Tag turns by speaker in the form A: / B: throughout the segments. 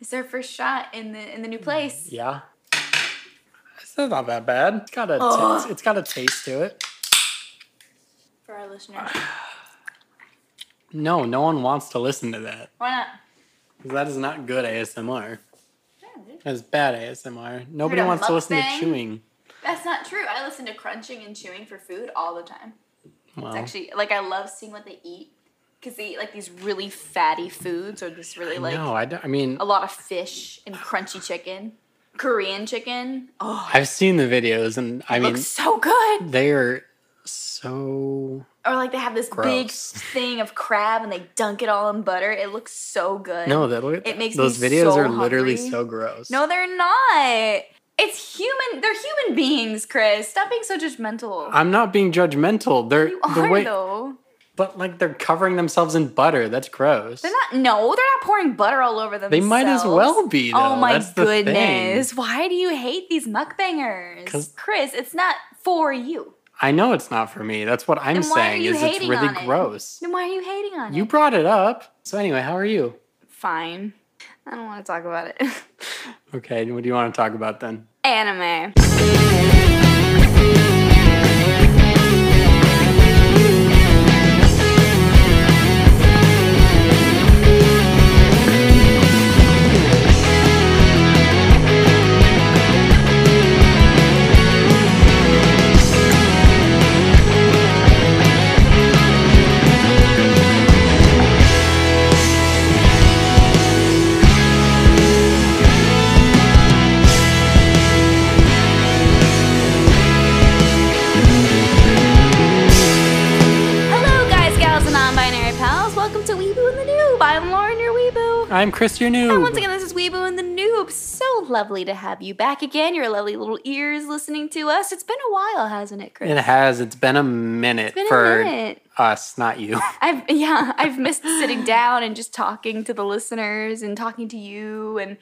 A: It's their first shot in the in the new
B: Mm-hmm.
A: place.
B: Yeah. It's not that bad. It's got a
A: Ugh.
B: it's- it's got a taste to it.
A: For our listeners,
B: No, no one wants to listen to that.
A: why not?
B: 'Cause That is not good ASMR.
A: Yeah, dude.
B: That's bad ASMR. Nobody
A: a
B: wants to listen to
A: mukbang?
B: chewing.
A: That's not true. I listen to crunching and chewing for food all the time.
B: Well,
A: It's actually like I love seeing what they eat because they eat like these really fatty foods or this really like
B: no, I, don't- I mean,
A: a lot of fish and crunchy chicken, Korean chicken. Oh,
B: I've seen the videos, and I
A: it
B: mean,
A: looks so good.
B: they are so
A: Or like they have this big
B: Gross.
A: thing of crab and they dunk it all in butter. It looks so good.
B: no that look,
A: It makes me
B: those videos
A: so
B: are literally
A: hungry.
B: so gross.
A: No, they're not. It's human. They're human beings, Chris. Stop being so judgmental.
B: I'm not being judgmental. They're
A: you
B: the
A: are
B: way,
A: though.
B: but like they're covering themselves in butter. That's gross.
A: They're not. No, they're not pouring butter all over themselves.
B: They might as well be. Though.
A: Oh my
B: That's the thing.
A: goodness! Why do you hate these mukbangers,
B: 'Cause-
A: Chris? It's not for you.
B: I know it's not for me. That's what I'm
A: Then why are
B: saying.
A: you
B: Is it's
A: hating
B: really
A: on it?
B: gross.
A: Then why are you hating on
B: You
A: it?
B: brought it up. So anyway, how are you?
A: Fine. I don't want to talk about it.
B: Okay, what do you want to talk about then?
A: Anime. Hello, guys, gals, and non-binary pals. Welcome to Weeboo in the Noob. I'm Lauren, your Weeboo.
B: I'm Chris, your new.
A: And once again, this is Weeboo and the Noob. So lovely to have you back again. Your lovely little ears listening to us. It's been a while, hasn't it, Chris?
B: It has. It's been a minute
A: been a
B: for
A: minute.
B: us, not you.
A: I've yeah, I've missed sitting down and just talking to the listeners and talking to you and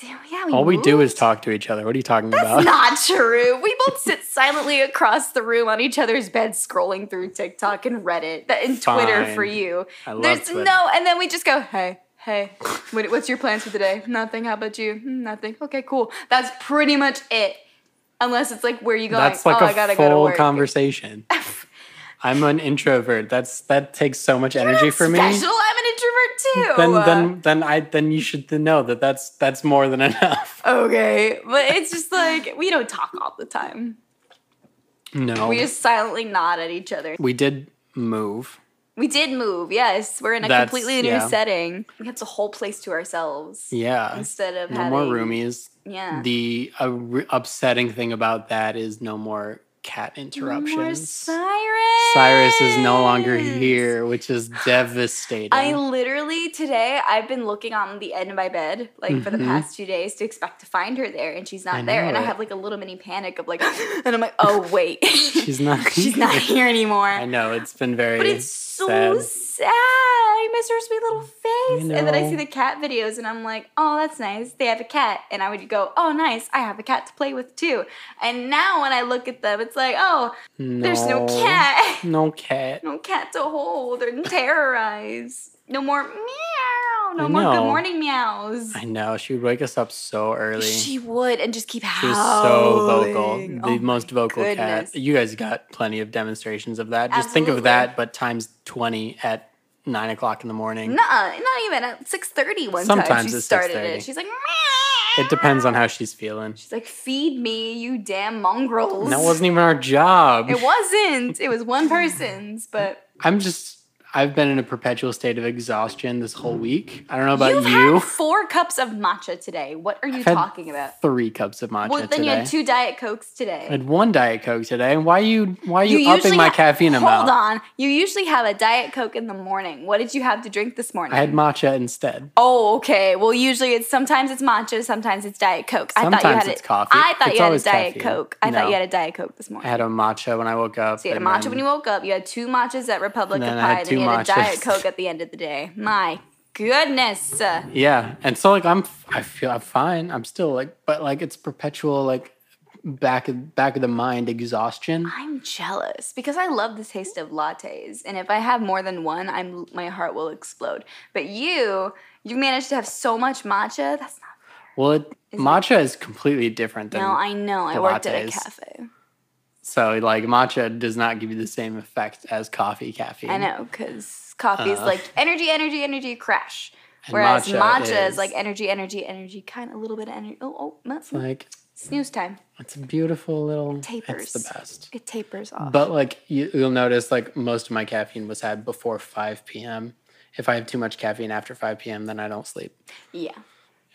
A: yeah. We
B: All we do
A: moved.
B: is talk to each other. What are you talking
A: That's
B: about?
A: not true. We both sit silently across the room on each other's beds, scrolling through TikTok and Reddit that- and Twitter for
B: Fine.
A: you.
B: I love
A: There's
B: Twitter.
A: no, and then we just go, hey, hey, what, what's your plans for the day? Nothing. How about you? "Hmm, Nothing. Okay, cool. That's pretty much it. Unless it's like, where are you going?
B: That's like
A: oh,
B: a
A: I gotta
B: full
A: go to work.
B: conversation. I'm an introvert. That's that takes so much
A: You're not
B: energy for me.
A: Special. I'm an introvert too.
B: Then, then, then I then you should know that that's that's more than enough.
A: Okay, but it's just like we don't talk all the time.
B: No,
A: We
B: we,
A: just silently nod at each other.
B: did move.
A: We did move, yes. We're in a
B: That's-
A: completely new
B: yeah.
A: setting. We have the whole place to ourselves
B: Yeah,
A: instead of
B: no
A: having
B: more roomies.
A: Yeah,
B: The uh, r- upsetting thing about that is no more cat
A: No
B: interruptions.
A: more Cyrus.
B: Cyrus is no longer here, which is devastating.
A: I literally today I've been looking on the end of my bed like for the
B: Mhm.
A: past two days to expect to find her there, and she's not
B: I
A: there, and
B: know
A: I
B: it.
A: have like a little mini panic of like, and I'm like, oh wait,
B: She's not.
A: she's not here anymore.
B: I know it's been very.
A: But it's so sad.
B: sad.
A: I miss her sweet little face.
B: You
A: And then I see
B: know.
A: the cat videos and I'm like, oh, that's nice. They have a cat. And I would go, oh, nice. I have a cat to play with too. And now when I look at them, it's like, oh, there's no cat.
B: No cat.
A: no cat to hold and terrorize. No more meow. No
B: I
A: more good
B: know.
A: morning meows.
B: I know she would wake us up so early. She,
A: She would and just keep howling.
B: was so vocal, the
A: Oh
B: most vocal
A: goodness.
B: cat. You guys got plenty of demonstrations of that. Just think
A: Absolutely.
B: of that, but times twenty at nine o'clock in the morning.
A: Nuh-uh, not even at 6.30 one time
B: Sometimes
A: she
B: it's
A: started
B: 6:30.
A: it. She's like, meow.
B: It depends on how she's feeling.
A: She's like, feed me, you damn mongrels.
B: And that wasn't even our job.
A: It wasn't. It was one person's, but
B: I'm just. I've been in a perpetual state of exhaustion this whole week. I don't know about
A: you've
B: you.
A: had four cups of matcha today. What are you
B: I've had
A: talking about?
B: Three cups of matcha
A: Well, then
B: today.
A: you had two diet cokes
B: I
A: today.
B: had one diet coke today. And why you? Why are you, upping my
A: ha-
B: caffeine
A: Hold
B: amount?
A: on. You usually have a diet coke in the morning. What did you have to drink this morning?
B: I had matcha instead.
A: Oh, okay. Well, usually it's sometimes it's matcha, sometimes it's diet coke. I thought you
B: Sometimes
A: had
B: it's
A: a,
B: coffee.
A: I thought
B: It's
A: you had a
B: always
A: diet
B: caffeine.
A: coke. I thought
B: No.
A: you had a diet coke this morning.
B: I had a matcha when I woke up.
A: So you had a
B: and
A: matcha
B: then-
A: when you woke up. You had two matchas at Republic
B: And
A: of
B: then I
A: Pie.
B: had
A: Then you had a
B: two
A: Diet
B: matchas.
A: Coke at the end of the day. My goodness. Uh,
B: Yeah, and so like I'm, I feel I'm fine. I'm still like, but like it's perpetual like back of back of the mind exhaustion.
A: I'm jealous because I love the taste of lattes, and if I have more than one, I'm my heart will explode. But you, you managed to have so much matcha. That's not.
B: Well, it,
A: Is it-
B: matcha is completely different than
A: No, I know. I
B: the
A: worked at a
B: lattes.
A: cafe.
B: so like matcha does not give you the same effect as coffee caffeine.
A: I know because coffee is
B: Uh.
A: like energy, energy, energy, crash.
B: And
A: Whereas matcha,
B: matcha
A: is,
B: is-
A: like energy, energy, energy, kind of a little bit of energy. Oh, oh, that's
B: It's like
A: snooze time.
B: it's a beautiful little.
A: Tapers.
B: It's the best.
A: It tapers off.
B: But like you, you'll notice, like most of my caffeine was had before 5 p.m. If I have too much caffeine after 5 p.m., then I don't sleep.
A: yeah,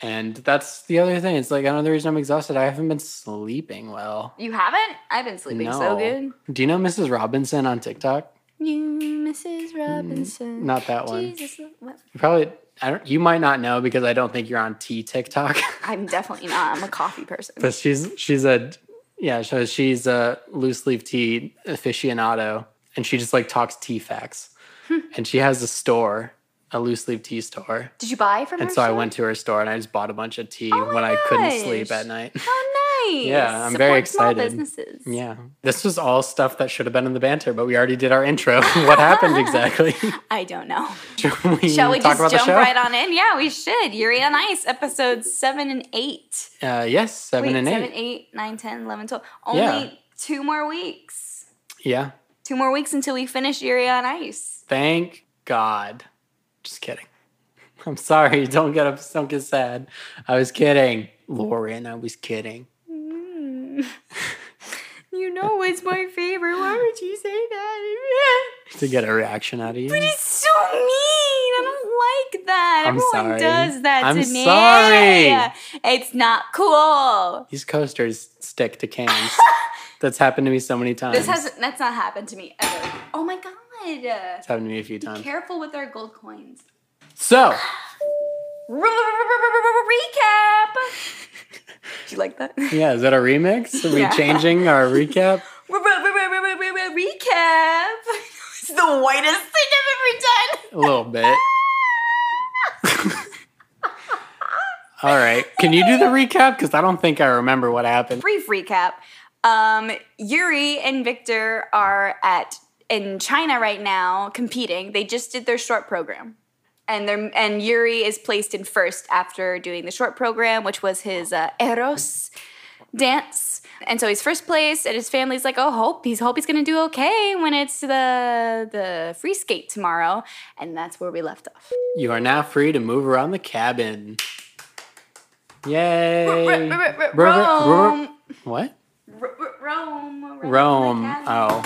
B: And that's the other thing. It's like another reason I'm exhausted. I haven't been sleeping well.
A: you haven't. I've been sleeping so
B: No.
A: good.
B: Do you know Mrs. Robinson on TikTok?
A: You, Mrs. Robinson.
B: Not that one.
A: Jesus, what?
B: You probably I don't you might not know because I don't think you're on T TikTok.
A: I'm definitely not. I'm a coffee person.
B: but she's she's a yeah, so she's a loose leaf tea aficionado and she just like talks tea facts.
A: Hmm.
B: and she has a store, a loose leaf tea store.
A: Did you buy from her?
B: And so I
A: store?
B: went to her store and I just bought a bunch of tea
A: Oh my
B: when I couldn't
A: gosh.
B: sleep at night.
A: Oh, nice.
B: Yeah, I'm very
A: Support
B: excited.
A: Small businesses.
B: Yeah. This was all stuff that should have been in the banter, but we already did our intro. what happened exactly?
A: I don't know.
B: Shall we,
A: Shall we
B: talk
A: just
B: about
A: jump
B: the show?
A: right on in? Yeah, we should. Yuri on Ice, episodes seven and eight.
B: Uh, yes, seven
A: Wait,
B: and eight.
A: seven, eight, nine, 10, 11, 12. Only
B: Yeah.
A: two more weeks.
B: Yeah.
A: Two more weeks until we finish Yuri on Ice.
B: Thank God. Just kidding. I'm sorry. Don't get up. Don't get sad. I was kidding, Lauren. I was kidding.
A: Mm. you know it's my favorite. Why would you say that?
B: To get a reaction out of you.
A: It's so mean. I don't like that.
B: I'm
A: Everyone
B: sorry.
A: does that
B: I'm
A: to me.
B: sorry.
A: It's not cool.
B: These coasters stick to cans. That's happened to me so many times.
A: This has that's not happened to me ever. Oh my god.
B: it's happened to me a few times.
A: Careful with our gold coins.
B: So,
A: Recap. Did you like that?
B: yeah, is that a remix? Are we
A: Yeah.
B: changing our recap?
A: Recap. It's the whitest thing I've ever done.
B: A little bit. All right. Can you do the recap? Because I don't think I remember what happened.
A: brief recap. Um, Yuri and Victor are at in China right now competing. They just did their short program. And they're, and Yuri is placed in first after doing the short program, which was his uh, Eros dance. And so he's first place, and his family's like, "Oh, hope he's hope he's gonna do okay when it's the the free skate tomorrow." And that's where we left off.
B: You are now free to move around the cabin. Yay.
A: Rome,
B: What?
A: R- R- Rome,
B: Rome.
A: Academy.
B: Oh.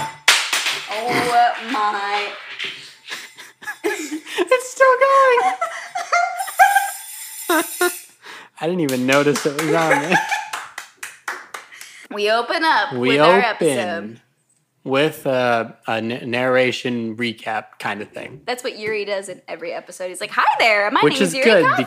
A: Oh my.
B: It's still going. I didn't even notice it was on there.
A: We open up
B: We
A: with our episode.
B: open with a, a n- narration recap kind of thing.
A: That's what Yuri does in every episode. He's like, Hi there, my
B: Which
A: name's
B: is
A: Yuri
B: good
A: Kofsky.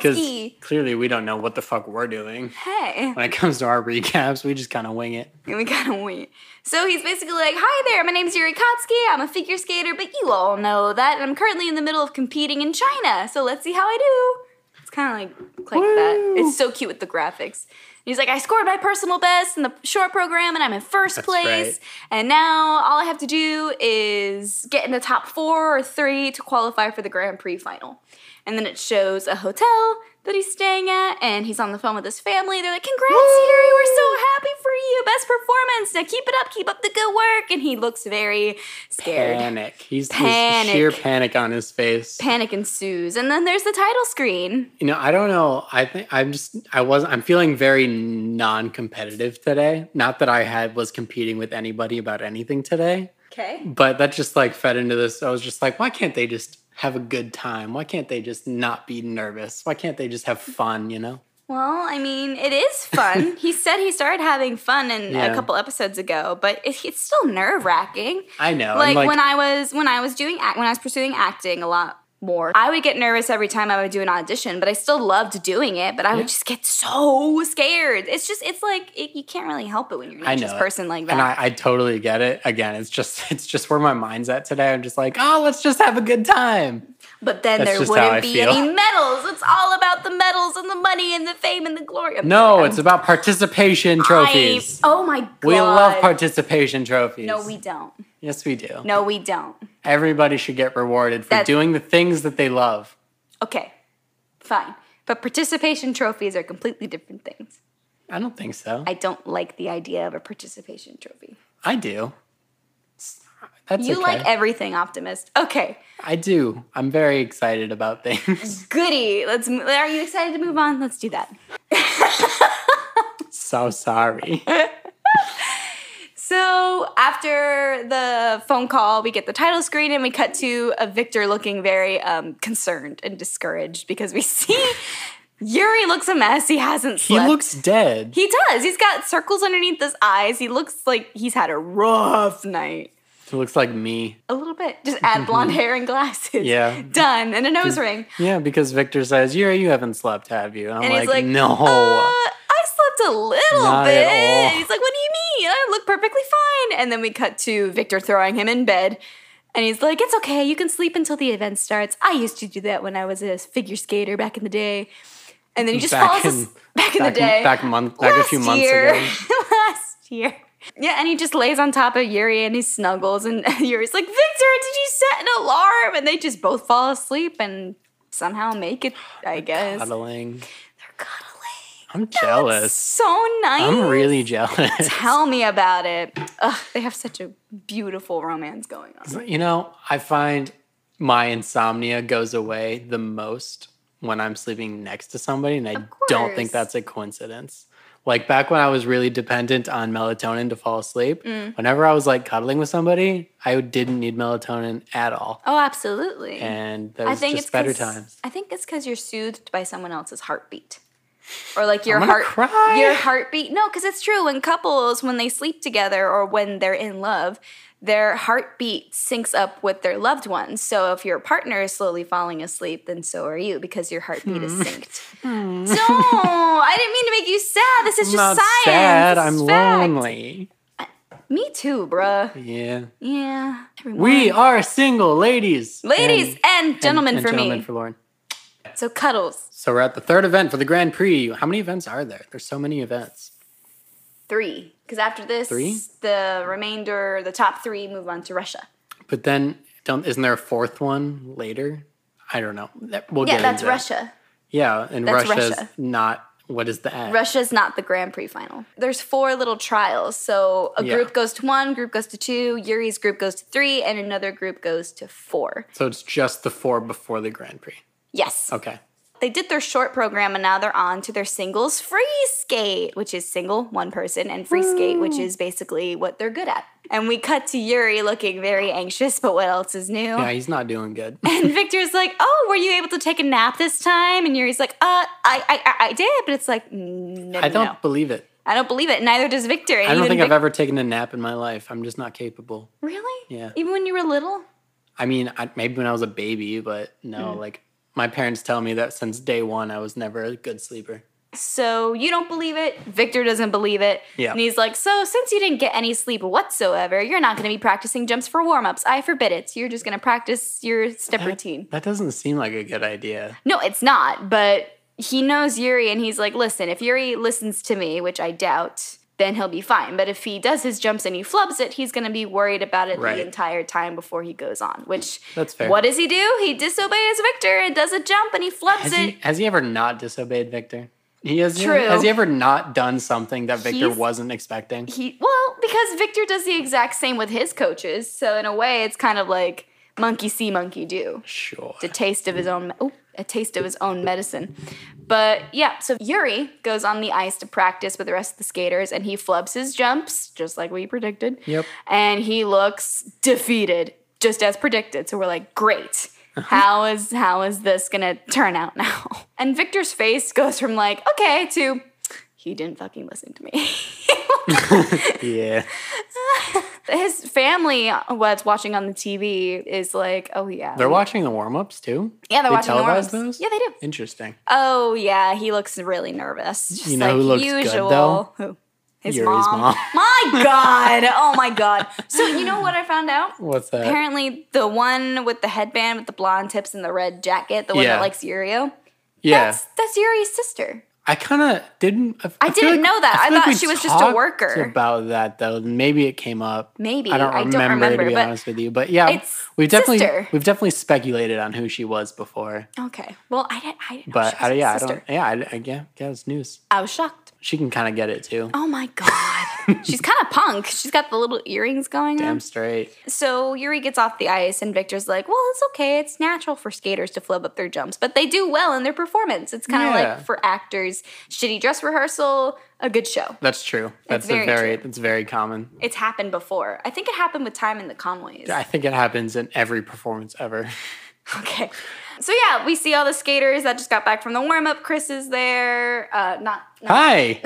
B: because clearly we don't know what the fuck we're doing.
A: Hey.
B: When it comes to our recaps, we just kind of wing it.
A: And we gotta wait. So he's basically like, Hi there, my name's Yuri Kotsky. I'm a figure skater, but you all know that. And I'm currently in the middle of competing in China, so let's see how I do. It's kind of like, like that.
B: Woo.
A: It's so cute with the graphics. And he's like, I scored my personal best in the short program, and I'm in first
B: That's
A: place.
B: right.
A: And now all I have to do is get in the top four or three to qualify for the Grand Prix final. And then it shows a hotel that he's staying at, and he's on the phone with his family. They're like, Congrats, Yuri, we're so happy for you. Best performance. Now keep it up, keep up the good work. And he looks very scared. Panic,
B: Panic. He's,
A: Panic.
B: he's sheer panic on his face.
A: ensues. And then there's the title screen.
B: You know, I don't know. I think I'm just I was I'm feeling very non-competitive today. Not that I had was competing with anybody about anything today,
A: Okay.
B: but that just like fed into this. I was just like, why can't they just have a good time? Why can't they just not be nervous? Why can't they just have fun, you know?
A: Well, I mean, it is fun. he said he started having fun in a
B: Yeah.
A: couple episodes ago, but it, it's still nerve wracking.
B: I know.
A: like,
B: Uh, and like
A: when I was when I was doing act, when I was pursuing acting a lot more, I would get nervous every time I would do an audition, but I still loved doing it. But I
B: Yeah.
A: would just get so scared. It's just it's like it, you can't really help it when you're an
B: I
A: anxious
B: know it.
A: person like that.
B: and I, I totally get it. Again, it's just it's just where my mind's at today. I'm just like, oh, let's just have a good time.
A: But then
B: That's
A: there
B: just how I
A: wouldn't be
B: feel.
A: any medals. It's all about the medals and the money and the fame and the glory. I'm-
B: No,
A: I'm-
B: it's about participation
A: I-
B: trophies.
A: oh my god.
B: we love participation trophies.
A: No, we don't.
B: Yes, we do.
A: No, we don't.
B: Everybody should get rewarded for
A: That's-
B: doing the things that they love.
A: Okay, fine. But participation trophies are completely different things.
B: I don't think so. I,
A: I don't like the idea of a participation trophy.
B: do. That's
A: You
B: okay.
A: like everything, optimist. Okay,
B: I do. I'm very excited about things.
A: goody. Let's. mo- Are you excited to move on? Let's do that.
B: so sorry.
A: So after the phone call, we get the title screen and we cut to a Victor looking very um, concerned and discouraged because we see Yuri looks a mess. He hasn't
B: he
A: slept.
B: looks dead.
A: He does. He's got circles underneath his eyes. He looks like he's had a rough night.
B: He looks like me.
A: A little bit. Just add blonde hair and glasses.
B: Yeah.
A: Done. And a nose ring.
B: Yeah, because Victor says, Yuri, you haven't slept, have you? And I'm
A: And
B: like,
A: he's like,
B: no.
A: Uh, I slept a little
B: Not
A: bit.
B: at all.
A: And He's like, what do you mean? I look perfectly fine. And then we cut to Victor throwing him in bed. And he's like, it's okay. You can sleep until the event starts. I used to do that when I was a figure skater back in the day. And then he just
B: Back
A: falls
B: in-
A: as- back in
B: back,
A: the day.
B: back month, back a few months ago.
A: last year. Yeah, and he just lays on top of Yuri and he snuggles, and Yuri's like, "Victor, did you set an alarm?" And they just both fall asleep and somehow make it. I guess
B: Cuddling.
A: they're cuddling.
B: I'm jealous.
A: So nice.
B: I'm really jealous.
A: Tell me about it. Ugh, they have such a beautiful romance going on.
B: You know, I find my insomnia goes away the most when I'm sleeping next to somebody, and I don't
A: course.
B: think that's a coincidence. Like back when I was really dependent on melatonin to fall asleep,
A: Mm.
B: whenever I was like cuddling with somebody, I didn't need melatonin at all.
A: Oh, absolutely.
B: And that
A: I
B: was
A: think
B: just
A: it's
B: better
A: 'cause-
B: times.
A: I think it's because you're soothed by someone else's heartbeat, or like your
B: I'm gonna
A: heart,
B: cry.
A: your heartbeat. No, because it's true. When couples, when they sleep together or when they're in love, their heartbeat syncs up with their loved ones. So if your partner is slowly falling asleep, then so are you because your heartbeat
B: Hmm.
A: is synced. No, I didn't mean to make you sad. This is just
B: not
A: science.
B: sad.
A: This
B: I'm
A: is fact.
B: lonely.
A: Me too, bruh.
B: Yeah.
A: Yeah.
B: We
A: Everyone.
B: are single, ladies.
A: ladies
B: And-
A: and, gentlemen
B: and
A: for
B: gentlemen
A: me.
B: for Lauren.
A: so cuddles
B: So we're at the third event for the Grand Prix. How many events are there? There's so many events.
A: three, because after this,
B: Three?
A: the remainder, the top three, move on to Russia.
B: But then, don't isn't there a fourth one later? I don't know. That- We'll
A: Yeah,
B: get
A: that's
B: into that.
A: Russia.
B: Yeah, and
A: That's
B: Russia's
A: Russia.
B: not. What is the F?
A: Russia's not the Grand Prix final. There's four little trials. So a
B: Yeah.
A: group goes to one, group goes to two, Yuri's group goes to three, and another group goes to four.
B: So it's just the four before the Grand Prix.
A: Yes.
B: Okay.
A: They did their short program and now they're on to their singles free skate, which is single, one person, and free skate, which is basically what they're good at. And we cut to Yuri looking very anxious, but what else is new?
B: Yeah, he's not doing good.
A: And Victor's like, "Oh, were you able to take a nap this time?" And Yuri's like, "Uh, I, I, I- I did," but it's like, "Mm, "No,
B: I don't
A: no,
B: believe it.
A: I don't believe it." Neither does Victor. And
B: I don't
A: even
B: think I've
A: Vic-
B: ever taken a nap in my life. I'm just not capable.
A: really.
B: Yeah.
A: Even when you were little.
B: I mean, I, maybe when I was a baby, but no,
A: Mm.
B: like my parents tell me that since day one, I was never a good sleeper.
A: So you don't believe it. Victor doesn't believe it.
B: Yeah.
A: And he's like, "So since you didn't get any sleep whatsoever, you're not going to be practicing jumps for warm ups. I forbid it. You're just going to practice your step routine."
B: That doesn't seem like a good idea.
A: No, it's not, but he knows Yuri and he's like, listen, if Yuri listens to me, which I doubt, then he'll be fine. But if he does his jumps and he flubs it, he's going to be worried about it
B: Right.
A: the entire time before he goes on, which
B: That's fair.
A: what does he do? He disobeys Victor and does a jump and he flubs
B: Has
A: it.
B: he, has he ever not disobeyed Victor? He has.
A: True.
B: Has he ever not done something that Victor
A: He's-
B: wasn't expecting?
A: he well because Victor does the exact same with his coaches, so in a way it's kind of like monkey see, monkey do.
B: Sure.
A: a taste of his own oh, a taste of his own medicine. But yeah, so Yuri goes on the ice to practice with the rest of the skaters and he flubs his jumps just like we predicted.
B: Yep.
A: And he looks defeated just as predicted. So we're like, "Great.
B: Uh-huh.
A: How is how is this going to turn out now?" And Victor's face goes from like, "Okay," to he didn't fucking listen to me.
B: Yeah.
A: His family, what's watching on the TV, is like, oh yeah,
B: They're watching the warm ups too.
A: yeah, they're
B: they
A: watching the
B: televise
A: warm-ups.
B: those?
A: Yeah, they do.
B: Interesting.
A: Oh yeah, he looks really nervous. Just
B: You know
A: like
B: who looks good,
A: usual.
B: though?
A: Who? His
B: Yuri's mom.
A: My God. Oh my God. So you know what I found out?
B: What's that?
A: Apparently, the one with the headband with the blonde tips and the red jacket, the one
B: Yeah.
A: that likes Yurio,
B: yeah.
A: that's that's Yuri's sister.
B: I kind of didn't. I, feel
A: didn't know that. I
B: feel
A: thought
B: we
A: she was just a
B: talked
A: worker.
B: About that though, maybe it came up.
A: Maybe.
B: I don't
A: I
B: remember,
A: don't remember,
B: to be
A: but
B: honest with you. But yeah,
A: it's
B: we've definitely
A: sister.
B: we've definitely speculated on who she was before.
A: Okay. Well, I didn't. I didn't. know
B: But
A: she was
B: I, yeah,
A: his sister.
B: I don't. Yeah, I, I yeah, yeah, it's news.
A: I was shocked.
B: She can kind of get it too.
A: Oh my God. She's kind of punk. She's got the little earrings going on.
B: Damn straight.
A: So Yuri gets off the ice, and Victor's like, "Well, it's okay. It's natural for skaters to flub up their jumps, but they do well in their performance. It's kind of
B: Yeah.
A: like for actors, shitty dress rehearsal, a good show.
B: That's true. That's
A: very
B: a very.
A: true.
B: That's very common.
A: It's happened before. I think it happened with Time in the Conways.
B: I think it happens in every performance ever.
A: Okay. So yeah, we see all the skaters that just got back from the warm up. Chris is there. Uh, not. not
B: Hi,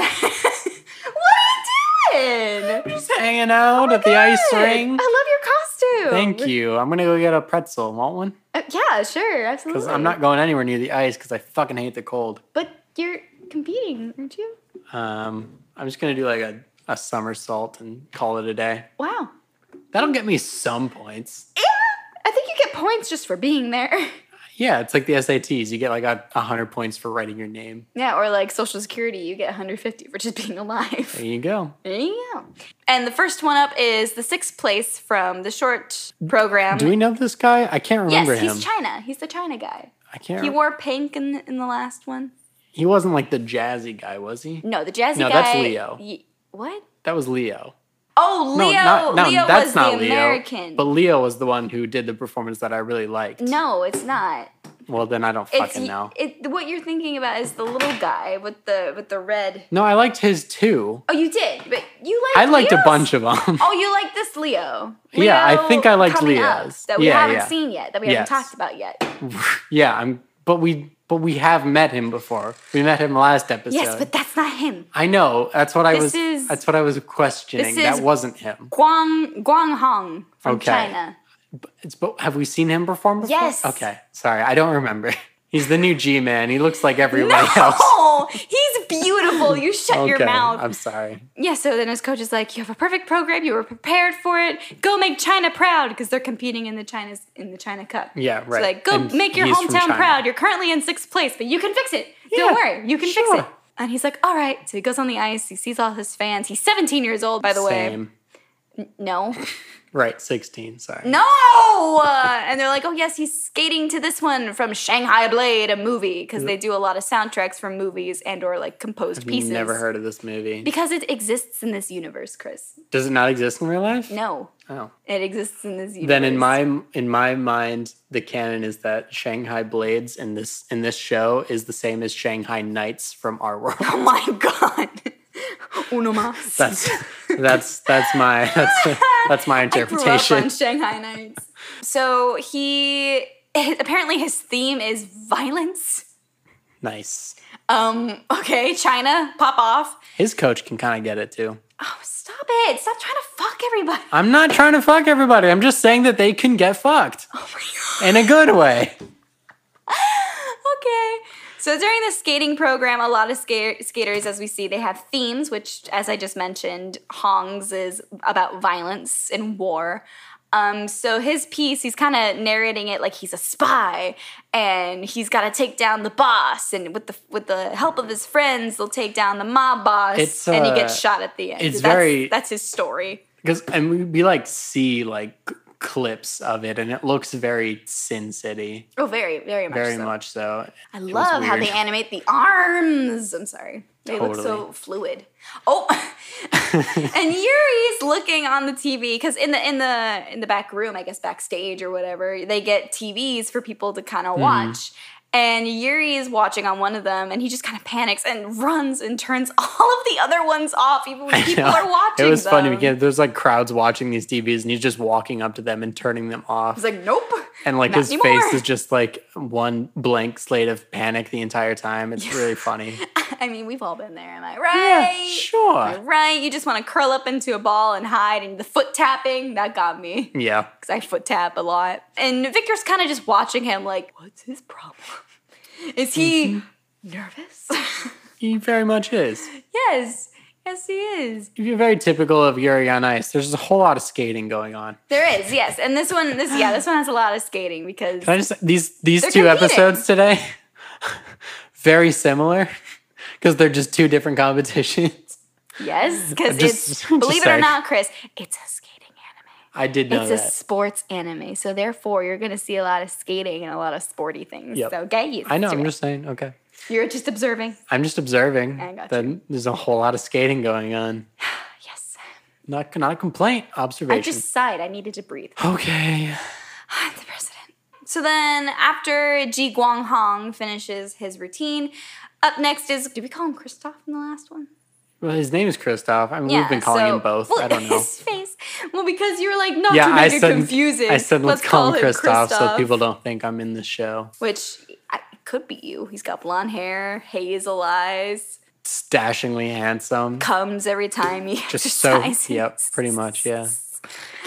A: what are you doing?
B: just hanging out at the ice
A: Oh, Good. I
B: ring.
A: love your costume.
B: Thank you. I'm gonna go get a pretzel. Want one?
A: Uh, yeah, sure, absolutely.
B: Because I'm not going anywhere near the ice because I fucking hate the cold.
A: But you're competing, aren't you?
B: Um, I'm just gonna do like a, a somersault and call it a day.
A: Wow.
B: That'll get me some points.
A: Yeah, I think you get points just for being there.
B: Yeah, it's like the SATs. You get like a a hundred points for writing your name.
A: Yeah, or like Social Security, you get 150 for just being alive.
B: There you go.
A: There you go. And the first one up is the sixth place from the short program.
B: Do we know this guy? I can't
A: yes,
B: remember him.
A: he's China. He's the China guy.
B: I can't.
A: He
B: He,
A: wore pink in, in the last one.
B: he wasn't like the jazzy guy, was he?
A: No, the jazzy
B: No,
A: guy.
B: that's Leo.
A: y- what?
B: That was Leo.
A: Oh, Leo.
B: no, not, no,
A: Leo
B: that's
A: was
B: not
A: the
B: Leo.
A: American.
B: But Leo was the one who did the performance that I really liked.
A: no, it's not.
B: Well, then I don't
A: It's
B: fucking know.
A: it. What you're thinking about is the little guy with the with the red.
B: No, I liked his too.
A: Oh, you did, but you
B: I
A: liked.
B: liked a
A: Leo's?
B: bunch of them.
A: Oh, you like this Leo?
B: Yeah, I
A: Leo
B: think I liked
A: coming up
B: Leo's.
A: that we
B: Yeah,
A: haven't
B: yeah.
A: seen yet, that we
B: Yes.
A: haven't talked about yet.
B: Yeah, I'm. But we but we have met him before. We met him last episode.
A: Yes, but that's not him.
B: I know. That's what I
A: This
B: was.
A: is-
B: that's what I was questioning.
A: this
B: that
A: is-
B: wasn't him.
A: Guang Guang Hong from
B: Okay.
A: China.
B: It's, but have we seen him perform before?
A: Yes.
B: Okay. Sorry, I don't remember. He's the new G man. He looks like everybody else.
A: No, he's beautiful. You shut
B: Okay.
A: your mouth.
B: I'm sorry.
A: yeah. So then his coach is like, "You have a perfect program. You were prepared for it. Go make China proud because they're competing in the China's in the China Cup.
B: Yeah,
A: So
B: right.
A: like, go
B: And
A: make your
B: he's from
A: hometown
B: China.
A: proud. You're currently in sixth place, but you can fix it. Don't
B: Yeah,
A: worry, you can
B: sure.
A: fix it." And he's like, "All right." So he goes on the ice. He sees all his fans. He's 17 years old, by the way.
B: Same.
A: No.
B: Right. Sixteen. Sorry.
A: No! Uh, and they're like, oh, yes, he's skating to this one from Shanghai Blade, a movie, because they do a lot of soundtracks from movies and or like composed pieces.
B: Never heard of this movie.
A: Because it exists in this universe, Chris.
B: Does it not exist in real life?
A: No,
B: Oh.
A: it exists in this universe.
B: Then in my in my mind, the canon is that Shanghai Blades in this in this show is the same as Shanghai Knights from our world.
A: Oh my god. Uno mas.
B: That's that's that's my that's that's my
A: I grew up
B: interpretation.
A: on Shanghai Nights. So he apparently his theme is violence.
B: Nice.
A: Um, okay, China, pop off.
B: His coach can kind of get it too.
A: Oh, stop it. Stop trying to fuck everybody.
B: I'm not trying to fuck everybody. I'm just saying that they can get fucked
A: Oh my god.
B: in a good way.
A: okay. So during the skating program, a lot of ska- skaters, as we see, they have themes, which, as I just mentioned, Hong's is about violence and war. Um, so his piece, he's kind of narrating it like he's a spy, and he's got to take down the boss, and with the with the help of his friends, they'll take down the mob boss,
B: It's,
A: and he
B: uh,
A: gets shot at the end.
B: it's
A: that's,
B: very-
A: that's his story.
B: Because and we, we like see like c- clips of it, and it looks very Sin City,
A: Oh, very, very much.
B: very
A: so.
B: much so.
A: I love how
B: weird.
A: they animate the arms. I'm sorry. They look so
B: Totally.
A: fluid. Oh, and Yuri's looking on the TV because in the in the in the back room, I guess backstage or whatever, they get TVs for people to kind
B: Hmm.
A: of watch. And Yuri is watching on one of them, and he just kind of panics and runs and turns all of the other ones off, even when
B: I
A: people
B: know.
A: are watching.
B: It was
A: them.
B: funny because there's like crowds watching these TVs, and he's just walking up to them and turning them off.
A: He's like, "Nope."
B: and like
A: not
B: his
A: anymore.
B: face is just like one blank slate of panic the entire time. It's really funny.
A: I mean, we've all been there. Am I right? Am I
B: sure.
A: right? You just want to curl up into a ball and hide, and the foot tapping that got me.
B: Yeah.
A: because I foot tap a lot. And Victor's kind of just watching him, like, what's his problem?
B: Mm-hmm.
A: Is he nervous?
B: He very much is.
A: yes. Yes, he is.
B: You're very typical of Yuri on Ice. There's a whole lot of skating going on.
A: There is, yes. And this one, this yeah, this one has a lot of skating because
B: Can I just these these
A: They're
B: two
A: competing.
B: episodes today very similar because they're just two different competitions.
A: yes, because
B: I'm
A: it's
B: just- I'm just
A: believe it or
B: sorry.
A: not, Chris, it's a skating anime.
B: I did know
A: It's a
B: that.
A: sports anime, so therefore you're going to see a lot of skating and a lot of sporty things.
B: Yep.
A: So get used
B: I know.
A: to
B: I'm
A: it.
B: just saying. Okay.
A: You're just observing.
B: I'm just observing
A: I got
B: that there's a whole lot of skating going on.
A: Yes.
B: Not not a complaint. Observation.
A: I just sighed. I needed to breathe.
B: okay.
A: I'm the president. So then, after Ji Guang Hong finishes his routine, up next is did we call him Christoph in the last one?
B: Well, his name is Christoph. I mean, we've been calling him both.
A: Well,
B: I don't know.
A: His face. Well, because you were like not
B: Yeah,
A: to
B: I
A: make it
B: said.
A: confusing.
B: I said let's, call, him Christoph, so
A: Christoph,"
B: people don't think I'm in the show.
A: Which I, could be you. He's got blonde hair, hazel eyes,
B: Stashingly handsome.
A: comes every time he
B: Just so.
A: exercises.
B: Yep. Pretty much. Yeah.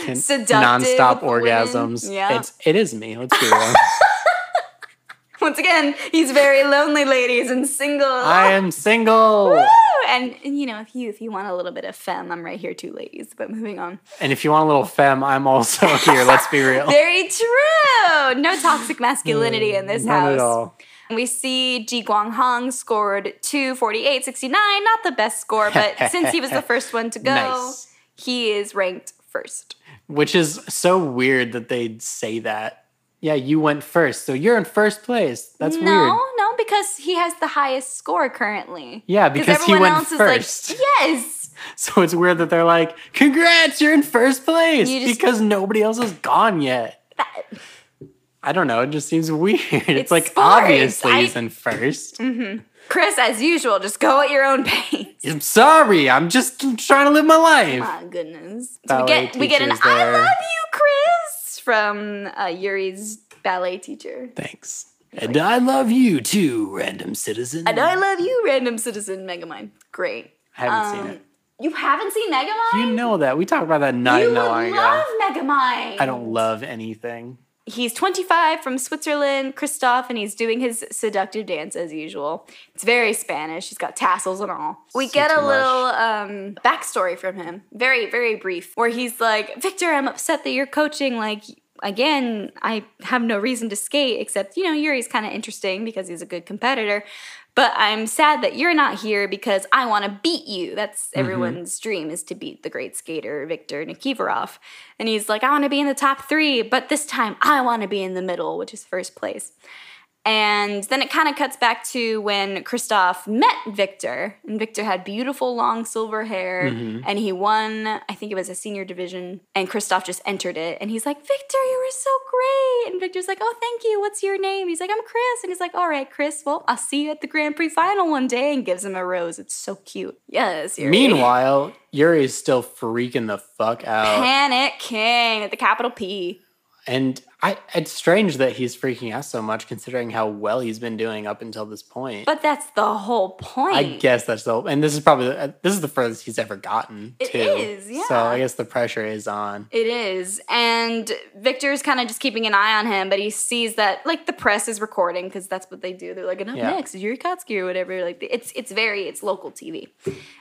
B: Can,
A: Seductive
B: nonstop
A: with women.
B: orgasms.
A: Yeah.
B: It's it is me. Let's be real.
A: Once again, he's very lonely, ladies, and single.
B: I am single.
A: Woo! And, and you know, if you if you want a little bit of femme, I'm right here too, ladies. But moving on.
B: And if you want a little femme, I'm also here. Let's be real.
A: Very true. No toxic masculinity in this
B: Not
A: house.
B: Hmm, at all.
A: We see Ji Guang Hong scored 248 69. Not the best score, but since he was the first one to go,
B: Nice.
A: he is ranked first.
B: Which is so weird that they'd say that. Yeah, you went first, so you're in first place. That's
A: no,
B: weird.
A: no, because he has the highest score currently.
B: Yeah, because he
A: everyone
B: went
A: else
B: first.
A: is like, yes.
B: So it's weird that they're like, "Congrats, you're in first place,"
A: You just-
B: because nobody else has gone yet.
A: That-
B: I don't know. It just seems weird. It's, like
A: sports.
B: obviously
A: I-
B: he's in first.
A: Chris, as usual, just go at your own pace.
B: I'm sorry. I'm just trying to live my life.
A: My Oh, goodness. So we
B: Ballet
A: get we get an
B: teacher's
A: I
B: there.
A: love you, Chris, from uh, Yuri's ballet teacher.
B: Thanks. And I love you too, random citizen.
A: And I love you, random citizen Megamind. Great. Um,
B: I haven't seen it.
A: You haven't seen Megamind?
B: You know that. We talked about that not
A: Um, You
B: even
A: would
B: that long
A: love
B: ago.
A: Megamind.
B: I don't love anything.
A: He's 25 from Switzerland, Christoph, and he's doing his seductive dance as usual. It's very Spanish. He's got tassels and all. We
B: So
A: get a
B: too much.
A: little um, backstory from him, very, very brief, where he's like, Victor, I'm upset that you're coaching. Like, again, I have no reason to skate except, you know, Yuri's kind of interesting because he's a good competitor. But I'm sad that you're not here because I want to beat you. That's everyone's dream is to beat the great skater Victor Nikiforov. And he's like, I want to be in the top three, but this time I want to be in the middle, which is first place. And then it kind of cuts back to when Christoph met Victor, and Victor had beautiful long silver hair,
B: Mm-hmm.
A: and he won, I think it was a senior division, and Christoph just entered it. And he's like, Victor, you were so great. And Victor's like, Oh, thank you. What's your name? He's like, I'm Chris. And he's like, All right, Chris, well, I'll see you at the Grand Prix final one day, and gives him a rose. It's so cute. Yes. Yuri.
B: Meanwhile, Yuri's still freaking the fuck out.
A: Panic King at the capital P.
B: And I it's strange that he's freaking out so much considering how well he's been doing up until this point.
A: But that's the whole point.
B: I guess that's the and this is probably the, this is the furthest he's ever gotten
A: It
B: too.
A: is,
B: So
A: yeah.
B: I guess the pressure is on.
A: It is. And Victor's kind of just keeping an eye on him, but he sees that like the press is recording because that's what they do. They're like, and up
B: Yeah.
A: next is Yuri Kotsky or whatever. Like it's it's very it's local TV.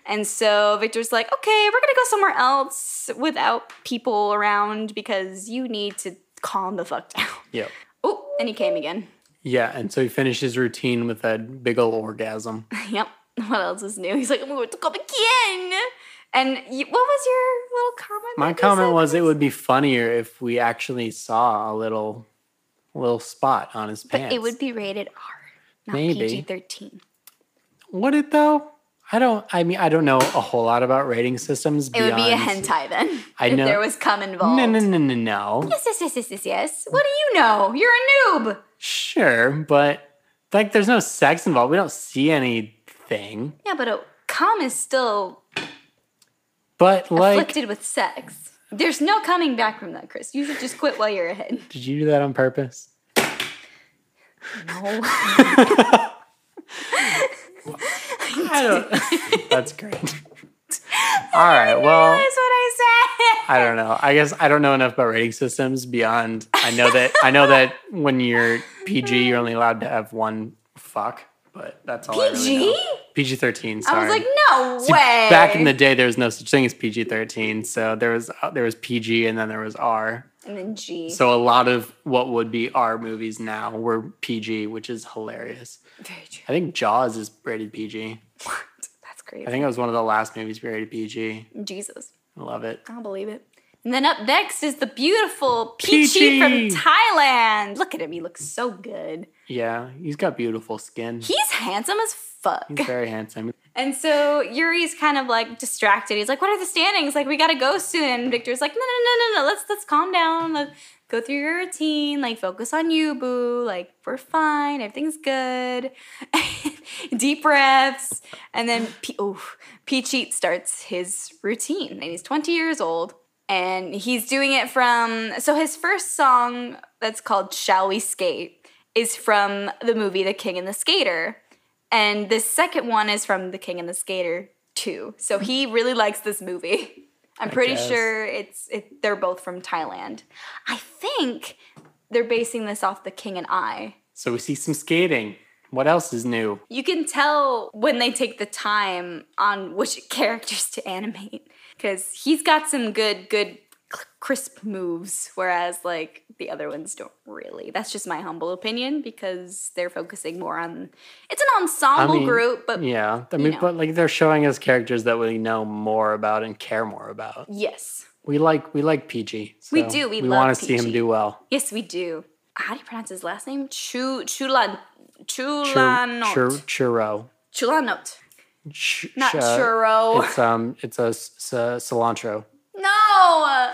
A: And so Victor's like, okay, we're gonna go somewhere else without people around because you need to calm the fuck down.
B: Yep.
A: Oh, and he came again.
B: Yeah, and so he finishes routine with a big ol' orgasm.
A: yep. What else is new? He's like, I'm going to come again. And you, what was your little comment?
B: My
A: that you
B: comment
A: said,
B: was it
A: Chris?
B: would be funnier if we actually saw a little little spot on his pants.
A: it would be rated R, not
B: Maybe.
A: PG thirteen.
B: Would it though? I don't. I mean, I don't know a whole lot about rating systems.
A: It would
B: beyond,
A: be a hentai then.
B: I
A: If
B: know-
A: there was cum involved.
B: No, no, no, no, no.
A: Yes, yes, yes, yes, yes, yes. What do you know? You're a noob.
B: Sure, but like, there's no sex involved. We don't see anything.
A: Yeah, but a cum is still
B: But like,
A: afflicted with sex. There's no coming back from that, Chris. You should just quit while you're ahead.
B: did you do that on purpose?
A: No.
B: I don't. That's great. All right. Well,
A: That's what I said.
B: I don't know. I guess I don't know enough about rating systems beyond. I know that. I know that when you're PG, you're only allowed to have one fuck. but that's all I
A: PG?
B: really know. PG thirteen.
A: I
B: Sorry.
A: was like, no
B: See,
A: way.
B: Back in the day, there was no such thing as PG thirteen. So there was uh, there was PG and then there was R.
A: and then G.
B: So a lot of what would be R movies now were PG, which is hilarious.
A: Very true.
B: I think Jaws is rated PG.
A: What? That's crazy.
B: I think it was one of the last movies rated PG.
A: Jesus.
B: I love it.
A: I'll believe it. And then up next is the beautiful Peachy,
B: Peachy.
A: from Thailand. Look at him. He looks so good.
B: Yeah, he's got beautiful skin.
A: He's handsome as fuck.
B: He's very handsome.
A: And so Yuri's kind of like distracted. He's like, "What are the standings? Like, we gotta go soon." And Victor's like, "No, no, no, no, no. Let's let's calm down. Let's go through your routine. Like, focus on you, boo. Like, we're fine. Everything's good. Deep breaths." And then P- oof, Peachy starts his routine, and he's 20 years old, and he's doing it from. So his first song that's called "Shall We Skate" is from the movie The King and the Skater. And the second one is from The King and the Skater 2. So he really likes this movie. I'm pretty
B: guess.
A: sure it's it, they're both from Thailand. I think they're basing this off The King and I.
B: So we see some skating. What else is new?
A: You can tell when they take the time on which characters to animate cuz he's got some good good cl- crisp moves whereas like the other ones don't really. That's just my humble opinion because they're focusing more on it's an ensemble
B: mean,
A: group but
B: Yeah, I mean,
A: know.
B: but like they're showing us characters that we know more about and care more about.
A: yes.
B: We like we like PG.
A: We
B: so
A: do, we
B: we
A: love
B: want to see him
A: PG.
B: do well.
A: Yes, we do. How do you pronounce his last name? Chu Chulan
B: Chur-
A: Chulanot.
B: chur- churro.
A: Chulanot.
B: Ch-
A: Not
B: ch-
A: churro.
B: It's um, it's a s- s- uh, cilantro.
A: no.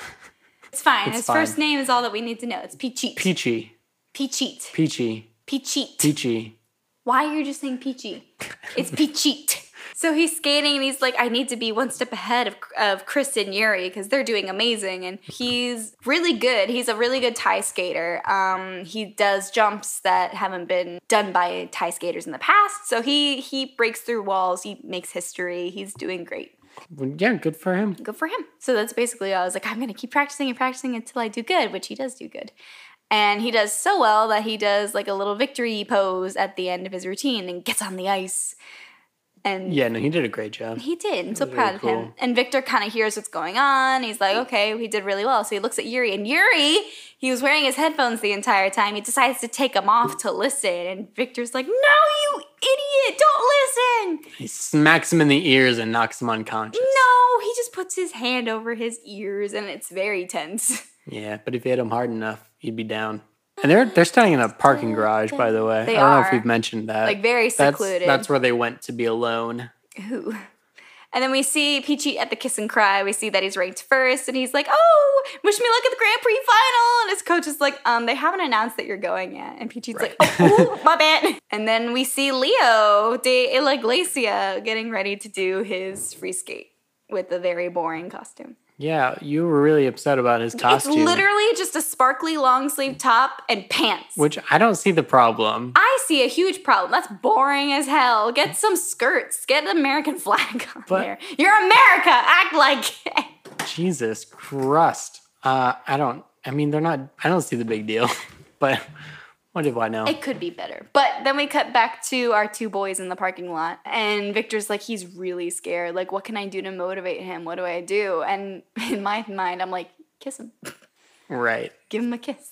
A: It's fine.
B: It's
A: his first
B: fine.
A: name is all that we need to know. It's Peachy.
B: Peachy,
A: Peachy.
B: peachy,
A: Peachy.
B: peachy.
A: Why are you just saying peachy? It's peachy. So he's skating and he's like, I need to be one step ahead of, of Chris and Yuri because they're doing amazing. And he's really good. He's a really good Thai skater. Um, he does jumps that haven't been done by Thai skaters in the past. So he he breaks through walls. He makes history. He's doing great.
B: Well, yeah, good for him.
A: Good for him. So that's basically all. I was like, I'm gonna keep practicing and practicing until I do good, which he does do good. And he does so well that he does like a little victory pose at the end of his routine and gets on the ice. And
B: Yeah, no, he did a great job.
A: he did. I'm so
B: Very
A: proud of him.
B: cool.
A: And Victor kind of hears what's going on. He's like, okay, he did really well. So he looks at Yuri, and Yuri, he was wearing his headphones the entire time. He decides to take them off to listen. And Victor's like, no, you idiot, don't listen.
B: He smacks him in the ears and knocks him unconscious.
A: No, he just puts his hand over his ears, and it's very tense.
B: Yeah, but if you hit him hard enough, he'd be down. And they're they're staying in a parking garage, by the way.
A: Oh, They
B: I don't know
A: are.
B: if we've mentioned that.
A: Like, very
B: That's-
A: secluded.
B: That's where they went to be alone.
A: Ooh. And then we see Peachy at the kiss and cry. We see that he's ranked first, and he's like, "Oh, wish me luck at the Grand Prix final." And his coach is like, "Um, they haven't announced that you're going yet." And Peachy's like,
B: Right.
A: "Oh, ooh, my bad." And then we see Leo de la Iglesia getting ready to do his free skate with a very boring costume.
B: Yeah, you were really upset about his costume,
A: It's literally just a sparkly long sleeve top and pants.
B: which I don't see the problem.
A: I see a huge problem. That's boring as hell. Get some skirts. Get an American flag on
B: But-
A: there. You're America. Act like it.
B: Jesus Christ! Uh, I don't. I mean, they're not. I don't see the big deal. but what do I know?
A: It could be better. But then we cut back to our two boys in the parking lot, and Victor's like, he's really scared. Like, what can I do to motivate him? What do I do? And in my mind, I'm like, kiss him.
B: right.
A: Give him a kiss.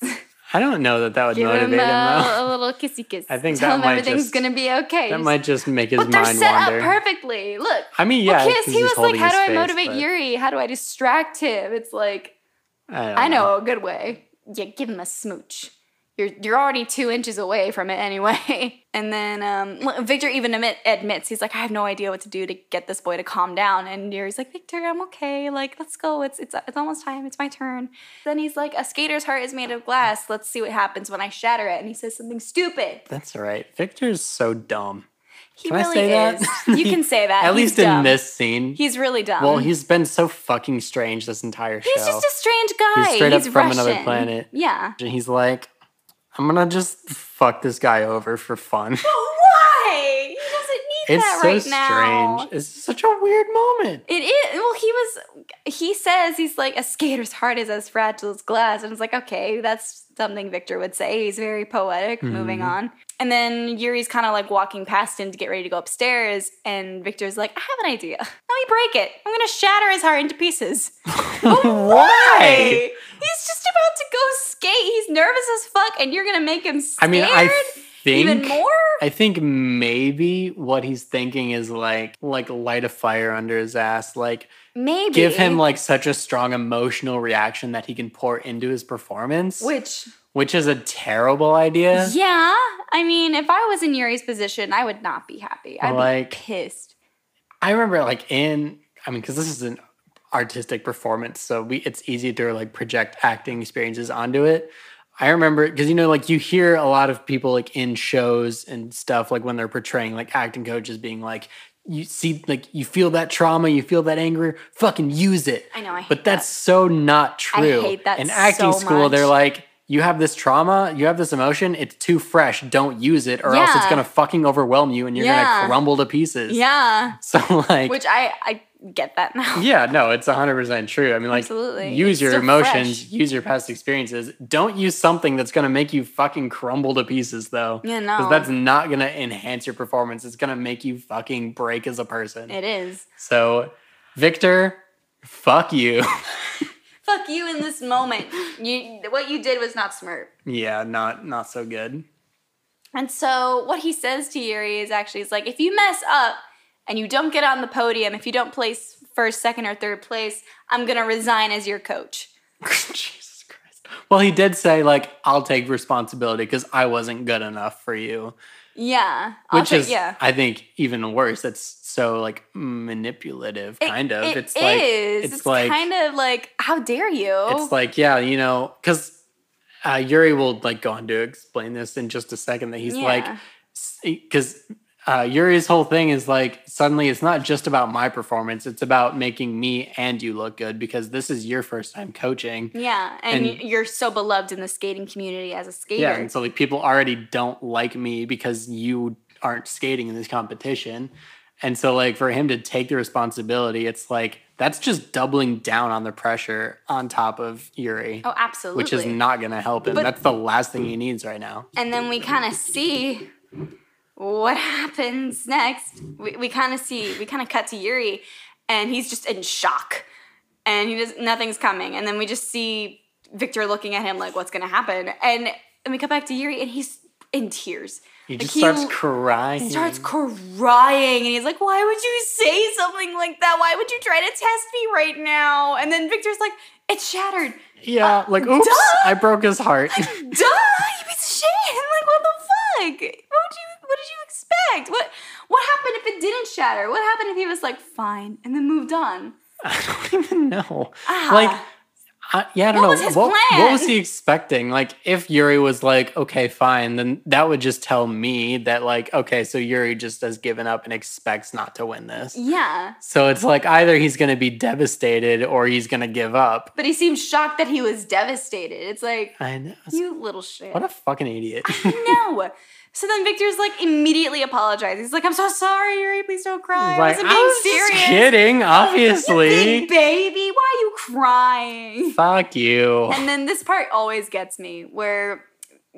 B: I don't know that that would
A: Give him,
B: motivate him. though.
A: a, a little kissy kiss.
B: I think
A: Tell
B: that
A: him
B: might
A: everything's
B: just-
A: gonna be okay.
B: That
A: Just-
B: might just make his
A: but they're
B: mind
A: set
B: wander.
A: up perfectly. Look,
B: I mean,
A: Well,
B: yeah,
A: kiss.
B: 'cause
A: He
B: he's
A: was like,
B: holding
A: "How
B: his
A: do I
B: face,
A: motivate
B: but
A: Yuri? How do I distract him?" It's like
B: I, don't
A: I know a good way. Yeah, give him a smooch. You're you're already two inches away from it anyway. And then um, well, Victor even admit, admits he's like, "I have no idea what to do to get this boy to calm down." And Yuri's like, "Victor, I'm okay. Like, let's go. It's it's it's almost time. It's my turn." Then he's like, "A skater's heart is made of glass. Let's see what happens when I shatter it." And he says something stupid.
B: That's all right. Victor's so dumb.
A: He
B: Can I
A: really
B: say that?
A: is. You can say that.
B: At
A: He's
B: least
A: dumb.
B: in this scene.
A: He's really dumb.
B: well, he's been so fucking strange this entire show.
A: He's just a strange guy.
B: He's straight up from another
A: Russian.
B: planet.
A: Yeah.
B: and he's like, I'm gonna just fuck this guy over for fun.
A: But why? He doesn't need
B: it's
A: that
B: so
A: right now.
B: strange. It's such a weird moment.
A: It is. Well, he was. He says he's like a skater's heart is as
B: Mm-hmm.
A: fragile as glass, and it's like okay, that's something Victor would say. He's very poetic. Moving on, And then Yuri's kind of like walking past him to get ready to go upstairs. And Victor's like, I have an idea. Let me break it. I'm going to shatter his heart into pieces.
B: Oh,
A: Why? He's just about to go skate. He's nervous as fuck. And you're going to make him
B: I
A: scared
B: mean, I think
A: even more?
B: I think maybe what he's thinking is like like light a fire under his ass, like
A: Maybe.
B: give him like such a strong emotional reaction that he can pour into his performance,
A: Which,
B: which is a terrible idea.
A: yeah. I mean, if I was in Yuri's position, I would not be happy. I'd
B: Like-
A: be pissed.
B: I remember like in I mean because this is an artistic performance, so we it's easy to like project acting experiences onto it. I remember because you know like you hear a lot of people like in shows and stuff like when they're portraying like acting coaches being like you see like you feel that trauma, you feel that anger, fucking use it.
A: I know, I hate
B: but that's so not true.
A: hate that
B: in acting
A: so
B: school, they're
A: much.
B: like. You have this trauma, you have this emotion, it's too fresh, don't use it, or else it's
A: Yeah.
B: gonna fucking overwhelm you and you're
A: Yeah.
B: gonna crumble to pieces.
A: Yeah.
B: So like
A: Which I, I get that now.
B: yeah, no, it's 100% true. I mean, like,
A: Absolutely.
B: use
A: It's
B: your
A: still
B: emotions,
A: fresh.
B: use your past experiences. Don't use something that's going to make you fucking crumble to pieces, though.
A: Yeah, no.
B: that's not going to enhance your performance. It's going to make you fucking break as a person.
A: It is.
B: so, Victor, fuck you.
A: Fuck you in this moment. You, what you did was not smart.
B: yeah, not not so good.
A: And so what he says to Yuri is actually is like, if you mess up and you don't get on the podium, if you don't place first, second, or third place, I'm gonna resign as your coach.
B: Jesus Christ. Well, he did say like, I'll take responsibility because I wasn't good enough for you.
A: Yeah. I'll
B: which
A: take-
B: is
A: yeah.
B: i think even worse it's so like manipulative kind of
A: It
B: it's like
A: is.
B: it's, like
A: kind of like, how dare you?
B: it's like yeah you know because uh, yuri will like go on to explain this in just a second that he's like
A: Yeah.
B: because uh, yuri's whole thing is like suddenly it's not just about my performance it's about making me and you look good because this is your first time coaching
A: yeah, and,
B: and-
A: you're so beloved in the skating community as a skater.
B: yeah and so like people already don't like me because you aren't skating in this competition and so like for him to take the responsibility it's like that's just doubling down on the pressure on top of yuri
A: oh, absolutely.
B: which is not going to help him
A: But-
B: that's the last thing he needs right now
A: and then we kind of see what happens next. We, we kind of see, we kind of cut to Yuri, and he's just in shock, and he just nothing's coming. And then we just see Victor looking at him like, "What's gonna happen?" And then we cut back to Yuri, and he's in tears.
B: he
A: Like,
B: just
A: he
B: starts
A: l-
B: crying
A: Starts crying and he's like, Why would you say something like that? Why would you try to test me right now? And then Victor's like, It's shattered.
B: yeah like oops
A: uh, duh!
B: i broke his heart
A: Duh! You piece of shit! Like, what the fuck? What would you? What did you expect? What What happened if it didn't shatter? What happened if he was like, fine, and then moved on?
B: i don't even know
A: Ah.
B: like I, yeah, I don't
A: What
B: know.
A: was his
B: what, what
A: plan?
B: was he expecting? Like, if Yuri was like, okay, fine, then that would just tell me that, like, okay, so Yuri just has given up and expects not to win this.
A: Yeah.
B: So it's like either he's going to be devastated or he's going to give up.
A: But he seemed shocked that he was devastated. It's like,
B: I know.
A: you little shit.
B: What a fucking idiot.
A: no. So then Victor's like immediately apologizes. He's like, I'm so sorry, Yuri. Please don't cry. I
B: like,
A: wasn't
B: I
A: being
B: was just
A: serious.
B: kidding,
A: Big
B: obviously.
A: baby, why are you crying?
B: Fuck you.
A: And then this part always gets me where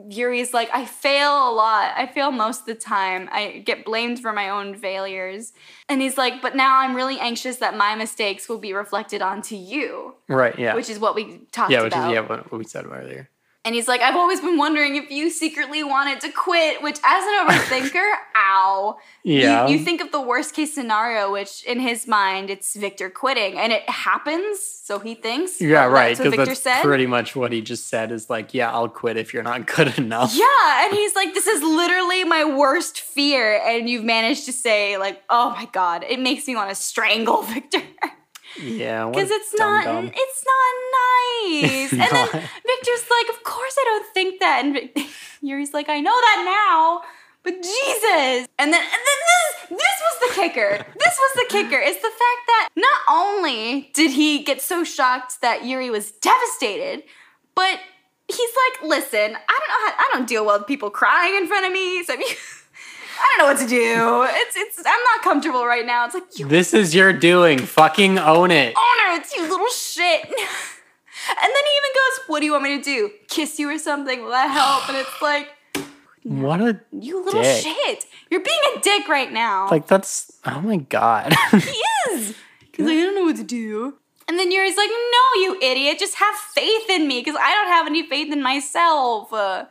A: Yuri's like, I fail a lot. I fail most of the time. I get blamed for my own failures. And he's like, but now I'm really anxious that my mistakes will be reflected onto you,
B: Right, yeah.
A: which is what we talked
B: yeah, which is
A: about.
B: yeah, what, what we said earlier.
A: And he's like, I've always been wondering if you secretly wanted to quit, which as an overthinker, ow. You-
B: Yeah.
A: You, think of the worst case scenario, which in his mind, it's Victor quitting. And it happens, so he thinks.
B: yeah, right.
A: That's what
B: Because
A: Victor
B: that's
A: said.
B: pretty much what he just said is like, yeah, I'll quit if you're not good enough.
A: Yeah, and he's like, this is literally my worst fear. And you've managed to say, like, oh my God, it makes me want to strangle Victor.
B: Yeah,
A: Because it's not it's not nice.
B: It's
A: and then
B: not.
A: Victor's like, of course I don't think that. And Vic- Yuri's like, I know that now. But Jesus! And then, and then this, this was the kicker. This was the kicker. It's the fact that not only did he get so shocked that Yuri was devastated, but he's like, listen, I don't know how I don't deal well with people crying in front of me. So if you, I don't know what to do. It's it's I'm not comfortable right now. It's like you
B: This is your doing. Fucking own it.
A: owner, it's you little shit. and then he even goes, What do you want me to do? Kiss you or something? Will that help? And it's like,
B: What a
A: You little
B: Dick.
A: shit. You're being a dick right now.
B: like that's oh my god.
A: he is. He's like, I don't know what to do. And then Yuri's like, No, you idiot. Just have faith in me because I don't have any faith in myself. Uh,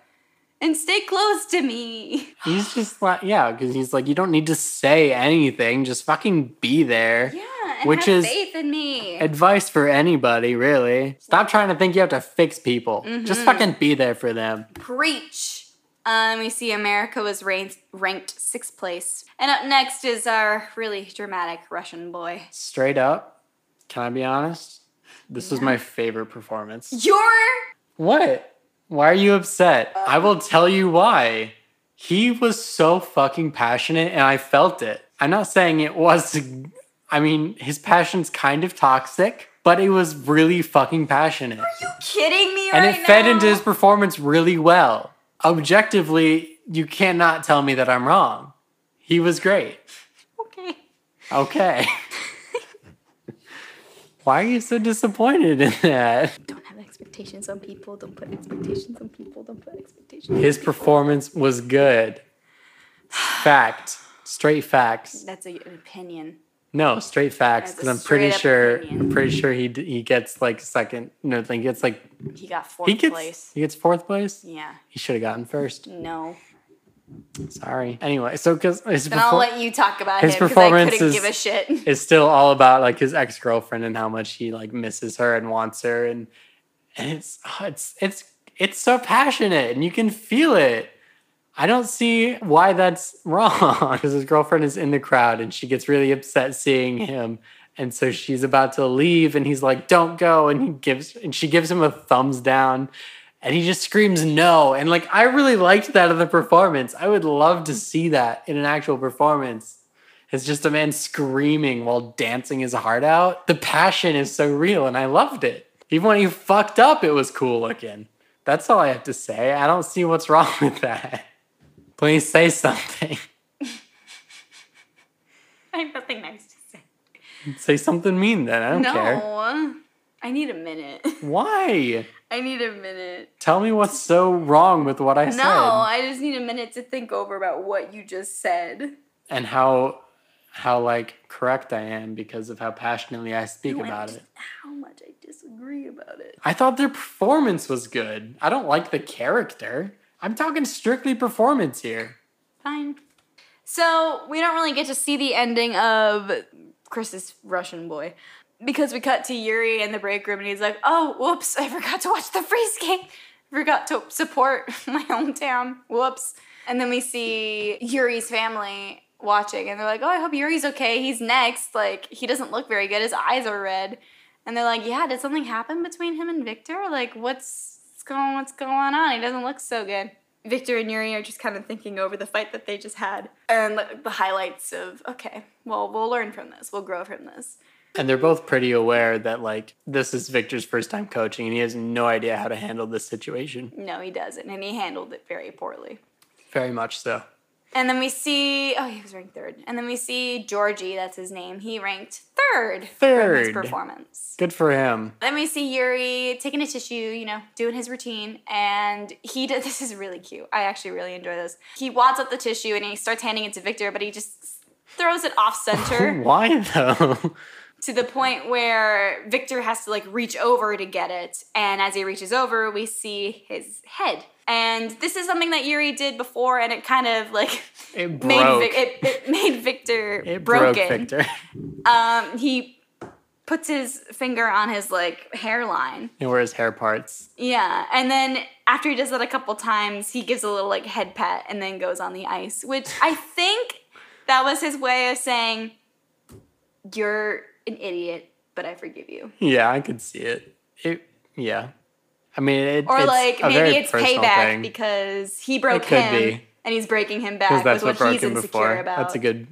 A: and stay close to me.
B: he's just like yeah, because he's like you don't need to say anything, just fucking be there.
A: Yeah. And
B: Which
A: have
B: is-
A: faith in me.
B: Advice for anybody, really. Stop trying to think you have to fix people.
A: Mm-hmm.
B: Just fucking be there for them.
A: Preach. Um, we see America was ranked, ranked sixth place. And up next is our really dramatic Russian boy.
B: Straight up, can I be honest? This was my favorite performance.
A: Your
B: What? Why are you upset? I will tell you why. He was so fucking passionate and I felt it. I'm not saying it was, I mean, his passion's kind of toxic, but it was really fucking passionate.
A: kidding me
B: And
A: right
B: it fed
A: now?
B: into his performance really well. Objectively, you cannot tell me that I'm wrong. He was great.
A: Okay.
B: Okay. Why are you so disappointed in that?
A: Don't have expectations on people. Don't put expectations on people. Don't put expectations.
B: His performance was good. Fact. Straight facts.
A: That's a, an opinion.
B: No, straight facts.
A: That's a
B: Because I'm pretty
A: straight up
B: sure. I'm
A: opinion.
B: pretty sure he d- he gets like second. No, he gets like
A: He got fourth
B: he gets
A: place.
B: he gets fourth place.
A: Yeah.
B: He should have gotten first.
A: No.
B: Sorry. Anyway, so because his
A: Then I'll
B: perfor-
A: let you talk about
B: his
A: him because I
B: performance
A: couldn't
B: is-
A: give a shit.
B: is still all about like his ex girlfriend and how much he like misses her and wants her and and it's oh, it's it's it's so passionate and you can feel it. I don't see why that's wrong because his girlfriend is in the crowd and she gets really upset seeing him. And so she's about to leave and he's like, "Don't go!" and he gives and she gives him a thumbs down. And he just screams no. And like I really liked that of the performance. I would love to see that in an actual performance. It's just a man screaming while dancing his heart out. The passion is so real, and I loved it. Even when he fucked up, it was cool looking. That's all I have to say. I don't see what's wrong with that. Please say something.
A: I have nothing nice to say.
B: say something mean then. I don't
A: no.
B: care.
A: I need a minute.
B: Why?
A: I need a minute.
B: Tell me what's so wrong with what I
A: No,
B: said
A: I just need a minute to think over about what you just said.
B: and how how like correct I am because of how passionately I speak
A: No, I
B: about
A: just-
B: it.
A: How much I disagree about it.
B: I thought their performance was good. I don't like the character. I'm talking strictly performance here.
A: Fine. So we don't really get to see the ending of Chris's Russian boy because we cut to Yuri in the break room and he's like, "Oh, whoops! I forgot to watch the freeze game. Forgot to support my hometown. Whoops!" And then we see Yuri's family watching and they're like, "Oh, I hope Yuri's okay. He's next. Like he doesn't look very good. His eyes are red." And they're like, "Yeah, did something happen between him and Victor? Like what's what's going what's going on? He doesn't look so good." Victor and Yuri are just kind of thinking over the fight that they just had and the highlights of, okay, well, we'll learn from this. We'll grow from this.
B: And they're both pretty aware that like this is Victor's first time coaching and he has no idea how to handle this situation.
A: No, he doesn't. And he handled it very poorly.
B: Very much so.
A: And then we see, oh, he was ranked third. And then we see Georgie, that's his name. He ranked third, from his
B: Third.
A: performance.
B: Good for him.
A: Then we see Yuri taking a tissue, you know, doing his routine, and he did. This is really cute. I actually really enjoy this. He wads up the tissue and he starts handing it to Victor, but he just throws it off center.
B: Why though?
A: to the point where Victor has to like reach over to get it. And as he reaches over, we see his head. And this is something that Yuri did before, and it kind of like
B: It
A: made
B: broke.
A: Vic- it, it made Victor
B: It broke
A: broken.
B: Victor.
A: Um, he puts his finger on his like hairline.
B: And where his hair parts.
A: Yeah, and then after he does that a couple times, he gives a little like head pat and then goes on the ice, which I think that was his way of saying, "You're an idiot, but I forgive you."
B: Yeah, I could see it. It yeah. I mean it,
A: Or
B: it's
A: like
B: a very
A: maybe it's
B: personal
A: payback
B: thing.
A: because he broke
B: could
A: him
B: be.
A: and he's breaking him
B: 'Cause
A: back with
B: that's what
A: what,
B: broke
A: he's
B: him
A: insecure
B: before.
A: about.
B: That's a good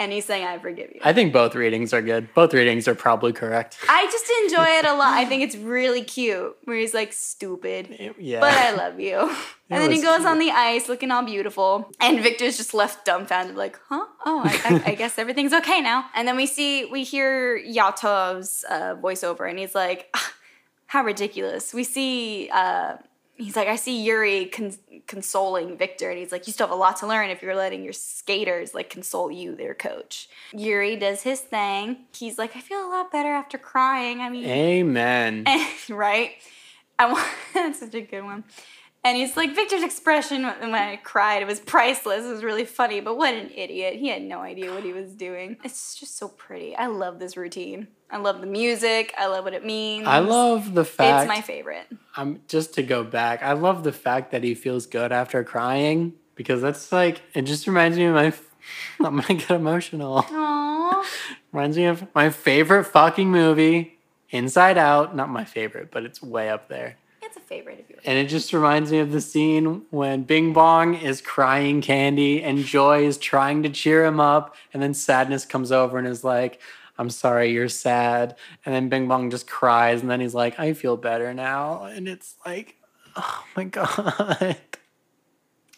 A: and he's saying, I forgive you. I,
B: I think both readings are good. Both readings are probably correct.
A: just enjoy it a lot. I think it's really cute where he's like stupid.
B: It- yeah.
A: But I love you. And then he
B: was
A: goes
B: cute.
A: on the ice looking all beautiful. And Victor's just left dumbfounded, like, huh? Oh, I, I, I guess everything's okay now. And then we see, we hear Yatov's uh, voiceover, and he's like, "Ah, how ridiculous. We see uh, he's like, I see Yuri con- consoling Victor, and he's like, you still have a lot to learn if you're letting your skaters like console you, their coach. Yuri does his thing. He's like, I feel a lot better after crying. I mean,
B: Amen.
A: right? I want that's such a good one. And he's like, Victor's expression when I cried, it was priceless. It was really funny, but what an idiot. He had no idea what he was doing. It's just so pretty. I love this routine. I love the music. I love what it means.
B: I love the fact
A: It's my favorite.
B: I'm just to go back. I love the fact that he feels good after crying because that's like it just reminds me of my. I'm gonna get emotional.
A: Aww.
B: Reminds me of my favorite fucking movie, Inside Out. Not my favorite, but it's way up there.
A: It's a favorite of yours.
B: And it just reminds me of the scene when Bing Bong is crying candy and Joy is trying to cheer him up. And then sadness comes over and is like, I'm sorry, you're sad. And then Bing Bong just cries. And then he's like, I feel better now. And it's like, oh my God.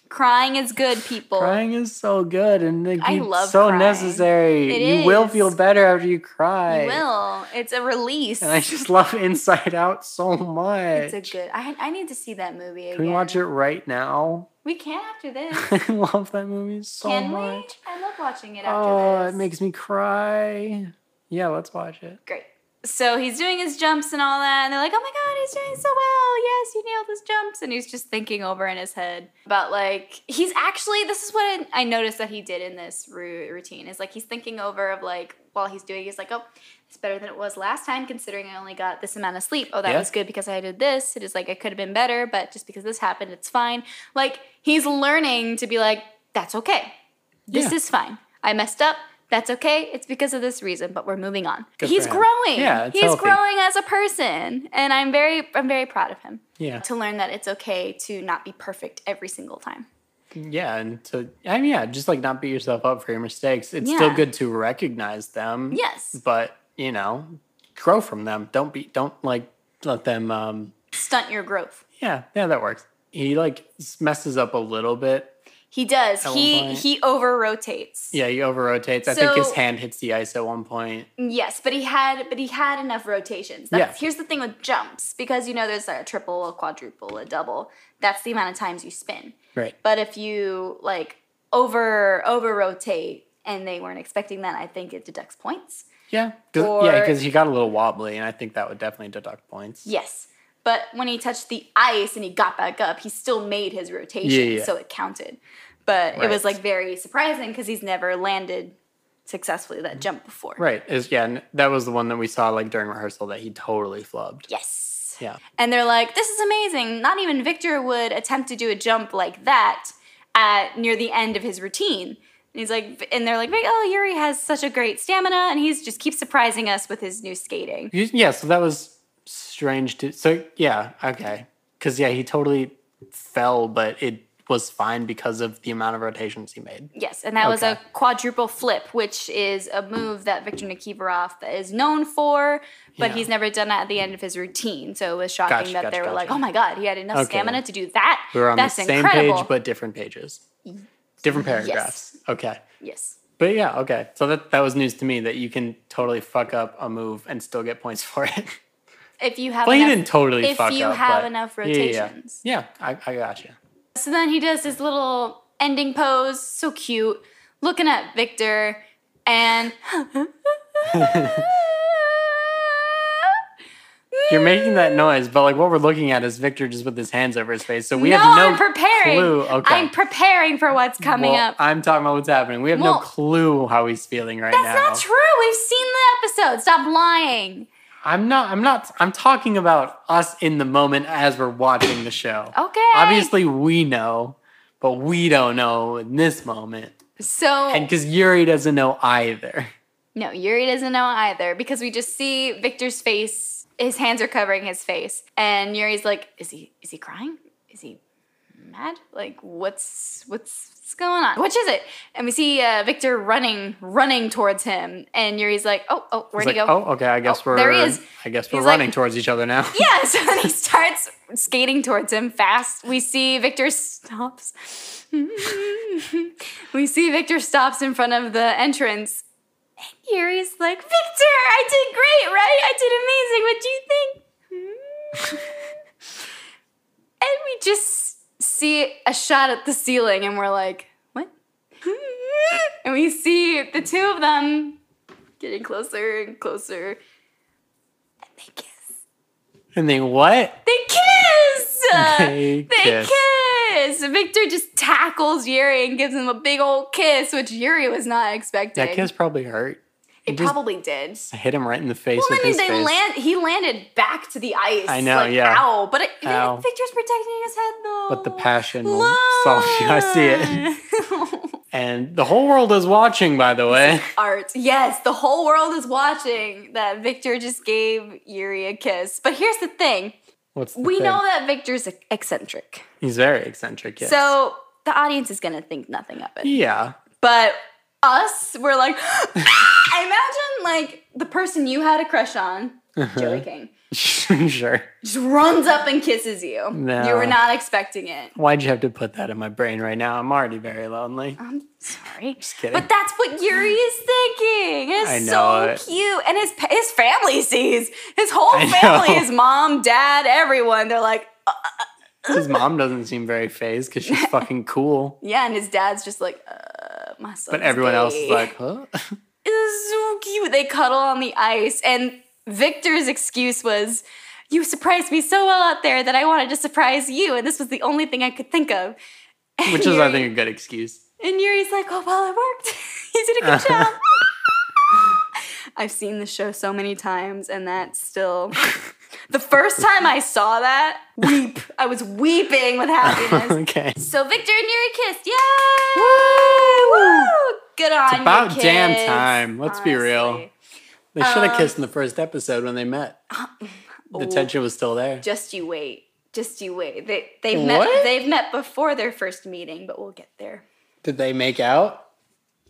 A: Crying is good, people.
B: Crying is so good and like,
A: I
B: it's
A: love
B: so
A: crying.
B: necessary.
A: It
B: you will feel
A: is.
B: better after you cry.
A: You will. It's a release.
B: And I just love Inside Out so much.
A: it's a good. I, I need to see that movie again.
B: Can we watch it Oh right now?
A: We can after this.
B: I love that movie so
A: can we?
B: much.
A: I love watching it after
B: Oh,
A: this.
B: it makes me cry. Yeah, let's watch it.
A: Great. So he's doing his jumps and all that, and they're like, "Oh my god, he's doing so well! Yes, you nailed his jumps!" And he's just thinking over in his head about like he's actually this is what I I noticed that he did in this ru- routine is like he's thinking over of like while he's doing he's like, "Oh, it's better than it was last time, considering I only got this amount of sleep. Oh, that
B: Yeah.
A: was good because I did this. It is like I could have been better, but just because this happened, it's fine." Like he's learning to be like, "That's okay. This
B: Yeah.
A: is fine. I messed up." That's okay. It's because of this reason, but we're moving on
B: Good
A: he's
B: for him.
A: growing.
B: Yeah, it's
A: he's
B: healthy.
A: growing as a person, and I'm very, I'm very proud of him
B: Yeah,
A: to learn that it's okay to not be perfect every single time.
B: yeah, and to I mean, yeah, just like not beat yourself up for your mistakes. It's still
A: Yeah.
B: good to recognize them.
A: Yes,
B: but you know, grow from them. Don't be, don't like let them. um
A: stunt your growth.
B: Yeah, yeah, that works. He like s- messes up a little bit.
A: He does.
B: At one
A: He
B: point-
A: he over rotates.
B: Yeah, he over rotates. I think his
A: So-
B: hand hits the ice at one point.
A: Yes, but he had but he had enough rotations. That's,
B: Yeah.
A: Here's the thing with jumps because you know there's a triple, a quadruple, a double. That's the amount of times you spin.
B: Right.
A: But if you like over over rotate and they weren't expecting that, I think it deducts points.
B: Yeah. 'cause- yeah,
A: Or-
B: because he got a little wobbly, and I think that would definitely deduct points.
A: Yes. But when he touched the ice and he got back up, he still made his rotation,
B: Yeah, yeah.
A: so it counted. But it was
B: Right.
A: like very surprising because he's never landed successfully that jump before.
B: Right. Is yeah, and that was the one that we saw like during rehearsal that he totally flubbed.
A: Yes.
B: Yeah.
A: And they're like, this is amazing. Not even Victor would attempt to do a jump like that at near the end of his routine. And he's like, and they're like, oh, Yuri has such a great stamina, and he's just keeps surprising us with his new skating.
B: You- Yeah, so that was strange to so yeah, okay. Cause yeah, he totally fell, but it was fine because of the amount of rotations he made.
A: Yes, and that was a
B: Okay.
A: quadruple flip, which is a move that Viktor Nikiforov is known for, but
B: Yeah.
A: he's never done that at the end of his routine. So it was shocking
B: Gotcha,
A: that
B: gotcha,
A: they were like,
B: gotcha.
A: "Oh my god, he had enough
B: Okay.
A: stamina to do that."
B: We were on
A: That's
B: the same
A: incredible.
B: page but different pages. Different paragraphs. Okay.
A: yes,
B: But yeah, okay. So that that was news to me that you can totally fuck up a move and still get points for it.
A: if you have,
B: well, he
A: enough-
B: didn't totally
A: if
B: fuck
A: you
B: up,
A: have
B: but-
A: enough
B: Yeah, yeah, yeah.
A: rotations.
B: Yeah, I, I got you.
A: So then he does his little ending pose, so cute, looking at Victor, and
B: You're making
A: Mm,
B: that noise, but like what we're looking at is Victor just with his hands over his face. So we
A: no,
B: have no
A: I'm preparing.
B: clue. Okay.
A: I'm preparing for what's coming
B: Well,
A: up.
B: I'm talking about what's happening. We have no
A: Well,
B: clue how he's feeling right
A: That's
B: now.
A: not true. We've seen the episode. Stop lying.
B: I'm not I'm not I'm talking about us in the moment as we're watching the show.
A: Okay.
B: Obviously we know, but we don't know in this moment.
A: So
B: And cuz Yuri doesn't know either.
A: no, Yuri doesn't know either because we just see Victor's face. His hands are covering his face, and Yuri's like, "Is he? Is he crying? Is he mad? Like, what's what's what's going on? Which is it?" And we see uh, Victor running, running towards him, and Yuri's like, "Oh, oh,
B: He's
A: where'd
B: like,
A: he go?"
B: "Oh, okay, I guess
A: Oh,
B: we're
A: there he is.
B: I guess we're
A: He's like-
B: running towards each other now."
A: Yeah, so then he starts skating towards him fast. We see Victor stops. we see Victor stops in front of the entrance. And Yuri's like, Victor, I did great, right? I did amazing. What do you think? and we a shot at the ceiling and we're like, what? and we see the two of them getting closer and closer. And they kiss.
B: And then what?
A: They kiss!
B: They kiss.
A: kiss! Victor just tackles Yuri and gives him a big old kiss, which Yuri was not expecting.
B: That kiss probably hurt.
A: it
B: just-
A: probably did.
B: Hit him right in the face
A: Well,
B: with
A: then
B: his
A: they
B: face.
A: land. He landed back to the ice.
B: I know,
A: Like,
B: yeah.
A: Ow! But it,
B: Ow.
A: Victor's protecting his head though.
B: But the passion will solve you. I see it.
A: it.
B: And the whole world is watching, by the way.
A: Art. Yes, the whole world is watching that Victor just gave Yuri a kiss. But here's the thing:
B: What's the
A: we
B: thing?
A: know that Victor's ec- eccentric,
B: he's very eccentric. Yes.
A: so the audience is gonna think nothing of it.
B: yeah,
A: But us, we're like, imagine like the person you had a crush on,
B: Uh-huh.
A: Joey King.
B: sure.
A: just runs up and kisses you.
B: No.
A: You were not expecting it.
B: Why'd you have to put that in my brain right now? I'm already very lonely.
A: I'm sorry. Just
B: kidding.
A: But that's what Yuri is thinking. It's
B: I know
A: so
B: it.
A: cute. And his pa- his family sees. His whole
B: I know.
A: family, his mom, dad, everyone. They're like, uh,
B: His mom doesn't seem very phased because she's fucking cool.
A: yeah. And his dad's just like, uh, my son.
B: But everyone else is like, huh?
A: it's so cute. They cuddle on the ice. And Victor's excuse was, you surprised me so well out there that I wanted to surprise you. And this was the only thing I could think of. And
B: Which is, I
A: Yuri-
B: think, a good excuse.
A: And Yuri's like, oh, well, it worked. he did a good job. I've seen the show so many times, and that's still. The first time I saw that, weep. I was weeping with happiness.
B: okay.
A: so Victor and Yuri kissed. Yay! Woo! Good on you.
B: about
A: kids,
B: damn time. Let's be real. They should have
A: Um, uh,
B: kissed in the first episode when they met. The
A: Ooh.
B: tension was still there.
A: Just you wait. Just you wait. They, they've, met,
B: What?
A: they've met before their first meeting, but we'll get there.
B: Did they make out?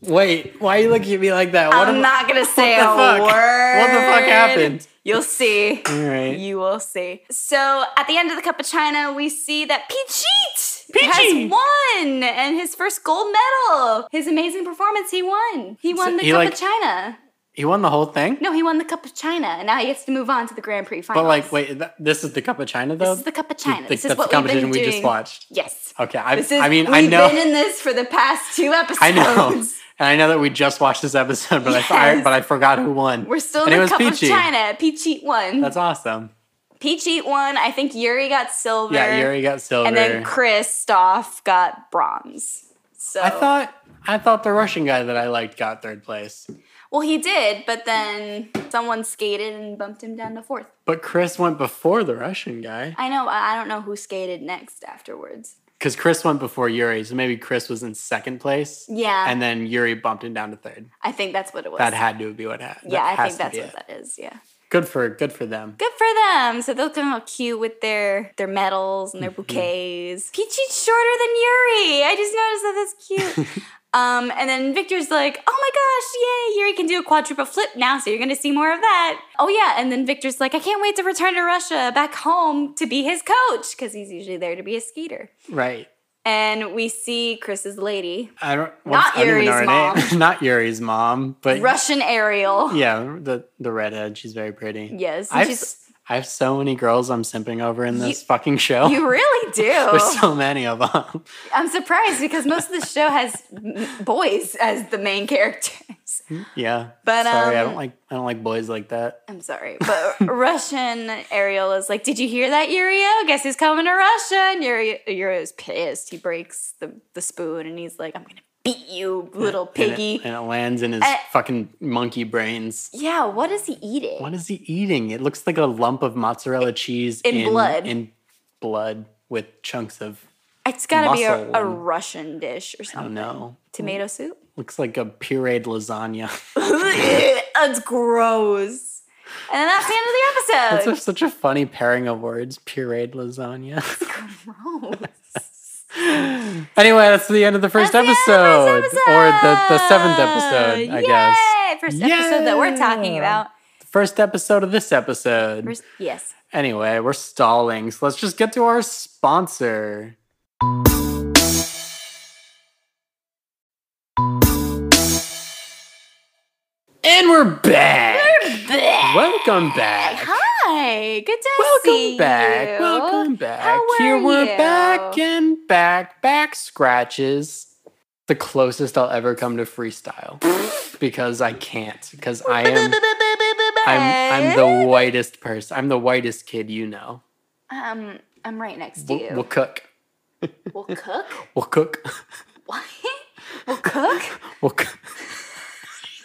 B: Wait, why are you looking at me like that? What
A: I'm
B: am-
A: not gonna say
B: the
A: a
B: fuck?
A: word.
B: What the fuck happened?
A: You'll see.
B: All right.
A: You will see. So at the end of the Cup of China, we see that Pichit
B: Pichit!
A: has won and his first gold medal. His amazing performance, he won. He won the
B: he,
A: Cup
B: like-
A: of China.
B: He won the whole thing?
A: No, he won the Cup of China, and now he gets to move on to the Grand Prix finals.
B: But like, wait, th- this is the Cup of China though?
A: this is the Cup of China.
B: Like,
A: this is
B: that's
A: what
B: the competition
A: we've been
B: we
A: doing.
B: just watched.
A: Yes.
B: Okay, I,
A: This is,
B: I mean,
A: we've
B: I know,
A: been in this for the past two episodes.
B: I know, and I know that we just watched this episode, but I, I
A: Oh, Yes.
B: but I forgot who won.
A: We're still in
B: and it
A: the
B: was
A: Cup
B: Peachy.
A: of China. Pichit won.
B: That's awesome.
A: Peachy won. I think Yuri got silver.
B: Yeah, Yuri got silver.
A: And then Chris Stoff got bronze. So
B: I thought I thought the Russian guy that I liked got third place,
A: well he did, but then someone skated and bumped him down to fourth.
B: but Chris went before the Russian guy
A: I know. I I don't know who skated next afterwards.
B: because Chris went before Yuri, so maybe Chris was in second place.
A: Yeah.
B: and then Yuri bumped him down to third.
A: I think that's what it was.
B: That had to be what happened.
A: yeah, I think that's what that is. Yeah.
B: Good for good for them.
A: Good for them. So they'll come out cute with their their medals and their
B: Mm-hmm.
A: bouquets. Peachy's shorter than Yuri. I just noticed that that's cute. um, and then Victor's like, oh my gosh, yay, Yuri can do a quadruple flip now, so you're gonna see more of that. Oh yeah, and then Victor's like, I can't wait to return to Russia back home to be his coach, because he's usually there to be a skater.
B: Right.
A: And we see Chris's lady,
B: I don't.
A: Not
B: I don't even know
A: Yuri's
B: her name. Not Yuri's mom, but
A: Russian Ariel.
B: yeah, the the redhead. She's very pretty.
A: Yes, and
B: I've
A: she's-
B: s- I have so many girls I'm simping over in this fucking show.
A: You really do.
B: There's so many of them.
A: I'm surprised because most of the show has m- boys as the main characters.
B: yeah.
A: But,
B: sorry, I
A: um,
B: don't like I don't like boys like that.
A: I'm sorry, but Russian Ariel is like, "Did you hear that, Yurio? Guess who's coming to Russia?" And Yuri Yurio's pissed. He breaks the, the spoon and he's like, "I'm gonna beat you, little
B: And it-
A: piggy."
B: And it, lands in his
A: Eh.
B: fucking monkey brains.
A: yeah, what is he eating?
B: What is he eating? It looks like a lump of mozzarella cheese
A: In blood.
B: In blood with chunks of
A: it's gotta be a,
B: muscle
A: a
B: and-
A: Russian dish or
B: I don't
A: something.
B: know.
A: Tomato soup.
B: Looks like a pureed lasagna.
A: That's gross. And then that's the end of
B: That's
A: the
B: a-
A: episode.
B: such a funny pairing of words, pureed lasagna.
A: gross.
B: anyway, that's the end of the first,
A: That's
B: episode,
A: the end of the first
B: Or the, the seventh
A: episode.
B: episode, I guess.
A: Yay! First episode that we're talking
B: Yeah.
A: about.
B: First episode of this episode.
A: First- yes.
B: Anyway, we're stalling, so let's just get to our sponsor. And we're back. Welcome back.
A: Hi. Hey, good to see
B: Welcome back.
A: you.
B: Welcome back.
A: were
B: Here we're
A: you?
B: back and back. Back scratches. The closest I'll ever come to freestyle because I can't because I am I'm I'm the whitest person. I'm the whitest kid you know.
A: um I'm right next to
B: We'll, we'll
A: you.
B: cook.
A: We'll cook.
B: We'll cook.
A: What? We'll cook.
B: We'll cook.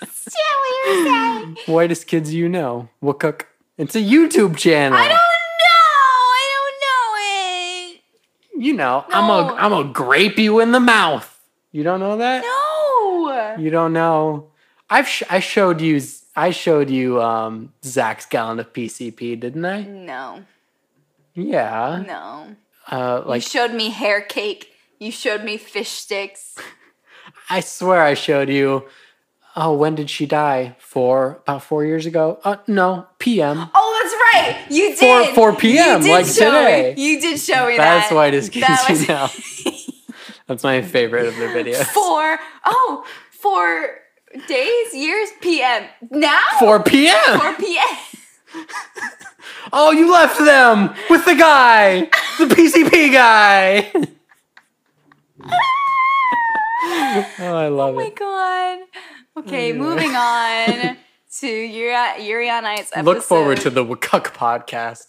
A: Is that what you're saying?
B: whitest kids you know. We'll cook. It's a YouTube channel.
A: I don't know. I
B: you know, I'm a
A: No.
B: I'm a grape you in the mouth. You don't know that?
A: don't know it. No.
B: You don't know. I've sh- I showed you I showed you um Zach's gallon of PCP, didn't I?
A: No.
B: Yeah.
A: No.
B: Uh, like
A: you showed me hair cake. You showed me fish sticks.
B: I swear I showed you. Oh, when did she die? Four about four years ago. Uh, no, PM.
A: Oh, that's right. You
B: Four-
A: did.
B: 4 p.m.,
A: You did
B: like
A: show
B: today.
A: Me. You did show me
B: That's
A: that.
B: why it is kids
A: That
B: you
A: was-
B: know. That's my favorite of their videos.
A: Four. Oh, four days, years, p.m. Now?
B: 4 p.m.
A: 4 p.m.
B: Oh, you left them with the guy, the PCP guy. oh, I love
A: Oh my
B: it.
A: god. Okay, moving on to Yuri, Yuri on Ice episode.
B: Look forward to the Wakuk podcast.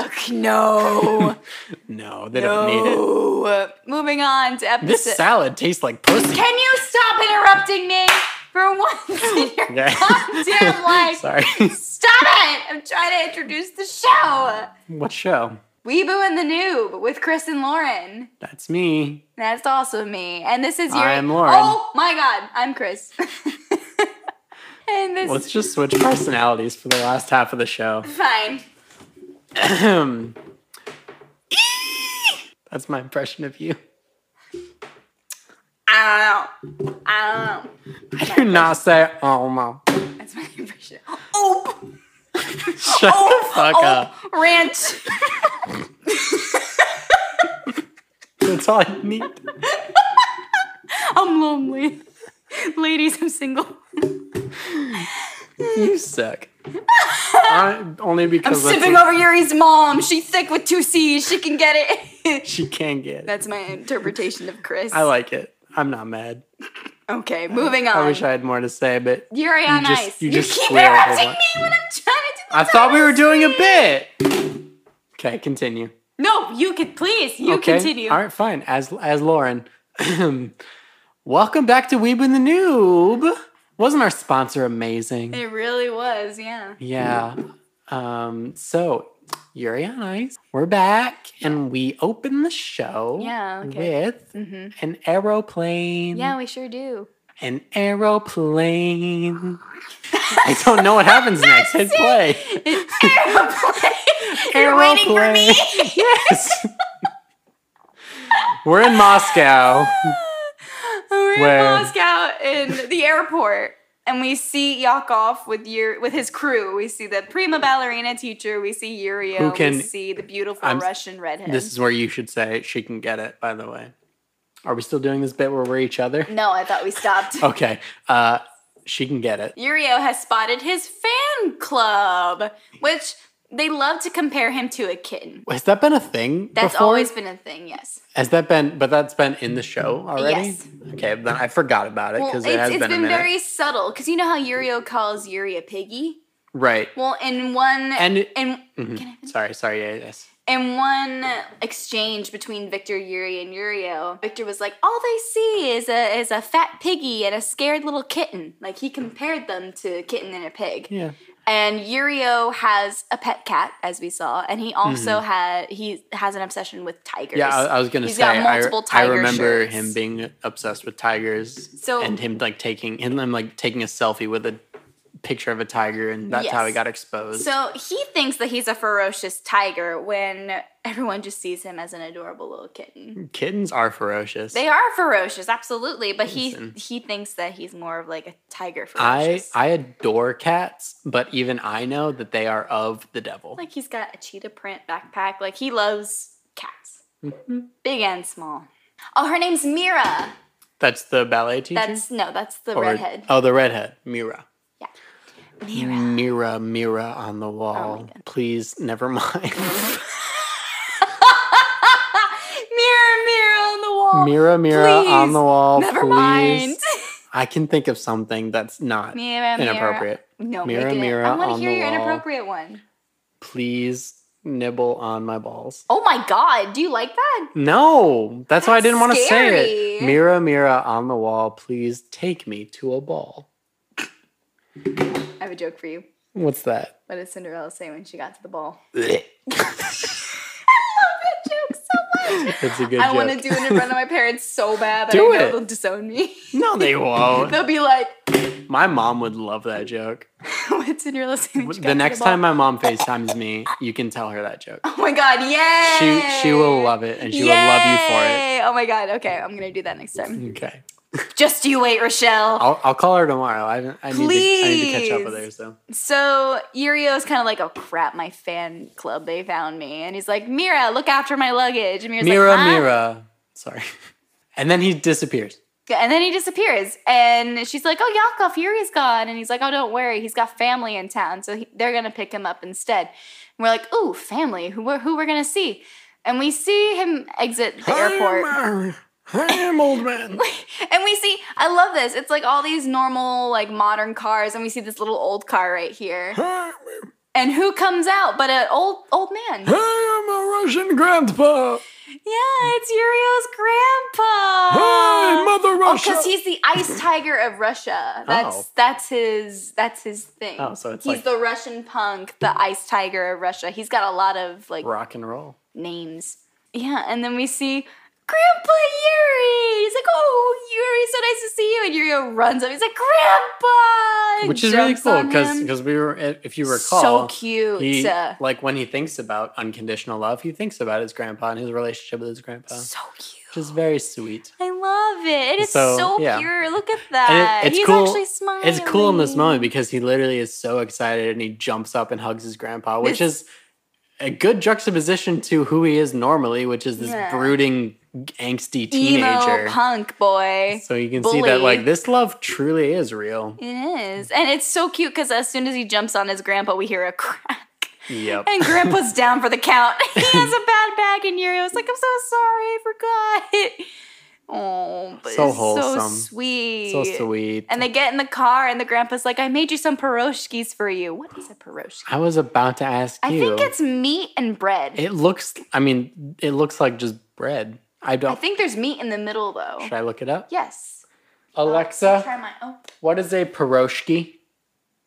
A: No.
B: No, they don't need it.
A: no. Moving on to episode.
B: This salad tastes like pussy.
A: Can you stop interrupting me for once in your
B: Yeah.
A: goddamn life?
B: Sorry.
A: Stop it! I'm trying to introduce the show.
B: what show?
A: Weeboo and the Noob with Chris and Lauren.
B: That's me.
A: That's also me. And this is your.
B: I'm Lauren.
A: Oh my god, I'm Chris. and this
B: Let's
A: is
B: just switch personalities for the last half of the show.
A: fine.
B: That's my impression of you.
A: I don't know. I don't know.
B: I do not say, oh, mom.
A: That's my impression. Oh,
B: Shut
A: oh,
B: the fuck
A: oh,
B: up.
A: ranch.
B: That's all I need.
A: I'm lonely. Ladies, I'm single.
B: You suck. I, only
A: I'm
B: because that's
A: sipping
B: what
A: over Yuri's mom. She's thick with two C's. She can get it.
B: she can get.
A: That's my interpretation of Chris.
B: I like it. I'm not mad.
A: Okay, moving on.
B: I wish I had more to say, but
A: Yuri on
B: just-
A: ice.
B: you
A: You,
B: just
A: keep
B: swear a whole
A: interrupting
B: lot.
A: me when I'm trying to do the
B: I thought we were doing a
A: task.
B: bit. Okay, continue.
A: No, you could please. You
B: okay.
A: continue.
B: All right, fine. As as Lauren. Welcome back to Weeb and the Noob. Wasn't our sponsor amazing?
A: It really was, yeah.
B: Yeah. Um, so Yuri on Ice, we're back and we open the show
A: Yeah, okay. Mm-hmm.
B: with an aeroplane.
A: Yeah, we sure do.
B: An aeroplane. I don't know what happens next. Hit play.
A: Aeroplane. You're waiting for me.
B: yes. We're in Moscow.
A: We're
B: Where?
A: in Moscow in the airport, and we see Yakov with your with his crew. We see the prima ballerina teacher. We see Yuria.
B: Who can-
A: we see the beautiful
B: I'm-
A: Russian redhead.
B: This is where you should say she can get it, by the way. Are we still doing this bit where we're each other?
A: no, I thought we stopped.
B: Okay. Uh she can get it.
A: Yurio has spotted his fan club, which they love to compare him to a kitten.
B: Has that been a thing?
A: That's
B: before?
A: always been a thing, yes.
B: Has that been? But that's been in the show already.
A: Yes.
B: Okay, then I forgot about it
A: Well,
B: because
A: it's,
B: it has
A: it's
B: been, a minute.
A: very subtle because you know how Yurio calls Yuri a piggy.
B: right.
A: Well, in one
B: And it-
A: in
B: Mhm.
A: can I finish?
B: Sorry, sorry. Yeah, yes.
A: in one exchange between Victor, Yuri, and Yurio, Victor was like, "All they see is a is a fat piggy and a scared little kitten." Like he compared them to a kitten and a pig.
B: Yeah.
A: And Yurio has a pet cat, as we saw, and he also had he has an obsession with tigers.
B: Mm-hmm. Yeah, I, I was gonna
A: He's
B: say.
A: got
B: I-
A: multiple
B: I,
A: tiger
B: remember
A: shirts.
B: him being obsessed with tigers.
A: So-
B: and him like taking and him like taking a selfie with a picture of a tiger, and that's how he
A: Yes.
B: got exposed.
A: so he thinks that he's a ferocious tiger when everyone just sees him as an adorable little kitten.
B: Kittens are ferocious.
A: They are ferocious, absolutely, but he
B: Listen.
A: he thinks that he's more of like a tiger
B: I
A: ferocious.
B: I adore cats, but even I know that they are of the devil.
A: like he's got a cheetah print backpack. Like he loves cats,
B: Mm-hmm.
A: big and small. Oh, her name's Mira.
B: that's the ballet teacher.
A: That's no, that's the
B: Or-
A: redhead.
B: Oh, the redhead, Mira.
A: Yeah. Mira.
B: Mirror, mirror on the wall.
A: God.
B: Please, never mind.
A: mirror, mirror on the wall.
B: mirror, mirror on
A: please,
B: the wall.
A: Never
B: please.
A: mind.
B: I can think of something that's not
A: mirror, mirror.
B: inappropriate.
A: No,
B: Mirror,
A: make it in.
B: mirror
A: I want
B: on
A: to hear
B: the
A: your
B: wall.
A: inappropriate one.
B: Please nibble on my balls.
A: Oh my god, do you like that?
B: No, that's, why I
A: That's
B: didn't want to say it.
A: scary.
B: Mirror, mirror on the wall. Please take me to a ball.
A: I have a joke for you.
B: What's that?
A: What did Cinderella say when she got to the ball?
B: Blech.
A: That joke so much.
B: That's a good
A: I
B: joke.
A: want to do it in front of my parents so bad that
B: Do
A: I know
B: it.
A: they'll disown me.
B: No, they won't.
A: They'll be like,
B: My mom would love that joke.
A: "What Cinderella say?" when she got to
B: The next
A: ball?"
B: time my mom FaceTimes me, you can tell her that joke.
A: Oh my god!
B: She
A: Yay!
B: she will love it and she will love you for it.
A: Yay! Oh my god! Okay, I'm gonna do that next time.
B: Okay.
A: Just you wait, Rochelle.
B: I'll, I'll call her tomorrow. I, haven't- I, need, to, I need to catch up with her.
A: Please.
B: So
A: So Yurio's kind of like, oh crap, my fan club, they found me. And he's like, Mira, look after my luggage. And Mira's
B: Mira,
A: like, huh?
B: Mira. Sorry. And then he disappears.
A: And then he disappears. And she's like, oh, Yakov, Yuri's gone. And he's like, oh, don't worry. He's got family in town. So he, they're going to pick him up instead. And we're like, ooh, family. Who we're, who we're going to see? And we see him exit the airport.
B: I am old man.
A: and we see, I love this. It's like all these normal, like modern cars. And we see this little old car right here.
B: I
A: And who comes out but an old, old man?
B: am a Russian grandpa.
A: Yeah, it's Uriel's grandpa.
B: Mother
A: because Oh. he's the ice tiger of Russia. That's
B: Oh.
A: that's his that's his thing.
B: Oh, so it's
A: he's
B: like-
A: the Russian punk, the ice tiger of Russia. He's got a lot of like
B: Rock and roll.
A: names. Yeah, and then we see Grandpa Yuri. He's like, "Oh, Yuri, so nice to see you!" And Yuri runs up. He's like, "Grandpa," and
B: Which is really
A: jumps
B: cool
A: on
B: because
A: him.
B: we were eh, if you
A: so
B: recall
A: cute.
B: he
A: Uh,
B: like when he thinks about unconditional love, he thinks about his grandpa and his relationship with his grandpa.
A: so cute.
B: Which is very sweet.
A: I love it. It is
B: So,
A: so,
B: yeah.
A: pure. Look at
B: And
A: that.
B: it- it's
A: He's
B: cool.
A: actually smiling.
B: It's cool in this moment because he literally is so excited and he jumps up and hugs his grandpa, which
A: This-
B: is a good juxtaposition to who he is normally, which is this
A: Yeah.
B: brooding, angsty
A: Emo
B: teenager.
A: punk boy.
B: So you can see that
A: bully.
B: like this love truly is real.
A: It is. And it's so cute because as soon as he jumps on his grandpa, we hear a crack.
B: Yep.
A: And grandpa's down for the count. he has a bad bag, and Yurio's like, I'm so sorry, I forgot. Oh, but
B: So
A: it's so
B: wholesome.
A: sweet.
B: so sweet.
A: And they get in the car, and the grandpa's like, I made you some pierogies for you. What is a pierogi?
B: I was about to ask
A: I
B: you.
A: think it's meat and bread.
B: it looks I mean, it looks like just bread. I don't
A: I think there's meat in the middle, though.
B: should I look it up?
A: Yes.
B: Alexa,
A: Try my- oh.
B: what is a pierogi?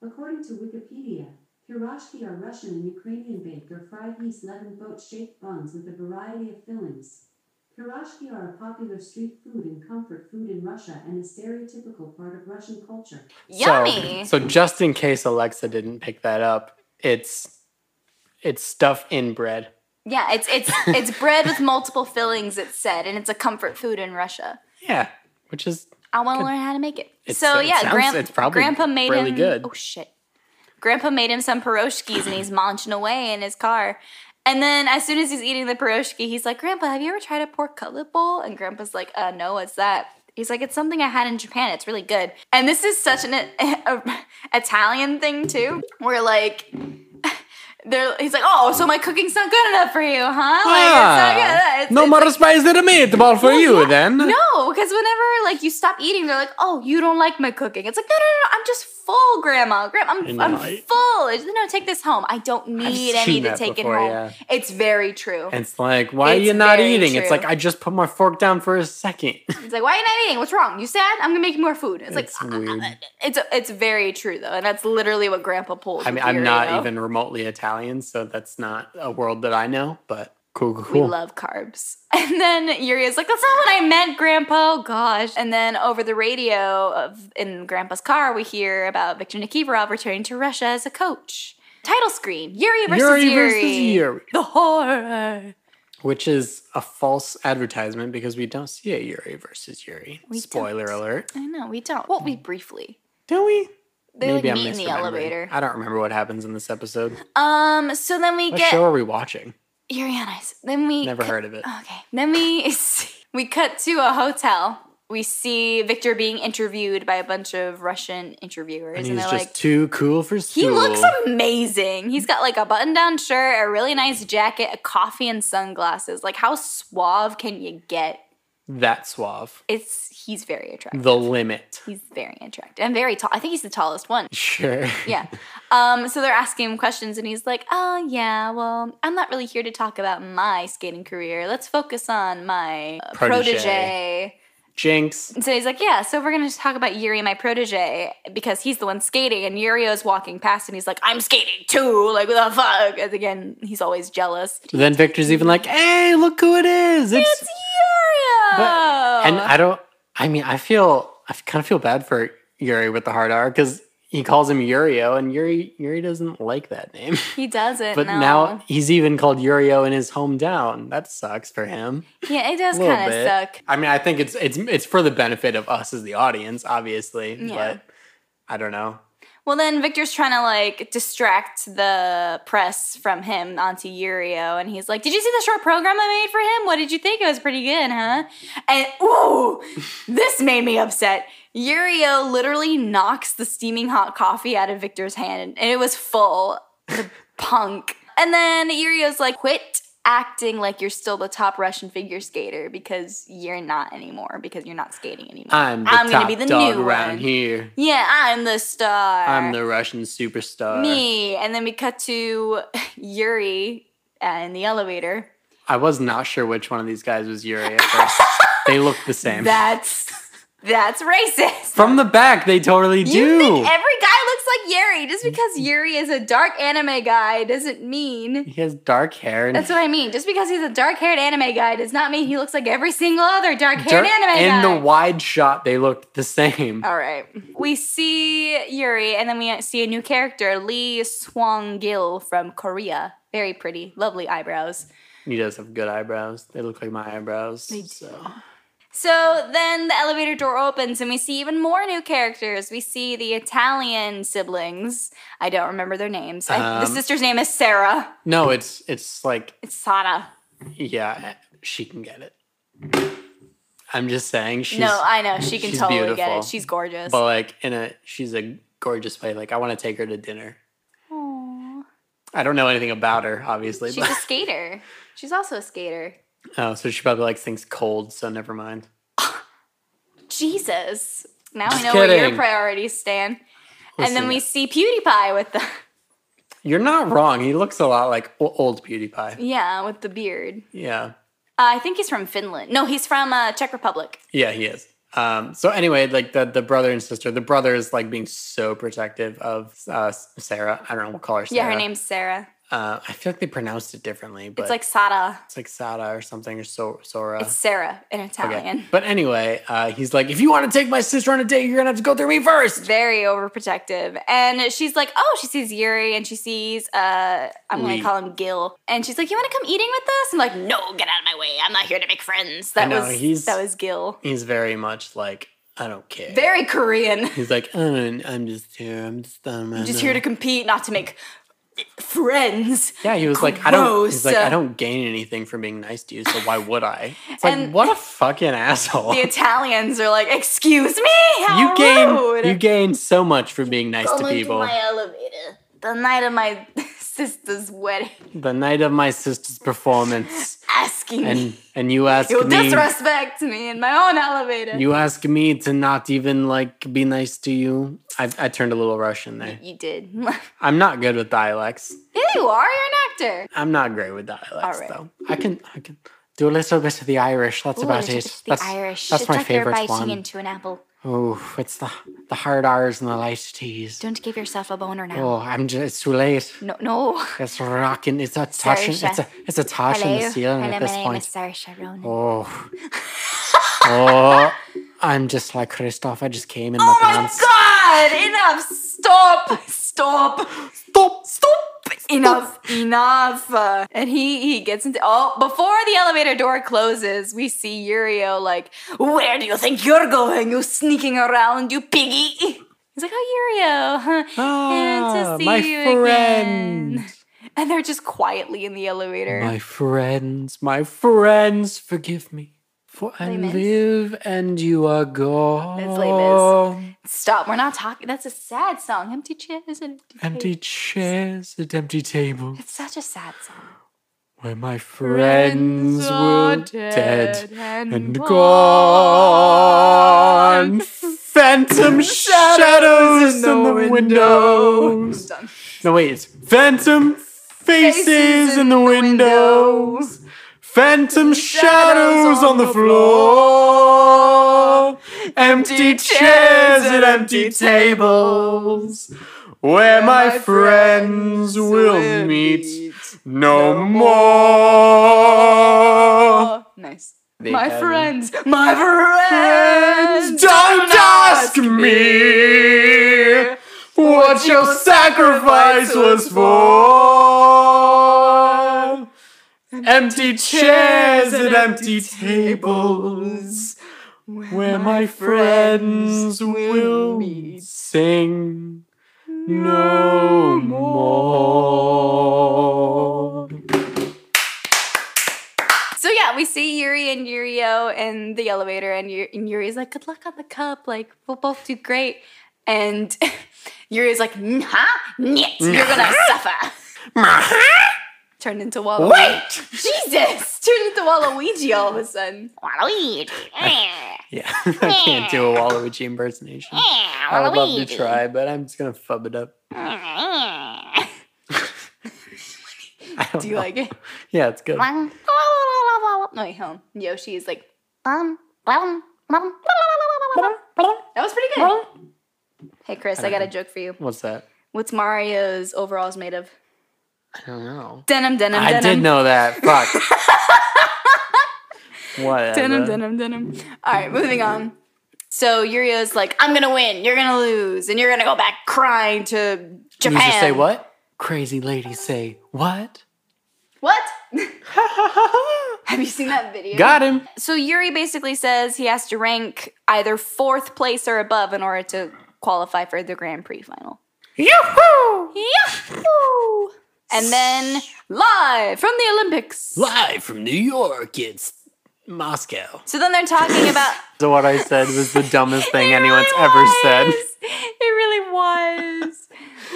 C: According to Wikipedia, piroshki are Russian and Ukrainian baked or fried yeast leavened boat shaped buns with a variety of fillings. Piroshki are a popular street food and comfort food in Russia and a stereotypical part of Russian culture.
A: Yummy.
B: So, so just in case Alexa didn't pick that up, it's it's stuff in bread.
A: yeah, it's it's it's bread with multiple fillings. It said, and it's a comfort food in Russia.
B: Yeah, which is
A: I want to learn how to make it.
B: It's-
A: so
B: it
A: yeah,
B: sounds-
A: Gran-
B: it's probably
A: Grandpa made
B: really
A: him.
B: good.
A: Oh shit! Grandpa made him some pierogies, and he's munching away in his car. And then as soon as he's eating the pierogi, he's like, "Grandpa, have you ever tried a pork cutlet bowl?" And Grandpa's like, "Uh, no, what's that?" He's like, "It's something I had in Japan. It's really good." And this is such an a, Italian thing too, where like. They're, he's like, oh, so my cooking's not good enough for you, huh? Like, Oh it's not good. It's,
B: ah, no
A: it's
B: more spice than a meatball for you then.
A: no, because whenever like you stop eating, they're like, "Oh, you don't like my cooking." It's like, "No, no, no, no I'm just full, Grandma. Grandma, I'm,
B: And
A: I'm
B: I-
A: full. It's- No, take this home. I don't need
B: seen
A: any to
B: that
A: take
B: before,
A: it home.
B: yeah.
A: It's very true.
B: And It's like, why are
A: It's
B: you not
A: very
B: eating? It's
A: true.
B: like I just put my fork down for a second.
A: it's like, why are you not eating? What's wrong? You sad? I'm gonna make you more food. It's,
B: It's
A: like, uh,
B: weird.
A: it's it's very true though, and that's literally what Grandpa pulled.
B: I mean,
A: with
B: I'm
A: Yuri,
B: not
A: though.
B: even remotely Italian, so that's not a world that I know. But cool, cool,
A: We
B: cool.
A: love carbs. And then Yuri is like, that's not what I meant, Grandpa. Oh, gosh. And then over the radio of, in Grandpa's car, we hear about Viktor Nikiforov returning to Russia as a coach. Title screen Yuri versus Yuri.
B: Yuri versus Yuri,
A: The horror.
B: which is a false advertisement because we don't see a Yuri versus Yuri.
A: We
B: Spoiler
A: don't.
B: alert.
A: I know, we don't. Well, we briefly.
B: Don't we?
A: They like meet in the
B: misremembering.
A: elevator.
B: I don't remember what happens in this episode.
A: Um, so then we
B: What
A: get
B: show are we watching?
A: Yuri on ice. Then we
B: Never
A: cut-
B: heard of it.
A: Okay. Then we we cut to a hotel we see Victor being interviewed by a bunch of Russian interviewers,
B: And
A: and,
B: he's
A: they're
B: just
A: like,
B: too cool for school.
A: He looks amazing. He's got like a button down shirt, a really nice jacket, a coffee, and sunglasses. Like, how suave can you get?
B: that suave.
A: It's he's very attractive.
B: The limit.
A: He's very attractive and very tall. I think he's the tallest one.
B: Sure.
A: Yeah. Um, so they're asking him questions, and he's like, Oh, yeah, well, I'm not really here to talk about my skating career. Let's focus on my uh,
B: Protege.
A: protege.
B: Jinx.
A: And so he's like, yeah, so we're going to talk about Yuri, my protege, because he's the one skating. And Yurio's walking past and he's like, I'm skating too. Like, what the fuck? And again, he's always jealous.
B: So then Victor's even like, "Hey, look who it is!"
A: It's Yurio!
B: But- and I don't. I mean, I feel I kind of feel bad for Yuri with the hard R because he calls him Yurio, and Yuri Yuri doesn't like that name.
A: he doesn't.
B: But
A: no.
B: now he's even called Yurio in his hometown. That sucks for him.
A: yeah, it does
B: a little
A: kind of
B: bit.
A: suck.
B: I mean, I think it's it's it's for the benefit of us as the audience, obviously.
A: Yeah.
B: But I don't know.
A: Well, then Victor's trying to like distract the press from him onto Yurio, and he's like, "Did you see the short program I made for him? What did you think? It was pretty good, huh?" And ooh, this made me upset. Yurio literally knocks the steaming hot coffee out of Victor's hand, and it was full. The punk. And then Yurio's like, "Quit." Acting like you're still the top Russian figure skater because you're not anymore because you're not skating anymore.
B: I'm the
A: I'm
B: top
A: gonna be the
B: dog
A: new
B: around
A: one.
B: here.
A: yeah, I'm the star.
B: I'm the Russian superstar.
A: Me. And then we cut to Yuri uh, in the elevator.
B: I was not sure which one of these guys was Yuri at first. they look the same.
A: That's that's racist.
B: From the back, they totally
A: You
B: do.
A: think every guy looks like Yuri. Just because Yuri is a dark anime guy doesn't mean
B: he has dark hair and
A: that's what I mean. Just because he's a dark haired anime guy does not mean he looks like every single other dark haired
B: dirt-
A: anime Oh.
B: in
A: guy.
B: the wide shot, they looked the same.
A: All right. We see Yuri, and then we see a new character, Lee Swang Gil from Korea. Very pretty, lovely eyebrows.
B: He does have good eyebrows. They look like my eyebrows.
A: They do.
B: so.
A: So then the elevator door opens and we see even more new characters. We see the Italian siblings. I don't remember their names. I- the
B: Um,
A: sister's name is Sarah.
B: No, it's it's like
A: It's Sada.
B: yeah, she can get it. I'm just saying she's
A: No, I know. She can
B: she's
A: totally get
B: beautiful.
A: it. She's gorgeous.
B: but like in a she's a gorgeous way. Like I want to take her to dinner.
A: Aw.
B: I don't know anything about her, obviously.
A: She's
B: But,
A: a skater. She's also a skater.
B: oh, so she probably likes things cold. So never mind.
A: Jesus. Now
B: Just
A: we know where your
B: kidding.
A: priorities stand. and then
B: Listen,
A: we see PewDiePie with the
B: You're not wrong. He looks a lot like o- old PewDiePie.
A: yeah with the beard.
B: Yeah.
A: Uh, I think he's from Finland. No, he's from uh, Czech Republic.
B: Yeah, he is. Um, so anyway, like the the brother and sister, the brother is like being so protective of uh, Sarah. I don't know, we'll call her Sarah.
A: Yeah, her name's Sarah.
B: Uh, I feel like they pronounced it differently, but
A: It's like Sada.
B: it's like Sada or something or so- Sora.
A: It's Sarah in Italian.
B: But anyway, uh, he's like, if you want to take my sister on a date, you're gonna have to go through me first.
A: Very overprotective. And she's like, oh, she sees Yuri and she sees, uh, I'm going
B: Lee.
A: to call him Gil. And she's like, you want to come eating with us? I'm like, no, get out of my way. I'm not here to make friends.
B: I
A: That
B: know,
A: was
B: he's-
A: that was Gil.
B: He's very much like, I don't care.
A: Very Korean.
B: he's like, "Oh, I'm just here. I'm just, um,
A: I'm just here to compete, not to make friends.
B: Yeah, he was like, I don't. He's like,
A: Gross.
B: I don't gain anything from being nice to you, so why would I? It's like,
A: And-
B: what a fucking asshole.
A: The Italians are like, excuse me? How
B: you gain
A: rude.
B: you gain so much from being nice
A: Come
B: to
A: into
B: people.
A: my elevator. The night of my sister's wedding.
B: the night of my sister's performance,
A: Asking me.
B: and and you ask
A: You'll
B: me,
A: disrespect me in my own elevator.
B: you ask me to not even like be nice to you. I, I turned a little Russian there.
A: You did. yeah,
B: I'm not good with dialects.
A: you are. You're an actor.
B: I'm not great with dialects
A: Alright.
B: though. I can I can do a little bit of the Irish. That's about it. that's that's my favorite one.
A: into an apple.
B: oh, it's the the hard R's and the light T's.
A: Don't give yourself a boner now.
B: Oh, I'm just it's too late.
A: No, no.
B: It's rocking. It's a touching. It's a
A: Saoirse.
B: it's a touch in the ceiling at this point.
A: Sarah Sharon. Oh,
B: Oh, oh, I'm just like Christoph. I just came in my
A: Oh my
B: pants.
A: God! Enough! Stop! Stop!
B: Stop! Stop!
A: Enough! Enough! Uh, and he he gets into oh before the elevator door closes, we see Yurio like, where do you think you're going? You sneaking around, you piggy! He's like, oh Yurio, huh?
B: Ah,
A: to see
B: my
A: you
B: friend.
A: again. And they're just quietly in the elevator.
B: My friends, my friends, forgive me. For
A: Les
B: and
A: Mis.
B: live and you are gone.
A: That's Les Stop. We're not talking. That's a sad song. Empty chairs and empty.
B: Empty
A: tables.
B: chairs at empty tables
A: It's such a sad song.
B: where my friends were dead and
A: gone.
B: gone. Phantom shadows in the, windows.
A: Done.
B: No, wait, it's phantom faces,
A: Faces
B: in the windows. Phantom shadows on the floor. Empty chairs and empty tables. Where my friends will meet no more.
A: Oh, nice.
B: They
A: my
B: have-
A: friends, my friends,
B: Friends, don't ask me what your sacrifice was for. Empty chairs and empty tables where my friends will sing no more.
A: So yeah, we see Yuri and Yurio in the elevator, and, Yuri, and Yuri's like, "Good luck on the cup. Like we'll both do great." And Yuri's like, "Nah, nyet, you're gonna suffer." Turned into Waluigi.
B: Wait!
A: Jesus! Turned into Waluigi all of a sudden.
D: Waluigi. Eh,
B: Yeah, I can't do a Waluigi impersonation.
D: eh,
B: I would love to
D: Waluigi.
B: try, but I'm just gonna fub it up.
D: Eh, eh.
B: I don't
A: Do you
B: know.
A: like it?
B: Yeah, it's good.
D: Bum, la, la, la, la, la.
A: No, wait, hold on. Yoshi is like,
D: Bum, bum, bum, la, la, la, la, la, la, la, la.
A: that was pretty good. Hey Chris, I got a joke for you.
B: What's that?
A: What's Mario's overalls made of?
B: I don't know.
A: Denim, denim,
B: I
A: denim.
B: did know that. Fuck. Whatever.
A: Denim, denim, denim. All right, moving on. So Yurio's like, I'm gonna win, you're gonna lose, and you're gonna go back crying to
B: You
A: Japan.
B: just say what? Crazy ladies say what?
A: What? Have you seen that video?
B: Got him.
A: So Yuri basically says he has to rank either fourth place or above in order to qualify for the Grand Prix final.
B: Yahoo!
A: Yahoo! And then live from the Olympics.
B: Live from New York, it's Moscow.
A: So then they're talking about
B: So what I said was the dumbest thing
A: It
B: anyone's
A: really
B: ever
A: was.
B: said.
A: It really was.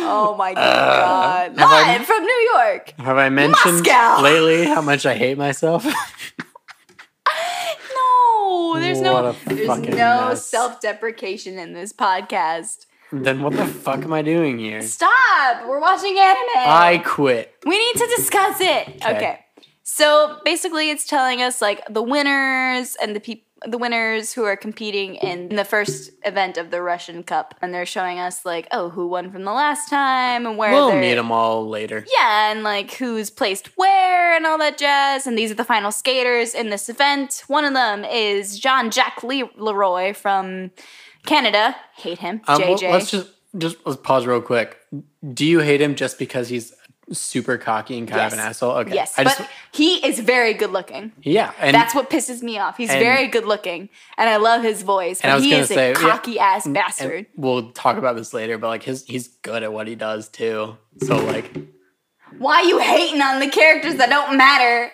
A: Oh my god.
B: Uh, have I-
A: Live from New York.
B: Have I mentioned
A: Moscow.
B: lately how much I hate myself?
A: No, there's no
B: What a
A: there's
B: fucking
A: no
B: mess.
A: self-deprecation in this podcast.
B: then what the fuck am I doing here?
A: Stop. We're watching anime.
B: I quit.
A: we need to discuss it. Okay.
B: Okay.
A: So basically it's telling us like the winners and the people the winners who are competing in the first event of the Russian Cup, and they're showing us like, oh, who won from the last time, and where
B: We'll
A: they're-
B: meet them all later.
A: Yeah, and like who's placed where and all that jazz. And these are the final skaters in this event. One of them is John Jack Le- Leroy from Canada. Hate him,
B: Um, well,
A: JJ.
B: let's just just let's pause real quick. Do you hate him just because he's super cocky and kind of an
A: Yes.
B: asshole? Okay.
A: yes,
B: I just
A: but he is very good looking.
B: yeah, and
A: That's what pisses me off. He's
B: and-
A: very good looking, and I love his voice.
B: And I
A: But
B: was
A: he
B: gonna
A: is
B: say,
A: a
B: yeah,
A: cocky ass
B: and
A: bastard.
B: we'll talk about this later. But like his he's good at what he does too. So like,
A: Why you hating on the characters that don't matter?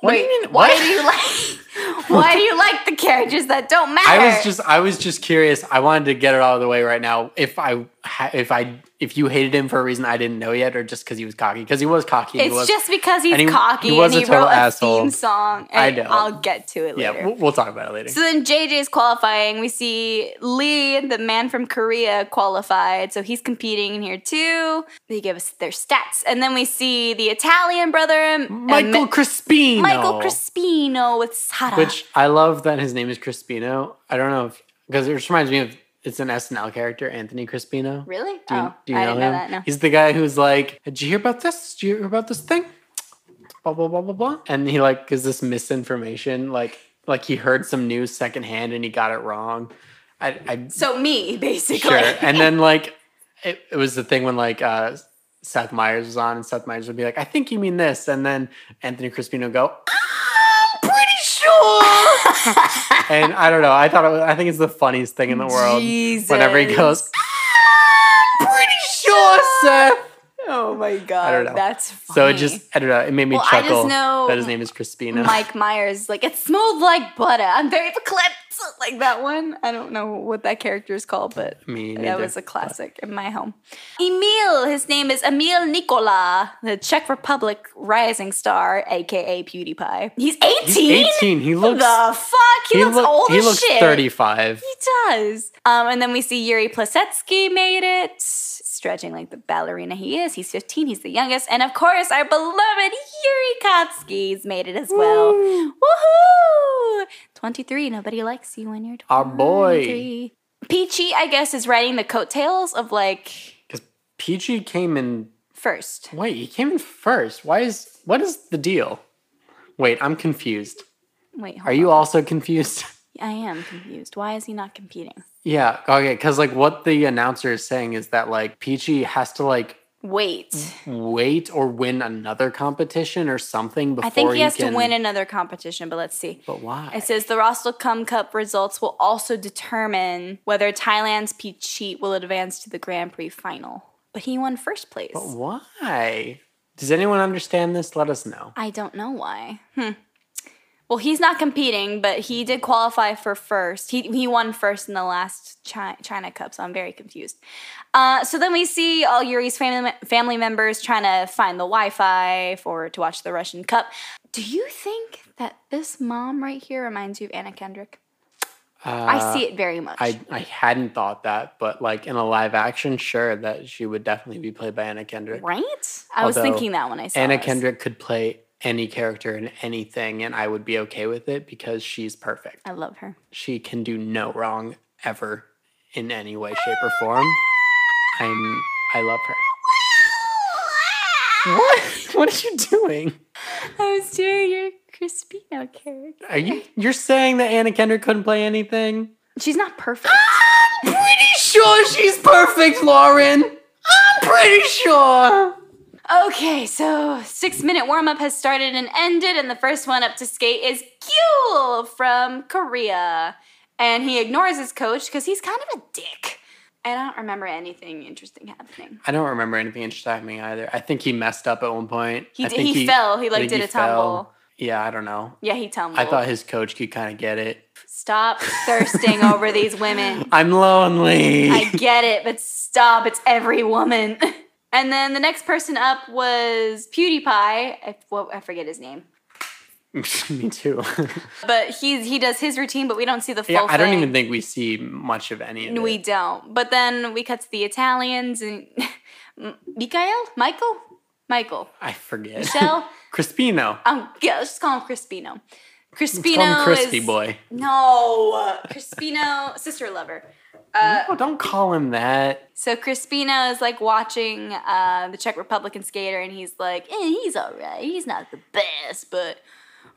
B: What do
A: Wait,
B: you mean-
A: why
B: what?
A: do you like? Why do you like the characters that don't matter?
B: I was just I was just curious. I wanted to get it out of the way right now. If I ha- if I if you hated him for a reason I didn't know yet, or just because he was cocky, because he was cocky. he
A: It's
B: was,
A: just because he's
B: and he-
A: cocky
B: he was
A: and
B: a
A: he wrote
B: total
A: a
B: asshole.
A: theme song. And
B: I know.
A: I'll get to it
B: yeah.
A: later.
B: We'll, we'll talk about it later.
A: so then JJ's qualifying. We see Lee, the man from Korea, qualified. So he's competing in here too. They give us their stats. And then we see the Italian brother, and
B: Michael
A: Ma-
B: Crispino.
A: Michael Crispino with Sara.
B: Which I love that his name is Crispino. I don't know if because it just reminds me of it's an SNL character, Anthony Crispino.
A: really?
B: Do you,
A: oh,
B: do you
A: I
B: know
A: didn't
B: him?
A: know that. No.
B: He's the guy who's like, "Did you hear about this? Did you hear about this thing?" Blah blah blah blah blah. And he like gives this misinformation, like like he heard some news secondhand and he got it wrong. I, I
A: so me, basically.
B: sure. and then like it, it was the thing when like uh Seth Meyers was on and Seth Meyers would be like, I think you mean this, and then Anthony Crispino would go, I'm pretty sure. and I don't know. I thought it was, I think it's the funniest thing in the world. Whenever he
A: Jesus.
B: goes, I'm pretty sure, Seth.
A: Oh my god,
B: don't know.
A: that's funny.
B: So it just, I don't know, it made me
A: Well, I just
B: chuckle
A: know
B: that his name is Crispino.
A: Mike Myers like it smelled like butter. I'm very verklempt, like that one. I don't know what that character is called, but
B: Me
A: that
B: neither,
A: was a classic in my home. Emil, his name is Emil Nikola, the Czech Republic rising star, aka PewDiePie. He's 18.
B: He's 18. He looks,
A: the fuck? He, looks
B: look-
A: old
B: he
A: as
B: looks
A: shit.
B: 35.
A: He does. Um, and then we see Yuri Plasetsky made it, stretching like the ballerina he is. He's 15, he's the youngest. And of course, our beloved Yuri Kotsky's made it as well. Woohoo! 23, nobody likes you when you're 23.
B: Our boy.
A: Peachy, I guess, is riding the coattails of like
B: Because Peachy came in,
A: first.
B: wait, he came in first. Why is, what is the deal? Wait, I'm confused.
A: Wait, hold
B: Are you also confused?
A: on. I am confused. Why is he not competing?
B: yeah, okay, because like what the announcer is saying is that like Peachy has to like
A: Wait.
B: Mm, wait or win another competition or something before
A: I think he has
B: can,
A: to win another competition, but let's see.
B: But why?
A: It says the Rostel Cum Cup results will also determine whether Thailand's Pichit will advance to the Grand Prix final. But he won first place.
B: But why? Does anyone understand this? Let us know.
A: I don't know why. Hmm. Well, he's not competing, but he did qualify for first. He, he won first in the last China, China Cup, so I'm very confused. Uh, so then we see all Yuri's family, family members trying to find the Wi-Fi for to watch the Russian Cup. Do you think that this mom right here reminds you of Anna Kendrick?
B: Uh,
A: I see it very much.
B: I, I hadn't thought that, but like in a live action, sure, that she would definitely be played by Anna Kendrick.
A: Right? I was
B: Although,
A: thinking that when I saw
B: Anna
A: this.
B: Kendrick could play any character in anything, and I would be okay with it because she's perfect.
A: I love her.
B: She can do no wrong ever in any way, shape, or form. I'm I love her. What? What are you doing?
A: I was doing your Crispino character.
B: Are you you're saying that Anna Kendrick couldn't play anything?
A: She's not perfect.
B: pretty sure she's perfect, Lauren. I'm pretty sure.
A: okay, so six minute warm up has started and ended, and the first one up to skate is Kyul from Korea. And he ignores his coach because he's kind of a dick. I don't remember anything interesting happening.
B: I don't remember anything interesting happening either. I think he messed up at one point.
A: He
B: I
A: did-
B: think
A: he fell. He,
B: I
A: like,
B: think
A: did a tumble.
B: fell. Yeah, I don't know.
A: Yeah, he tumbled.
B: I thought his coach could kind of get it.
A: Stop thirsting over these women.
B: I'm lonely.
A: I get it, but stop. It's every woman. And then the next person up was PewDiePie. I, well, I forget his name,
B: Me too.
A: but he's he does his routine, but we don't see the full.
B: yeah, I don't
A: thing.
B: even think we see much of any of it.
A: we don't. But then we cut to the Italians and M- Mikael, Michael, Michael,
B: I forget.
A: Michelle.
B: Crispino.
A: um, yeah, let's just call him Crispino. Crispino
B: Call him Crispy
A: is
B: Boy.
A: no Crispino sister lover. Uh,
B: no, don't call him that.
A: So Crispino is like watching uh, the Czech Republican skater, and he's like, eh, he's all right. He's not the best, but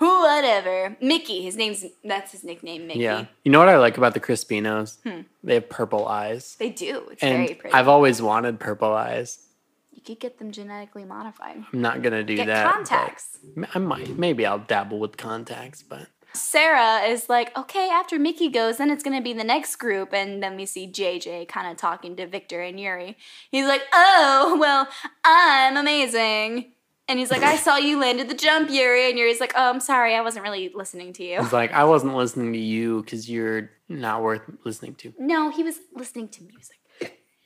A: whatever. Mickey, his name's that's his nickname, Mickey.
B: Yeah. You know what I like about the Crispinos? They have purple eyes.
A: Hmm. They do. It's
B: and
A: very pretty.
B: I've always wanted purple eyes.
A: you could get them genetically modified.
B: I'm not gonna do
A: Get
B: that. but
A: contacts.
B: m- I might. Maybe I'll dabble with contacts, but
A: Sarah is like, okay, after Mickey goes, then it's gonna be the next group. And then we see JJ kind of talking to Victor and Yuri. He's like, oh, well, I'm amazing. And he's like, I saw you landed the jump, Yuri. And Yuri's like, oh, I'm sorry, I wasn't really listening to you.
B: it's like I wasn't listening to you because you're not worth listening to.
A: No, he was listening to music.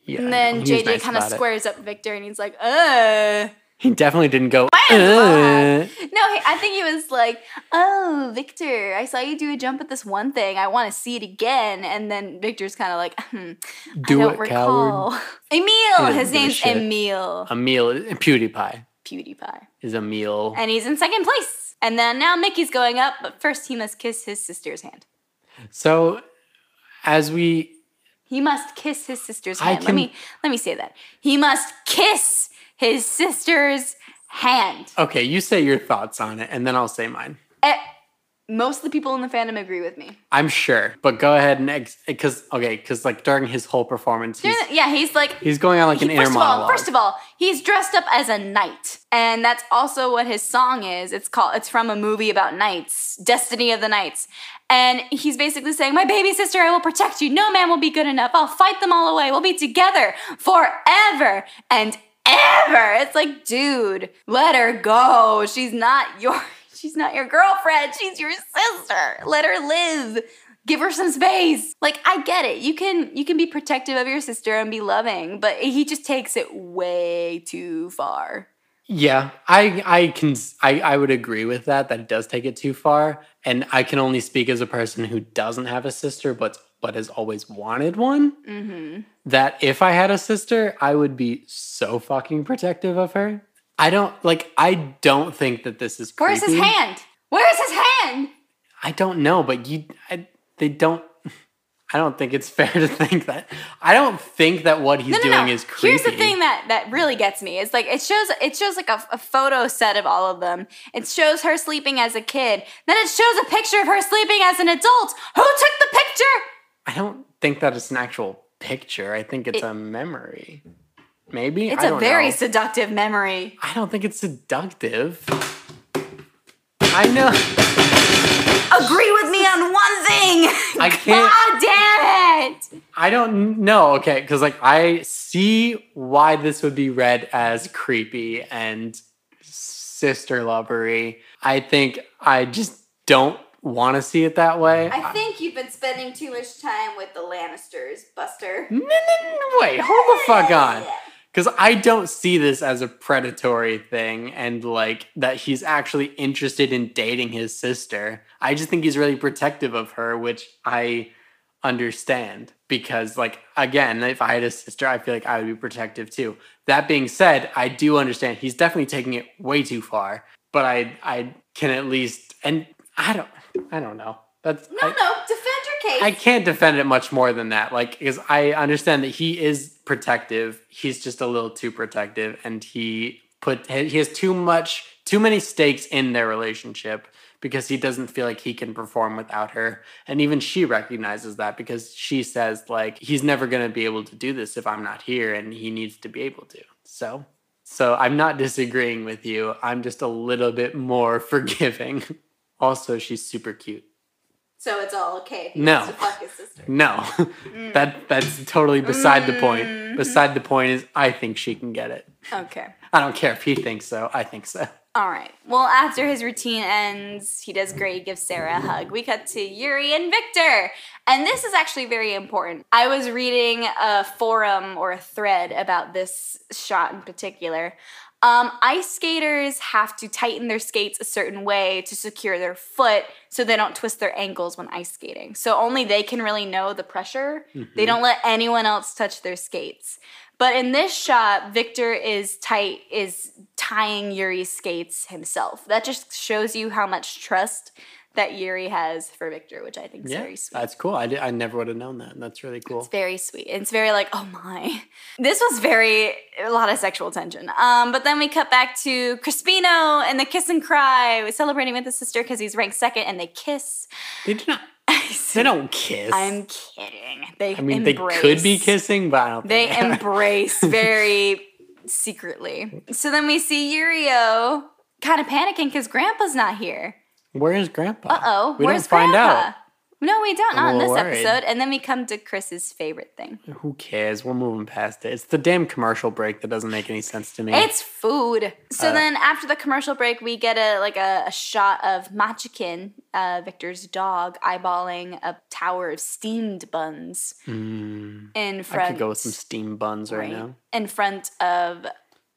B: Yeah.
A: and then JJ kind of
B: squared.
A: squares up Victor and he's like, uh.
B: He definitely didn't go.
A: am
B: "Uh."
A: No, he- I think he was like, oh, Victor, I saw you do a jump at this one thing. I want to see it again. And then Victor's kind of like, hmm, I
B: Do
A: don't
B: it,
A: recall.
B: coward.
A: Emil,
B: doesn't
A: his
B: give a
A: name's
B: shit.
A: Emil.
B: Emil PewDiePie
A: PewDiePie.
B: is Emil.
A: And he's in second place. And then now Mickey's going up, but first he must kiss his sister's hand.
B: so as we
A: He must kiss his sister's
B: I
A: hand. Let
B: can-
A: me let me say that. He must kiss his sister's hand.
B: okay, you say your thoughts on it, and then I'll say mine.
A: Eh, most of the people in the fandom agree with me.
B: I'm sure, but go ahead and because okay, because like during his whole performance, he's,
A: yeah, he's like
B: he's going on like an
A: He-
B: inner
A: first
B: monologue.
A: Of all, first of all, he's dressed up as a knight, and that's also what his song is. It's called. It's from a movie about knights, Destiny of the Knights, and he's basically saying, "My baby sister, I will protect you. No man will be good enough. I'll fight them all away. We'll be together forever and ever. It's like, dude, let her go. She's not your she's not your girlfriend. She's your sister. Let her live. Give her some space. Like I get it. You can you can be protective of your sister and be loving, but he just takes it way too far.
B: Yeah, I I can I I would agree with that. That it does take it too far, and I can only speak as a person who doesn't have a sister, but but has always wanted one.
A: Mhm.
B: That if I had a sister, I would be so fucking protective of her. I don't like. I don't think that this is.
A: Where's his
B: creepy.
A: hand? Where's his hand?
B: I don't know, but you, I, they don't. I don't think it's fair to think that. I don't think that what he's doing is creepy.
A: Here's the thing that that really gets me. It's like it shows it shows like a, a photo set of all of them. It shows her sleeping as a kid. Then it shows a picture of her sleeping as an adult. Who took the picture?
B: I don't think that it's an actual picture. I think it's
A: It-
B: a memory. Maybe
A: It's
B: I
A: a
B: don't
A: very
B: Know.
A: seductive memory.
B: I don't think it's seductive. I know.
A: Agree with me on one thing.
B: I can't-
A: God damn it!
B: I don't know. Okay, because like I see why this would be read as creepy and sister lovery. I think I just don't want to see it that way.
A: I think you've been spending too much time with the Lannisters, Buster.
B: No, no, no, no, wait, hold the fuck on. Because I don't see this as a predatory thing and like that he's actually interested in dating his sister. I just think he's really protective of her, which I understand because, like, again, if I had a sister, I feel like I would be protective too. That being said, I do understand he's definitely taking it way too far, but I, I can at least, and I don't, I don't know. That's
A: No, no,
B: I-
A: defend your case.
B: I can't defend it much more than that. Like, because I understand that he is protective. He's just a little too protective, and he put he has too much, too many stakes in their relationship because he doesn't feel like he can perform without her. And even she recognizes that because she says like he's never going to be able to do this if I'm not here, and he needs to be able to. So. So I'm not disagreeing with you. I'm just a little bit more forgiving. Also, she's super cute.
A: so it's all okay. If he
B: No.
A: wants to fuck his sister.
B: No, that that's totally beside the point.
A: Mm-hmm.
B: Beside the point is, I think she can get it.
A: Okay.
B: I don't care if he thinks so. I think so.
A: All right. Well, after his routine ends, he does great. He gives Sarah a hug. We cut to Yuri and Victor. And this is actually very important. I was reading a forum or a thread about this shot in particular. Um, ice skaters have to tighten their skates a certain way to secure their foot so they don't twist their ankles when ice skating. So only they can really know the pressure. They don't let anyone else touch their skates. But in this shot, Victor is tight is tying Yuri's skates himself. That just shows you how much trust that Yuri has for Victor, which I think is
B: Yeah,
A: very sweet.
B: that's cool. I, did, I never would have known that. That's really cool.
A: It's very sweet. It's very like, oh my. This was very a lot of sexual tension. Um, but then we cut back to Crispino and the kiss and cry. We're celebrating with his sister because he's ranked second, and they kiss.
B: They do not. They don't kiss.
A: I'm kidding. They
B: I mean,
A: embrace.
B: they could be kissing, but I don't.
A: They
B: think
A: embrace very secretly. So then we see Yurio kind of panicking because Grandpa's not here.
B: Where is Grandpa?
A: Uh oh,
B: We
A: where's
B: don't find
A: Grandpa? No, we don't. Not in
B: We're
A: this
B: worried.
A: episode. And then we come to Chris's favorite thing.
B: out. Who cares? We're moving past it. It's the damn commercial break that doesn't make any sense to me.
A: It's food.
B: Uh.
A: So then after the commercial break, we get a like a, a shot of Machikin, uh, Victor's dog, eyeballing a tower of steamed buns
B: Mm,
A: in front.
B: I could go with some steam buns right,
A: right,
B: now.
A: In front of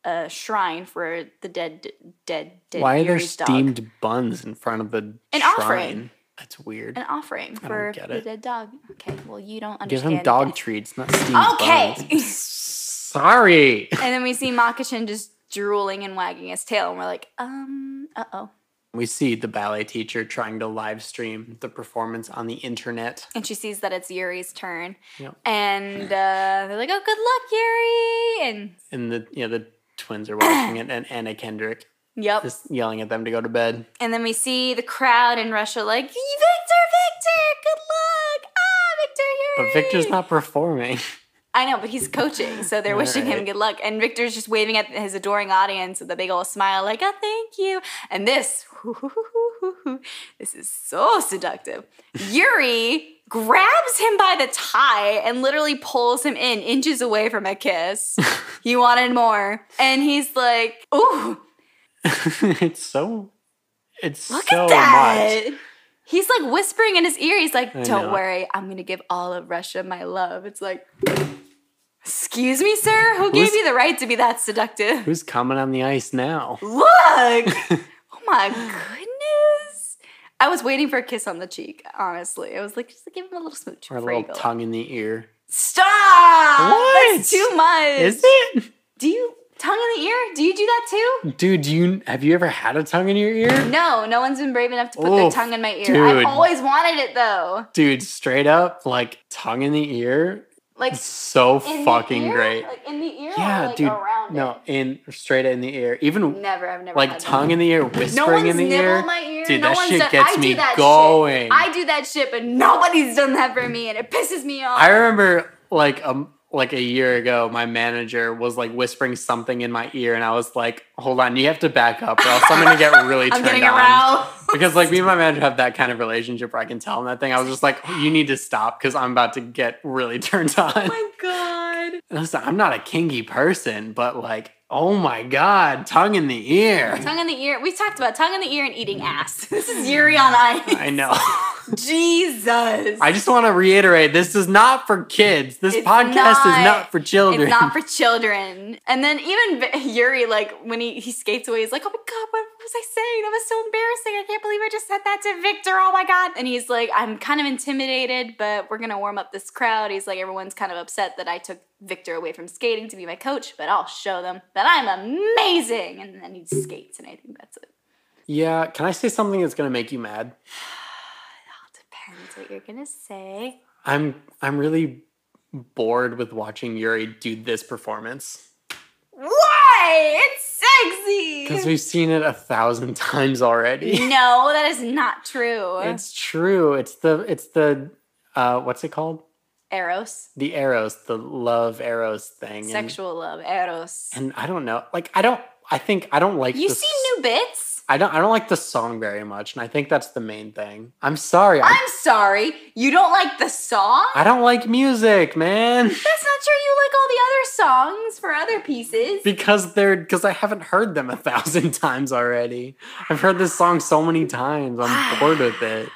A: a shrine for the dead, dead, dead.
B: Why are there
A: Yuri's dog.
B: steamed buns in front of the
A: An
B: shrine?
A: offering.
B: That's weird.
A: An offering for
B: get
A: the
B: it.
A: dead dog. Okay, well you don't
B: Give
A: understand.
B: him dog
A: death.
B: treats, not steam
A: Okay.
B: buns. Sorry.
A: and then we see Makachin just drooling and wagging his tail, and we're like, um, uh oh.
B: We see the ballet teacher trying to live stream the performance on the internet.
A: and she sees that it's Yuri's turn.
B: Yep.
A: And uh, they're like, "Oh, good luck, Yuri!"
B: And the you know, the twins are watching it and Anna Kendrick
A: And yep.
B: is yelling at them to go to bed.
A: And then we see the crowd in Russia like, "Victor, Victor, good luck! Ah, Victor, Yuri!"
B: But Victor's not performing.
A: I know, but he's coaching, so they're wishing him
B: Alright.
A: good luck. And Victor's just waving at his adoring audience with a big old smile, like, "Ah, thank you." And this, this is so seductive. Yuri grabs him by the tie and literally pulls him in inches away from a kiss. he wanted more. And he's like, ooh,
B: it's so it's
A: look
B: so
A: at
B: much.
A: that. He's like whispering in his ear. He's like,
B: I
A: don't
B: know.
A: worry. I'm going to give all of Russia my love. It's like, excuse me, sir? Who gave
B: Who's-
A: you the right to be that seductive?
B: Who's coming on the ice now?
A: Look! oh my goodness. I was waiting for a kiss on the cheek, honestly. I was like, just give him a little smooch.
B: Or a
A: before you
B: little
A: go.
B: tongue in the ear.
A: Stop! That's
B: What?
A: too much.
B: Is it?
A: Do you tongue in the ear? Do you do that too?
B: Dude, do you have you ever had a tongue in your ear?
A: No, no one's been brave enough to put their
B: Oof,
A: tongue in my ear. I've
B: dude.
A: always wanted it though.
B: Dude, straight up, like tongue in the ear.
A: Like
B: It's so
A: in the
B: fucking
A: ear?
B: great.
A: Like in the ear?
B: yeah,
A: or like
B: dude.
A: around
B: no,
A: it?
B: in straight in the ear. Even
A: Never, I've never.
B: like
A: had
B: tongue in the ear,
A: that.
B: whispering
A: No one's
B: in the
A: nibbled
B: ear.
A: my ear.
B: Dude,
A: no
B: that
A: one's
B: shit
A: done.
B: gets
A: I do
B: me
A: that shit.
B: going.
A: I do that shit, but nobody's done that for me, and it pisses me off.
B: I remember like um like a year ago, my manager was like whispering something in my ear, and I was like, "Hold on, you have to back up, or else I'm gonna get really
A: I'm
B: turned
A: getting
B: on."
A: aroused.
B: Because like me and my manager have that kind of relationship where I can tell him that thing. I was just like, "You need to stop," because I'm about to get really turned
A: Oh
B: on.
A: my god.
B: And Listen, I'm not a kinky person, but like, oh my god, tongue in the ear.
A: Tongue in the ear. We talked about tongue in the ear and eating ass. This is Yuri on ice.
B: I know.
A: Jesus.
B: I just want to reiterate: this is not for kids. This
A: It's
B: podcast
A: not.
B: is not for children.
A: It's not for children. And then even V- Yuri, like when he, he skates away, he's like, "Oh my god, what was I saying? That was so embarrassing. I can't believe I just said that to Victor. Oh my god!" And he's like, "I'm kind of intimidated, but we're gonna warm up this crowd." He's like, "Everyone's kind of upset that I took Victor away from skating to be my coach, but I'll show them that I'm amazing." And then he skates, and I think that's it.
B: yeah. Can I say something that's gonna make you mad?
A: All depends what you're gonna say.
B: I'm I'm really bored with watching Yuri do this performance
A: Why? It's
B: because
A: sexy.
B: we've seen it a thousand times already.
A: No, that is not true.
B: It's true. It's the it's the uh, what's it called?
A: Eros.
B: The arrows, the love arrows thing. and-
A: Sexual love, eros.
B: and I don't know. Like I don't. I think I don't like.
A: You
B: the
A: see
B: s-
A: new bits?
B: I don't. I don't like the song very much, and I think that's the main thing. I'm sorry. I,
A: I'm sorry, you don't like the song?
B: I don't like music, man,
A: That's not true. You like all the other songs for other pieces.
B: because they're because I haven't heard them a thousand times already. I've heard this song so many times. I'm bored with it.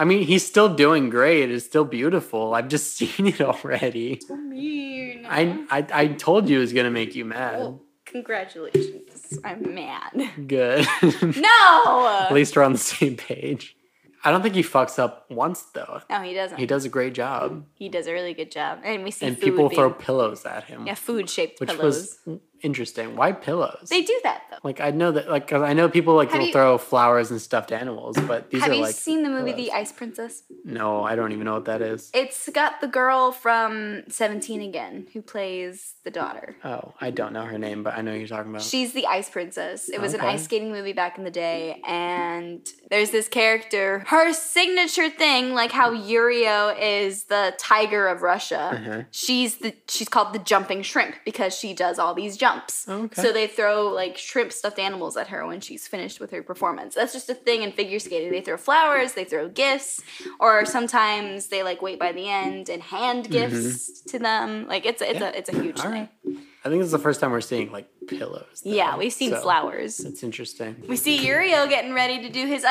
B: I mean, he's still doing great. It's still beautiful. I've just seen it already.
A: So Oh, mean.
B: I I, I told you it was gonna make you mad.
A: Well, congratulations. I'm mad.
B: Good. At
A: No.
B: least we're on the same page. I don't think he fucks up once though.
A: No, he doesn't.
B: He does a great job.
A: He does a really good job, and we see
B: and
A: food
B: people
A: being-
B: throw pillows at him,
A: yeah food shaped
B: which
A: pillows.
B: was interesting. Why pillows?
A: they do that though.
B: like I know that, like 'cause I know people like
A: Have
B: will
A: you-
B: throw flowers and stuffed animals, but these
A: Have
B: are
A: you
B: like.
A: seen the movie The
B: pillows.
A: Ice Princess?
B: no, I don't even know what that is.
A: It's got the girl from Seventeen again, who plays the daughter.
B: Oh, I don't know her name, but I know who you're talking about.
A: She's the Ice Princess. It was an
B: Oh. Okay.
A: ice skating movie back in the day, and there's this character. Her signature thing, like how Yurio is the tiger of Russia,
B: Uh-huh.
A: she's the she's called the jumping shrimp because she does all these jumps.
B: Okay.
A: So they throw like shrimp stuffed animals at her when she's finished with her performance. That's just a thing in figure skating. They throw flowers, they throw gifts, or sometimes they like wait by the end and hand gifts to them. Like it's a, it's
B: Mm-hmm. Yeah.
A: a it's a huge
B: All
A: thing.
B: right. I think it's the first time we're seeing like pillows. though,
A: Yeah, we've seen
B: so
A: flowers.
B: It's interesting.
A: We see Yurio getting ready to do his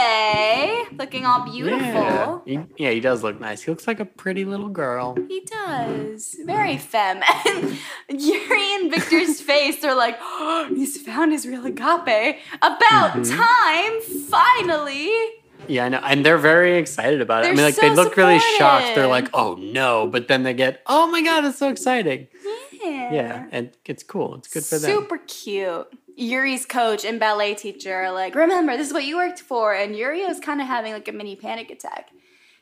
A: agape, looking all beautiful.
B: Yeah. He, yeah, he does look nice. He looks like a pretty little girl.
A: He does. Very femme. And Yuri and Victor's face, they're like, oh, he's found his real agape. About
B: Mhm.
A: time, finally.
B: Yeah, I know. And they're very excited about it. I
A: They're
B: mean, like, they
A: so
B: look really shocked. They're
A: supportive.
B: like, oh no. But then they get, oh my God, it's so exciting.
A: Yeah.
B: Yeah. And it's cool. It's good for them.
A: Super cute. Yuri's coach and ballet teacher are like, remember, this is what you worked for. And Yurio's kind of having like a mini panic attack.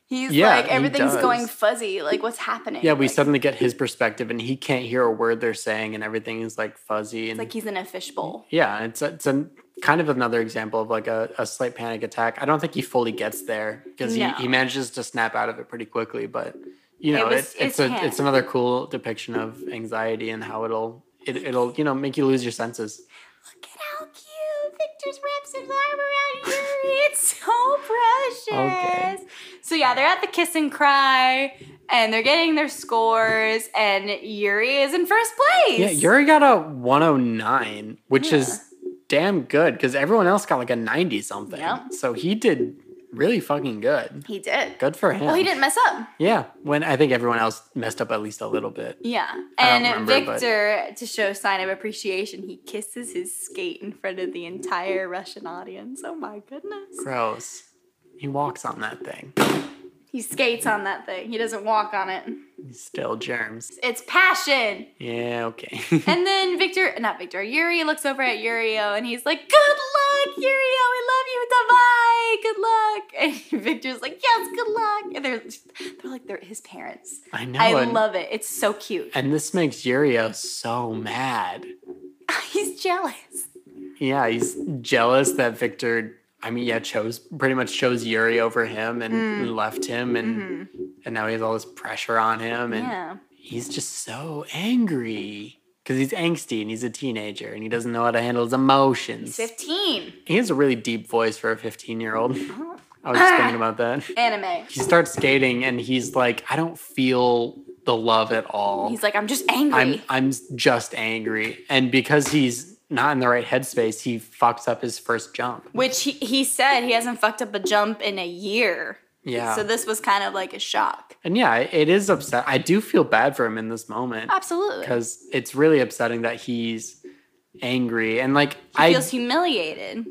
A: He's
B: Yeah,
A: like,
B: he
A: everything's
B: does.
A: going fuzzy. Like, what's happening?
B: Yeah, we
A: Like,
B: suddenly get his perspective and he can't hear a word they're saying and everything is like fuzzy.
A: It's
B: And
A: like he's in a fishbowl.
B: yeah, it's, it's a, kind of another example of like a, a slight panic attack. I don't think he fully gets there because
A: No.
B: he, he manages to snap out of it pretty quickly. But, you
A: It
B: know,
A: was-
B: it's, it's,
A: it's
B: a, it's
A: him.
B: another cool depiction of anxiety and how it'll, it, it'll, you know, make you lose your senses.
A: Look at how cute Victor's wraps his arm around Yuri. It's so precious. So yeah, they're at the kiss and cry, and they're getting their scores, and Yuri is in first place.
B: Yeah, Yuri got a 109, which is damn good because everyone else got like a 90 something.
A: Yep.
B: So he did really fucking good.
A: He did.
B: Good for him.
A: Well, he didn't mess up.
B: Yeah, when I think everyone else messed up at least a little bit.
A: Yeah.
B: I
A: And
B: don't remember, but-
A: Victor, to show sign of appreciation, he kisses his skate in front of the entire Russian audience. Oh my goodness.
B: Gross. He walks on that thing.
A: He skates on that thing. He doesn't walk on it.
B: He's still germs.
A: It's passion.
B: Yeah, okay.
A: And then Victor, not Victor, Yuri looks over at Yurio and he's like, Good luck, Yurio, we love you, Davai, good luck. And Victor's like, Yes, good luck. And they're, they're like, They're his parents.
B: I know.
A: I
B: and,
A: love it. It's so cute.
B: and this makes Yurio so mad.
A: he's jealous.
B: Yeah, he's jealous that Victor, I mean, yeah, chose pretty much chose Yuri over him and
A: Mm.
B: left him and
A: Mhm.
B: and now he has all this pressure on him and
A: Yeah.
B: he's just so angry because he's angsty and he's a teenager and he doesn't know how to handle his emotions.
A: He's 15.
B: He has a really deep voice for a 15 year old.
A: Oh,
B: I was just thinking about that.
A: Anime.
B: He starts skating and he's like, I don't feel the love at all.
A: He's like, I'm just angry.
B: I'm I'm just angry. And because he's not in the right headspace, he fucks up his first jump.
A: Which he, he said he hasn't fucked up a jump in a year.
B: Yeah.
A: So this was kind of like a shock.
B: and yeah, it is upset. I do feel bad for him in this moment.
A: Absolutely. He
B: because it's really upsetting that he's angry and like I
A: feels humiliated.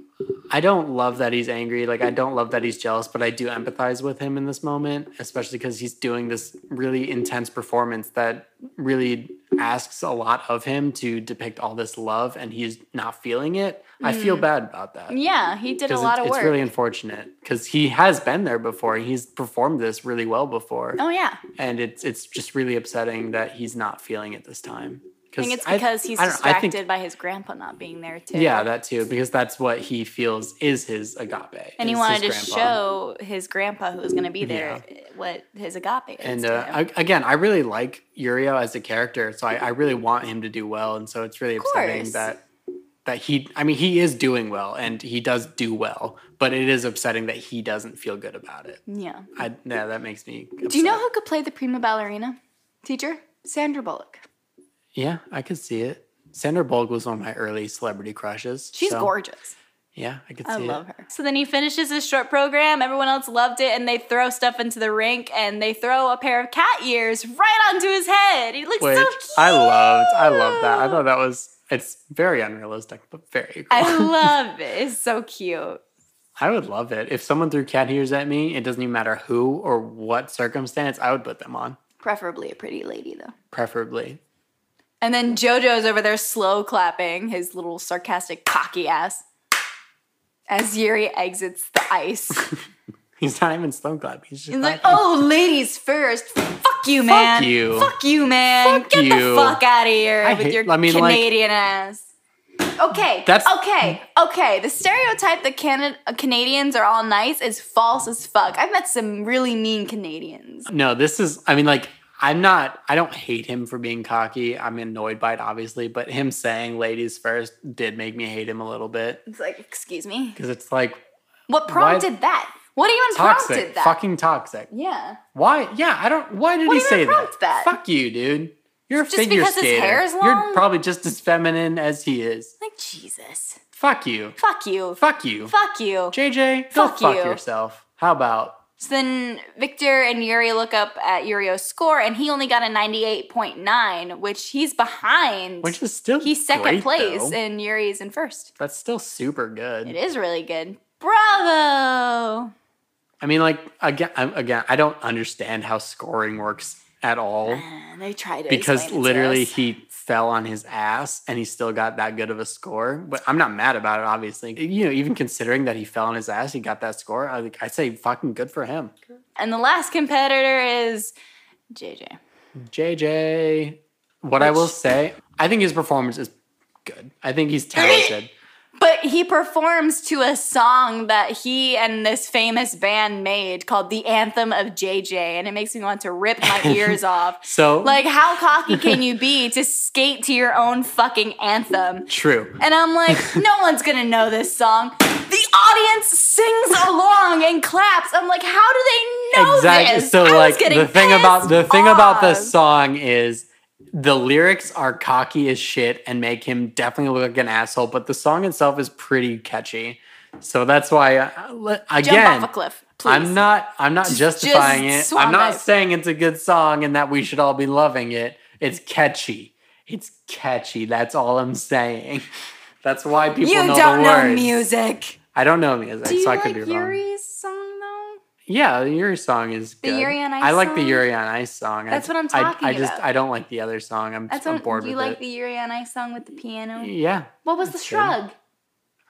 B: I don't love that he's angry like
A: Mm.
B: I don't love that he's jealous but I do empathize with him in this moment especially cuz he's doing this really intense performance that really asks a lot of him to depict all this love and he's not feeling it. I feel bad about that.
A: Yeah, he Mm. did a
B: 'Cause
A: lot
B: it's,
A: of work.
B: it's really unfortunate because he has been there before. He's performed this really well before,
A: Oh yeah,
B: and it's it's just really upsetting that he's not feeling it this time.
A: I think it's because he's
B: I don't know, I
A: distracted
B: think-
A: by his grandpa not being there too.
B: Yeah, that too, because that's what he feels is his agape.
A: and he
B: is
A: wanted to
B: his grandpa.
A: show his grandpa who was going to be there what his agape is.
B: And
A: to
B: uh,
A: him.
B: I, again, I really like Yurio as a character, so I, I really want him to do well, and so it's really
A: course.
B: upsetting that that he. I mean, he is doing well, and he does do well, but it is upsetting that he doesn't feel good about it.
A: yeah.
B: I yeah, that makes me.
A: Do you know
B: upset.
A: who could play the prima ballerina teacher? Sandra Bullock.
B: Yeah, I could see it. Sandra Bullock was one of my early celebrity crushes.
A: She's
B: so,
A: gorgeous.
B: Yeah, I could see
A: I
B: it.
A: love her. So then he finishes his short program. Everyone else loved it, and they throw stuff into the rink, and they throw a pair of cat ears right onto his head. He looks
B: Which
A: so cute.
B: I loved. I loved that. I thought that was. It's very unrealistic, but very. Cool.
A: I love it. It's so cute.
B: I would love it. If someone threw cat ears at me, it doesn't even matter who or what circumstance, I would put them on,
A: Preferably a pretty lady, though.
B: preferably.
A: And then JoJo's over there slow clapping his little sarcastic, cocky ass as Yuri exits the ice.
B: He's not even slow clap. He's just
A: He's like,
B: clapping.
A: oh, ladies first. Fuck you, man.
B: you.
A: Fuck you, man.
B: Fuck
A: Get the
B: you.
A: fuck out of here
B: I
A: with
B: hate-
A: your
B: I mean, like-
A: Canadian ass. Okay.
B: That's-
A: okay. Okay. The stereotype that Cana- Canadians are all nice is false as fuck. I've met some really mean Canadians.
B: No, this is. I mean, like, I'm not. I don't hate him for being cocky. I'm annoyed by it, obviously, but him saying "ladies first did make me hate him a little bit
A: It's like, excuse me.
B: because it's like
A: What prompted that? What even
B: toxic,
A: prompted that?
B: fucking toxic.
A: yeah.
B: Why? Yeah, I don't. Why did
A: What
B: he
A: do you
B: say
A: mean
B: that?
A: prompt that?
B: Fuck you, dude. You're a
A: Just
B: figure
A: because his
B: skater.
A: hair is long?
B: You're probably just as feminine as he is.
A: Like Jesus.
B: Fuck you.
A: Fuck you.
B: Fuck you.
A: Fuck you.
B: JJ, go
A: Fuck
B: fuck,
A: you.
B: yourself. How about?
A: So then Victor and Yuri look up at Yurio's score, and he only got a 98.9, which he's behind.
B: Which is still
A: he's second
B: great,
A: place,
B: though.
A: and Yuri's in first.
B: That's still super good.
A: It is really good. Bravo!
B: I mean, like again, I'm, again, I don't understand how scoring works at all
A: Uh, they tried to
B: because
A: explain it to
B: literally
A: us.
B: he fell on his ass and he still got that good of a score. But I'm not mad about it, obviously. You know, even considering that he fell on his ass, he got that score. I like, I say, fucking good for him.
A: and the last competitor is JJ.
B: JJ. What I will
A: Which-
B: say, I think his performance is good. I think he's talented.
A: But he performs to a song that he and this famous band made called The Anthem of JJ, and it makes me want to rip my ears off.
B: So
A: Like, how cocky can you be to skate to your own fucking anthem?
B: true.
A: And I'm like, no one's gonna know this song. The audience sings along and claps. I'm like, how do they know
B: exactly.
A: this.
B: So
A: I was
B: like
A: getting
B: the thing about the
A: pissed
B: thing about
A: off.
B: this song is the lyrics are cocky as shit and make him definitely look like an asshole, but the song itself is pretty catchy. So that's why uh, le-
A: Jump
B: again
A: off a cliff, please.
B: I'm not I'm not
A: Just-
B: justifying
A: just
B: it. I'm not
A: suave.
B: saying it's a good song and that we should all be loving it. It's catchy. It's catchy. That's all I'm saying. That's why people
A: you
B: know
A: don't
B: the
A: know
B: words.
A: music.
B: I don't know music,
A: Do you
B: so I
A: like
B: could be wrong.
A: Yuri's song though?
B: Yeah, the Yuri song is
A: The
B: good.
A: Yuri on Ice
B: I like the
A: song?
B: Yuri on Ice song. I-
A: That's what I'm
B: I-
A: talking
B: I, just
A: about.
B: I don't like the other song. I'm,
A: That's
B: I'm
A: what
B: bored
A: you
B: with
A: like
B: it.
A: the Yuri on Ice song with the piano.
B: yeah,
A: What was the
B: that's good.
A: shrug?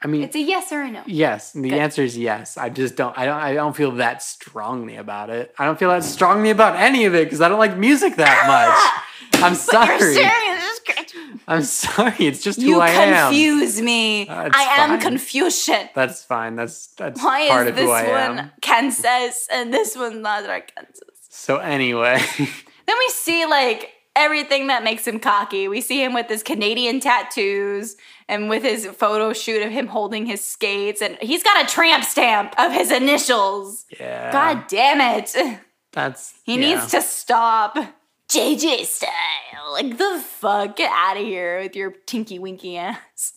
B: I mean,
A: It's a yes or a no.
B: yes. The
A: Good.
B: answer is yes. I just don't. I don't. I don't feel that strongly about it. I don't feel that strongly about any of it because I don't like music that much. I'm
A: But you're
B: sorry.
A: serious. Just scratch-
B: I'm sorry. It's just who
A: You
B: I am.
A: confuse me.
B: Uh, it's
A: I am
B: fine.
A: Confucian.
B: That's fine. That's that's
A: Why
B: part
A: is
B: of
A: this
B: who I
A: one
B: am.
A: Kansas and this one not Kansas?
B: So anyway,
A: Then we see like everything that makes him cocky. We see him with his Canadian tattoos and with his photo shoot of him holding his skates, and he's got a tramp stamp of his initials.
B: yeah.
A: God damn it.
B: that's
A: He
B: yeah.
A: needs to stop. JJ style. Like the fuck? Get out of here with your tinky winky ass.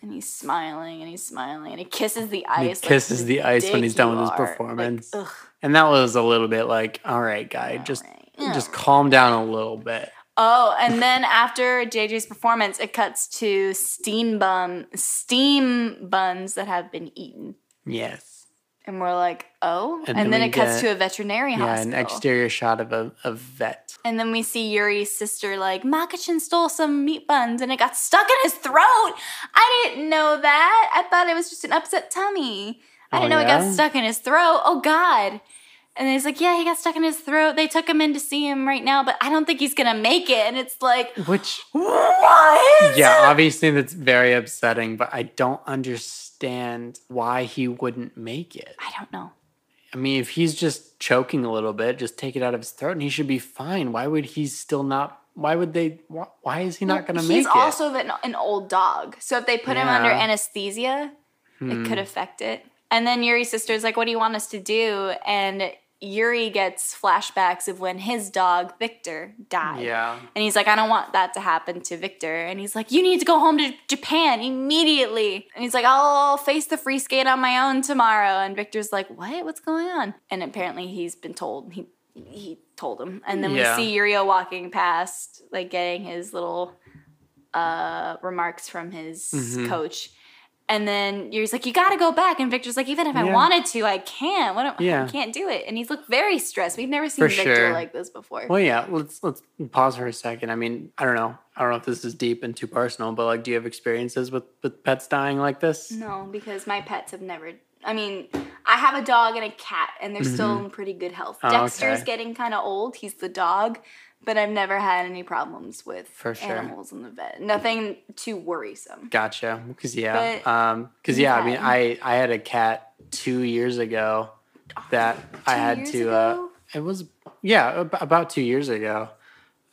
A: And he's smiling and he's smiling and he kisses the
B: He
A: ice. like
B: kisses the ice when
A: dick
B: he's done
A: you
B: with his
A: are. Like,
B: performance.
A: ugh,
B: And that was a little bit like, all right, guy, just
A: alright,
B: just
A: alright.
B: calm down a little bit.
A: Oh, and then after JJ's performance, it cuts to steam bun steam buns that have been eaten.
B: Yes.
A: And we're like, oh. And,
B: And
A: then,
B: then we
A: it cuts
B: get-
A: to a veterinary
B: yeah,
A: hospital.
B: an exterior shot of a, a vet.
A: And then we see Yuri's sister like, Makachin stole some meat buns and it got stuck in his throat. I didn't know that. I thought it was just an upset tummy. I
B: Oh,
A: didn't know it got
B: yeah?
A: stuck in his throat. Oh God. And he's like, Yeah, he got stuck in his throat. They took him in to see him right now, but I don't think he's gonna make it. And it's like,
B: Which
A: What?
B: yeah, obviously that's very upsetting, but I don't understand why he wouldn't make it.
A: I don't know.
B: I mean, if he's just choking a little bit, just take it out of his throat and he should be fine. Why would he still not why would they why, why is he not going to
A: He's
B: make it?
A: also an, an old dog. So if they put him under
B: Yeah. Hmm.
A: anesthesia, it could affect it. And then Yuri's sister's like, What do you want us to do? And Yuri gets flashbacks of when his dog, Victor, died.
B: yeah.
A: And he's like, I don't want that to happen to Victor. And he's like, You need to go home to Japan immediately. And he's like, I'll face the free skate on my own tomorrow. And Victor's like, What? What's going on? And apparently he's been told. He he told him. And then
B: Yeah.
A: we see Yurio walking past, like getting his little uh remarks from his
B: Mhm.
A: coach. And then Yuri's like, You gotta go back. And Victor's like, Even if I
B: Yeah.
A: wanted to, I can't. What am-
B: Yeah.
A: I can't do it. And he's looked very stressed. We've never seen
B: For
A: Victor
B: sure.
A: like this before.
B: Well, yeah. Let's let's pause for a second. I mean, I don't know. I don't know if this is deep and too personal, but like, do you have experiences with with pets dying like this?
A: No, because my pets have never. I mean, I have a dog and a cat, and they're still in pretty good health.
B: Oh,
A: Dexter's
B: okay.
A: getting kind of old. He's the dog, but I've never had any problems with
B: For sure.
A: animals in the vet. Nothing too worrisome.
B: Gotcha. Because yeah,
A: But
B: Um 'cause because
A: you
B: yeah. I mean,
A: had-
B: I I had a cat two years ago that I
A: Two
B: had
A: years
B: to.
A: ago?
B: Uh, it was yeah, ab- about two years ago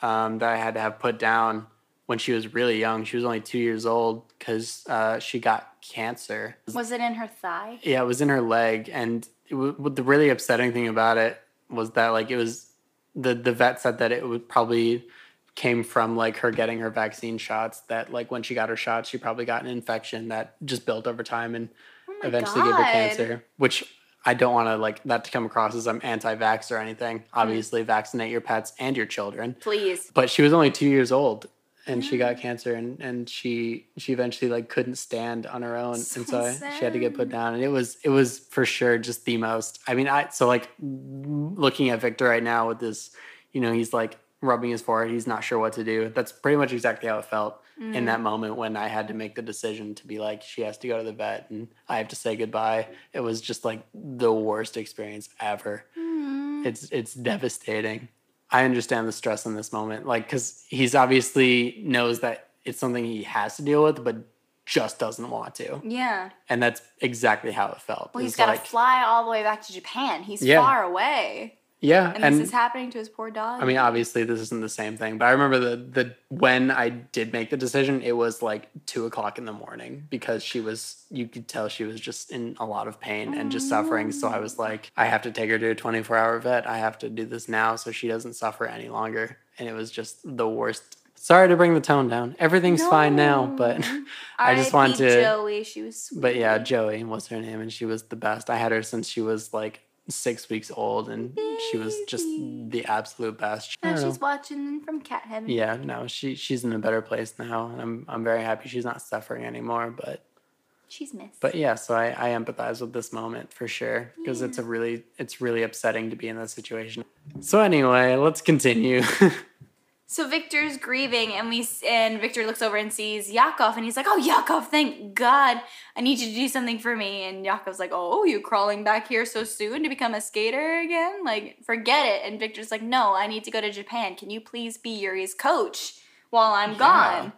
B: um, that I had to have put down when she was really young. She was only two years old because uh, she got cancer.
A: Was it in her thigh?
B: Yeah, it was in her leg, and it w- w- the really upsetting thing about it was that like it was the the vet said that it would probably came from like her getting her vaccine shots. That like when she got her shots, she probably got an infection that just built over time and
A: Oh my
B: eventually gave her
A: God.
B: cancer. Which I don't want to like that to come across as I'm anti-vax or anything.
A: Mm-hmm.
B: Obviously, vaccinate your pets and your children
A: Please.
B: but she was only two years old and she got cancer and, and she she eventually like couldn't stand on her own
A: So
B: and so I- she had to get put down and it was it was for sure just the most i mean i so like looking at victor right now with this you know he's like rubbing his forehead he's not sure what to do that's pretty much exactly how it felt in that moment when i had to make the decision to be like she has to go to the vet and i have to say goodbye it was just like the worst experience ever
A: Mm.
B: it's it's devastating. I understand the stress in this moment, like because he's obviously knows that it's something he has to deal with, but just doesn't want to,
A: Yeah.
B: and that's exactly how it felt.
A: Well, he's
B: It's
A: got to
B: like,
A: fly all the way back to Japan. He's
B: Yeah.
A: far away.
B: Yeah,
A: And,
B: and,
A: this is happening to his poor dog.
B: I mean, obviously this isn't the same thing, but I remember the the when I did make the decision, it was like two o'clock in the morning because she was you could tell she was just in a lot of pain and just suffering. So I was like, I have to take her to a twenty four hour vet. I have to do this now so she doesn't suffer any longer. And it was just the worst. Sorry to bring the tone down. Everything's fine now, but
A: No.
B: I just want
A: R.I.P.
B: to-
A: Joey, she was. Sweet.
B: but yeah, Joey was her name, and she was the best. I had her since she was like six weeks old, and she was just
A: Baby.
B: the absolute best. I
A: now
B: don't know.
A: she's watching from cat heaven.
B: Yeah, no, she she's in a better place now, and I'm I'm very happy she's not suffering anymore. But
A: She's missed.
B: but yeah, so I, I empathize with this moment for sure because it's a really it's really upsetting to be in that situation. So anyway, let's continue.
A: So Victor's grieving, and we s- and Victor looks over and sees Yakov, and he's like, "Oh, Yakov, thank God! I need you to do something for me." And Yakov's like, "Oh, you crawling back here so soon to become a skater again? Like, forget it." And Victor's like, "No, I need to go to Japan. Can you please be Yuri's coach while I'm gone?"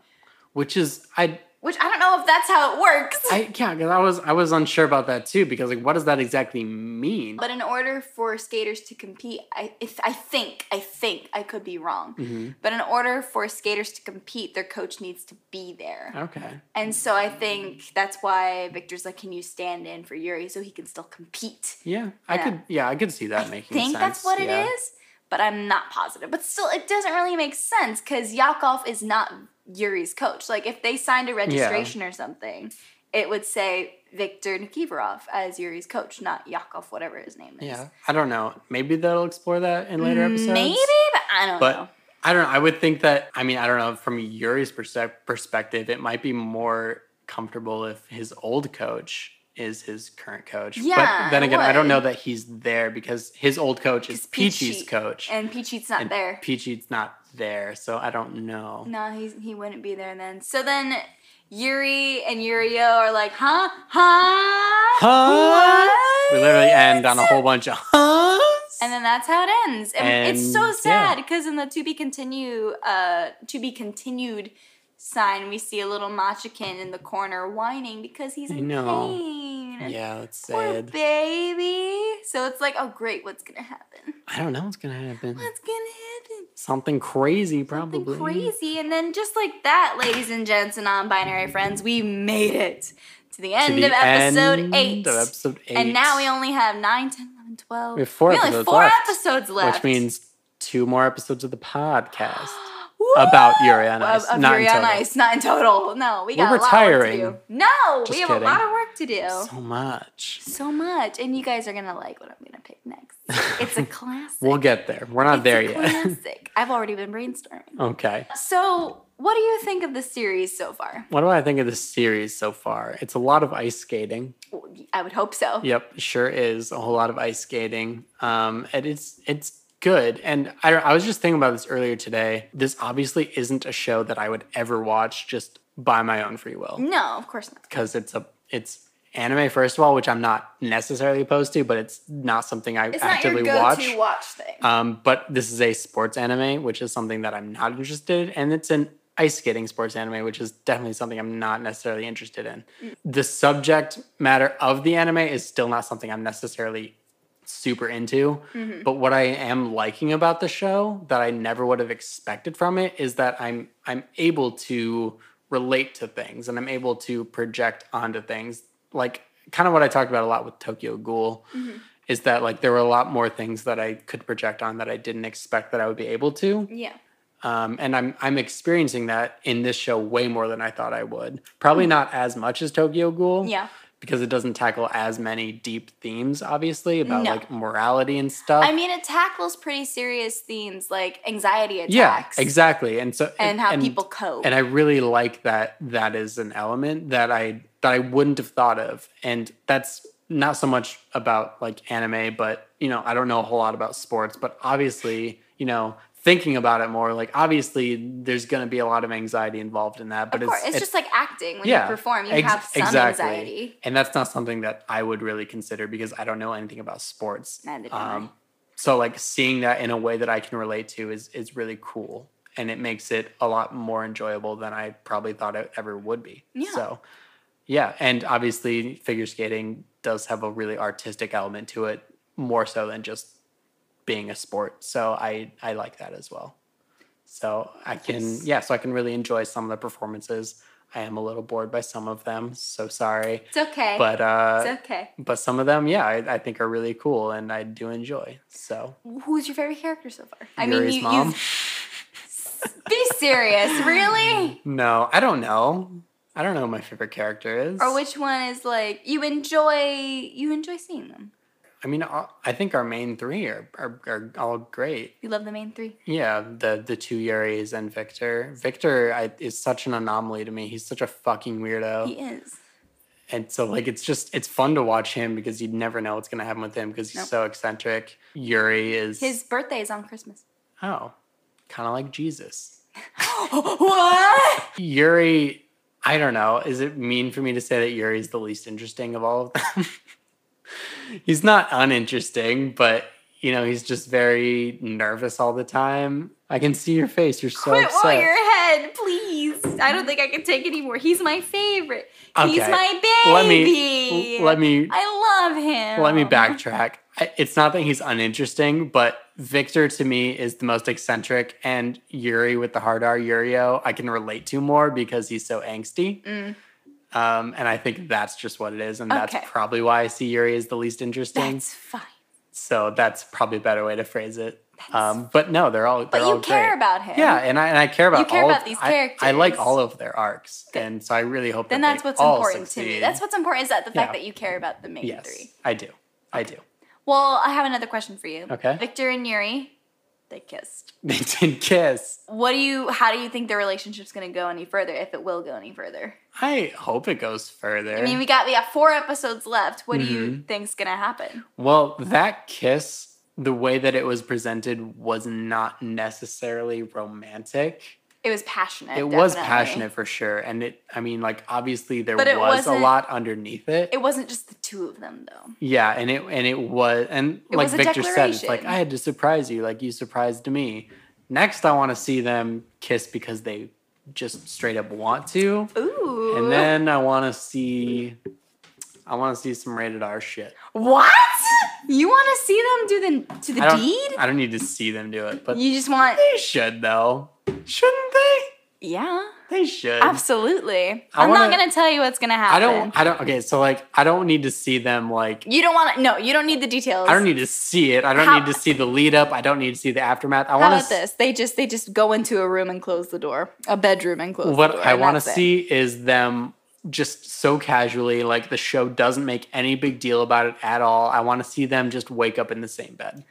B: Which is I
A: Which I don't know if that's how it works.
B: I yeah, because I was I was unsure about that too because like what does that exactly mean?
A: but in order for skaters to compete, I if I think I think I could be wrong,
B: Mhm.
A: but in order for skaters to compete, their coach needs to be there.
B: Okay.
A: And so I think that's why Victor's like, can you stand in for Yuri so he can still compete?
B: Yeah, I
A: Yeah.
B: could. Yeah, I could see that making
A: think
B: sense.
A: that's what
B: yeah.
A: it is, but I'm not positive. But still, it doesn't really make sense because Yakov is not Yuri's coach. Like, if they signed a registration or something, it would say Victor Nikiforov as Yuri's coach, not Yakov, whatever his name is.
B: Yeah, I don't know. Maybe they'll explore that in later episodes.
A: Maybe, but I don't know.
B: But I don't know. I would think that, I mean, I don't know, from Yuri's perse- perspective, it might be more comfortable if his old coach is his current coach.
A: Yeah,
B: But then
A: it
B: again, I don't know
A: would.
B: that he's there because his old coach is
A: 'Cause Peachy-
B: Peachy's coach.
A: And Peachy's not
B: and
A: there.
B: Peachy's not there. So I don't know.
A: No, he's, he wouldn't be there then. So then Yuri and Yurio are like, huh? Huh?
B: Huh? We literally end on a
A: What?"
B: whole bunch of huhs.
A: And then that's how it ends. And, it's so
B: And,
A: sad
B: yeah.
A: because in the to be continue, uh, to be continued sign, we see a little Machikin in the corner whining because he's
B: I
A: in
B: know.
A: pain.
B: yeah, that's
A: Poor
B: sad.
A: baby. So it's like, oh great, what's gonna happen?
B: I don't know what's going to happen.
A: What's gonna happen?
B: Something crazy,
A: Something
B: probably.
A: crazy. And then just like that, ladies and gents and non-binary friends, we made it to the end
B: To the
A: of episode
B: end
A: eight.
B: Of episode eight.
A: And now we only have 9, 10, 11, 12.
B: We have four
A: we only have
B: episodes
A: four
B: left,
A: episodes left.
B: Which means two more episodes of the podcast
A: Woo!
B: about Yuri on
A: of,
B: Ice.
A: of
B: not in
A: Yuri on
B: total.
A: Ice, not in total. No, we
B: We're
A: got
B: retiring.
A: a lot of work to do. No, we
B: Just
A: have
B: kidding.
A: a lot of work to do. So,
B: So much.
A: much, and you guys are gonna like what I'm gonna pick next. It's a classic.
B: We'll get there. We're not
A: It's
B: there
A: a
B: yet.
A: Classic. I've already been brainstorming.
B: okay.
A: So, what do you think of the series so far?
B: What do I think of this series so far? It's a lot of ice skating.
A: Well, I would hope so.
B: Yep, sure is a whole lot of ice skating. Um, and it's it's good. And I I was just thinking about this earlier today. This obviously isn't a show that I would ever watch just by my own free will.
A: No, of course not.
B: because it's a it's anime first of all, which I'm not necessarily opposed to, but it's not something I
A: It's not your
B: actively
A: go-to
B: watch.
A: watch, thing.
B: Um, but this is a sports anime, which is something that I'm not interested in, and it's an ice skating sports anime, which is definitely something I'm not necessarily interested in. The subject matter of the anime is still not something I'm necessarily super into. But what I am liking about the show that I never would have expected from it is that I'm I'm able to relate to things and I'm able to project onto things. Like kind of what I talked about a lot with Tokyo Ghoul is that like there were a lot more things that I could project on that I didn't expect that I would be able to.
A: yeah.
B: Um, and I'm I'm experiencing that in this show way more than I thought I would. Probably not as much as Tokyo Ghoul
A: Yeah.
B: because it doesn't tackle as many deep themes, obviously, about
A: No.
B: like morality and stuff.
A: I mean, it tackles pretty serious themes like anxiety
B: yeah,
A: attacks.
B: exactly. And so
A: And how people cope.
B: And I really like that that is an element that I that I wouldn't have thought of. And that's not so much about like anime, but you know, I don't know a whole lot about sports, but obviously, you know, thinking about it more, like obviously there's gonna be a lot of anxiety involved in that.
A: Of
B: But it's,
A: course, it's, just like acting when you perform, you
B: ex-
A: have some anxiety.
B: And that's not something that I would really consider because I don't know anything about sports. Um,
A: Neither do I.
B: so like seeing that in a way that I can relate to is is really cool. And it makes it a lot more enjoyable than I probably thought it ever would be.
A: Yeah.
B: So yeah. And obviously figure skating does have a really artistic element to it, more so than just being a sport. So I I like that as well. So I can yeah, so I can really enjoy some of the performances. I am a little bored by some of them, so sorry.
A: It's okay.
B: But uh
A: it's okay.
B: but some of them, yeah, I, I think are really cool and I do enjoy. So
A: Who's your favorite character so far? I
B: Yuri's
A: you,
B: mom.
A: you be serious, really?
B: No, I don't know. I don't know who my favorite character is.
A: Or which one is like you enjoy you enjoy seeing them?
B: I mean, I I think our main three are, are, are all great.
A: You love the main three.
B: Yeah, the the two Yuris and Victor. Victor I, is such an anomaly to me. He's such a fucking weirdo,
A: He is.
B: and so like it's just it's fun to watch him because you never know what's gonna happen with him because he's
A: Nope.
B: so eccentric. Yuri is
A: His birthday is on Christmas.
B: oh, kind of like Jesus.
A: what?
B: Yuri, I don't know. Is it mean for me to say that Yuri's the least interesting of all of them? he's not uninteresting, but you know, he's just very nervous all the time. I can see your face. You're so
A: Quit while
B: upset.
A: your head, please. I don't think I can take anymore. He's my favorite. He's
B: Okay.
A: my baby.
B: let me let me
A: I love him.
B: let me backtrack. I- It's not that he's uninteresting, but Victor to me is the most eccentric, and Yuri with the hard R, Yurio, I can relate to more because he's so angsty.
A: Mm.
B: Um, and I think that's just what it is, and
A: Okay.
B: that's probably why I see Yuri as the least interesting.
A: That's fine.
B: so that's probably a better way to phrase it. Um, but no, they're all. They're
A: But you
B: all
A: care
B: great.
A: about him.
B: Yeah, and I, and I care about
A: care
B: all
A: about
B: of,
A: these
B: I- I, like
A: characters.
B: all of their arcs, and so I really hope
A: Then
B: that
A: that's
B: they
A: what's
B: all
A: important to me.
B: succeed.
A: That's what's important is that the fact
B: Yeah.
A: that you care about the main
B: yes,
A: three.
B: I do, I do.
A: Well, I have another question for you.
B: Okay.
A: Victor and Yuri, they kissed.
B: They did kiss.
A: What do you? How do you think their relationship's going to go any further? If it will go any further?
B: I hope it goes further.
A: I mean, we got we got four episodes left. What do
B: Mm-hmm.
A: you think's going to happen?
B: well, that kiss, the way that it was presented, was not necessarily romantic.
A: It was passionate.
B: it was
A: definitely.
B: passionate for sure, and it. I mean, like obviously there
A: But it
B: was a
A: wasn't-
B: lot underneath it.
A: It wasn't just the two of them though.
B: yeah, and it and it was and
A: It
B: like
A: was a
B: Victor said, it's like
A: declaration.
B: I had to surprise you, like you surprised me. Next, I want to see them kiss because they just straight up want to,
A: Ooh.
B: and then I want to see, I want to see some rated R shit.
A: what? You want to see them do the to
B: I
A: the
B: don't,
A: deed?
B: I don't need to see them do it, but
A: You just want?
B: they should though. Shouldn't they?
A: Yeah.
B: They should.
A: Absolutely.
B: I
A: I'm not
B: wanna-
A: going to tell you what's going to happen.
B: I don't I don't okay, so like I don't need to see them like
A: You don't want to. No, you don't need the details.
B: I don't need to see it. I don't
A: How-
B: need to see the lead up. I don't need to see the aftermath. I
A: How
B: want
A: about
B: to
A: this? They just they just go into a room and close the door, a bedroom and close.
B: what
A: the door,
B: I
A: and
B: want to
A: that's it.
B: see is them just so casually like the show doesn't make any big deal about it at all. I want to see them just wake up in the same bed.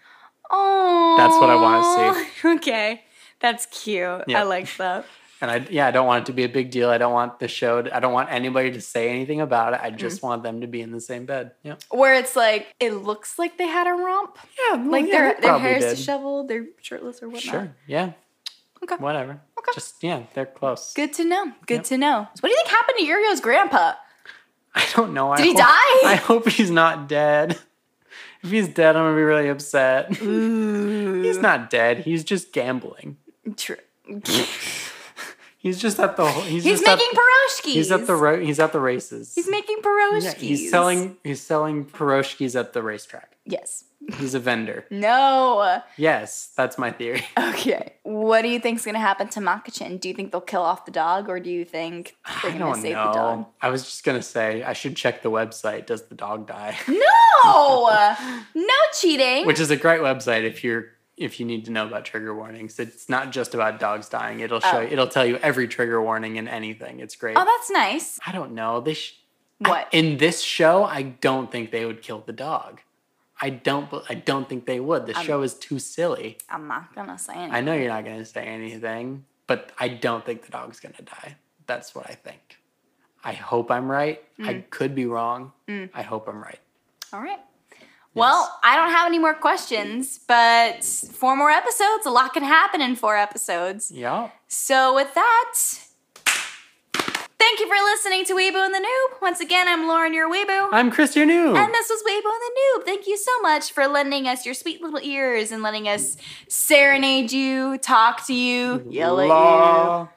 A: Oh,
B: That's what I wanna
A: see. Okay, that's cute.
B: Yeah.
A: I like that.
B: And I yeah, I don't want it to be a big deal. I don't want the show to, I don't want anybody to say anything about it. I just
A: Mm.
B: want them to be in the same bed. Yeah.
A: Where it's like it looks like they had a romp,
B: Yeah, well,
A: like
B: yeah,
A: their
B: they
A: their
B: probably
A: hair's
B: did.
A: disheveled, they're shirtless or whatnot.
B: Sure. Yeah.
A: Okay.
B: Whatever.
A: Okay.
B: Just yeah, they're close.
A: Good to know. Good
B: Yep.
A: to know. So what do you think happened to Yurio's grandpa?
B: I don't know.
A: Did
B: I
A: he
B: hope-
A: die?
B: I hope he's not dead. If he's dead, I'm gonna be really upset. he's not dead. He's just gambling.
A: True.
B: He's just at the. He's,
A: He's
B: just
A: making
B: At,
A: pierogies.
B: he's at the. Ro- he's at the races.
A: He's making pierogies.
B: Yeah, he's selling. He's selling pierogies at the racetrack.
A: Yes.
B: He's a vendor.
A: No.
B: Yes, that's my theory.
A: Okay. What do you think's gonna happen to Makachin? Do you think they'll kill off the dog, or do you think they're
B: I
A: gonna
B: don't
A: save the dog?
B: know. I was just gonna say I should check the website. Does the dog die?
A: No, no cheating.
B: Which is a great website if you're if you need to know about trigger warnings. It's not just about dogs dying. It'll show.
A: Oh.
B: It'll tell you every trigger warning and anything. It's great.
A: oh, that's nice.
B: I don't know. They sh-
A: What?
B: in this show, I don't think they would kill the dog. I don't. bel- I don't think they would.
A: Um,
B: The show is too silly.
A: I'm not gonna say anything.
B: I know you're not going to say anything, but I don't think the dog's going to die. That's what I think. I hope I'm right. I
A: Mm.
B: could be wrong. I hope I'm right.
A: All right. Well, I don't have any more questions, but four more episodes. A lot can happen in four episodes.
B: Yeah.
A: So with that, thank you for listening to Weeboo and the Noob. Once again, I'm Lauren, your Weeboo.
B: I'm Chris, your new.
A: And this was Weibo and the Noob. Thank you so much for lending us your sweet little ears and letting us serenade you, talk to you, yell at you.
B: La-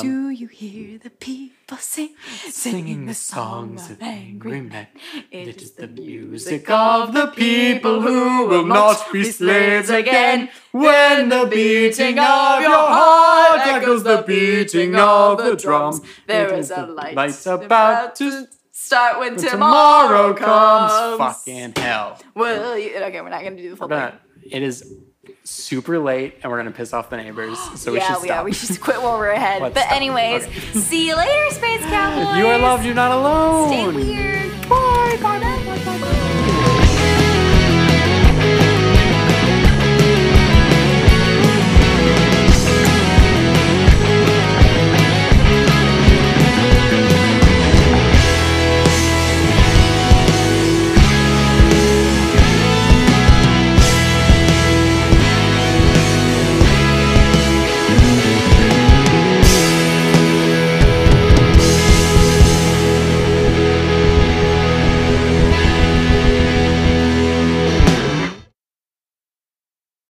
A: Do you hear the people sing?
B: Singing the songs of angry men.
A: It is the music of the people who will not be slaves again.
B: When the
A: beating of your heart echoes the beating of the drums. There is a light,
B: Lights
A: about
B: about
A: to start when tomorrow,
B: tomorrow
A: comes.
B: comes.
A: Oh,
B: Fucking hell.
A: Well, you, okay, we're not gonna do the full
B: We're
A: thing.
B: gonna- It is super late, and we're gonna piss off the neighbors. So we
A: yeah,
B: should
A: yeah,
B: stop.
A: we should quit while we're ahead.
B: Let's
A: but
B: stop.
A: anyways,
B: Okay.
A: see you later, Space Cowboys.
B: You are loved. You're not alone.
A: Stay weird.
B: Bye. Bye.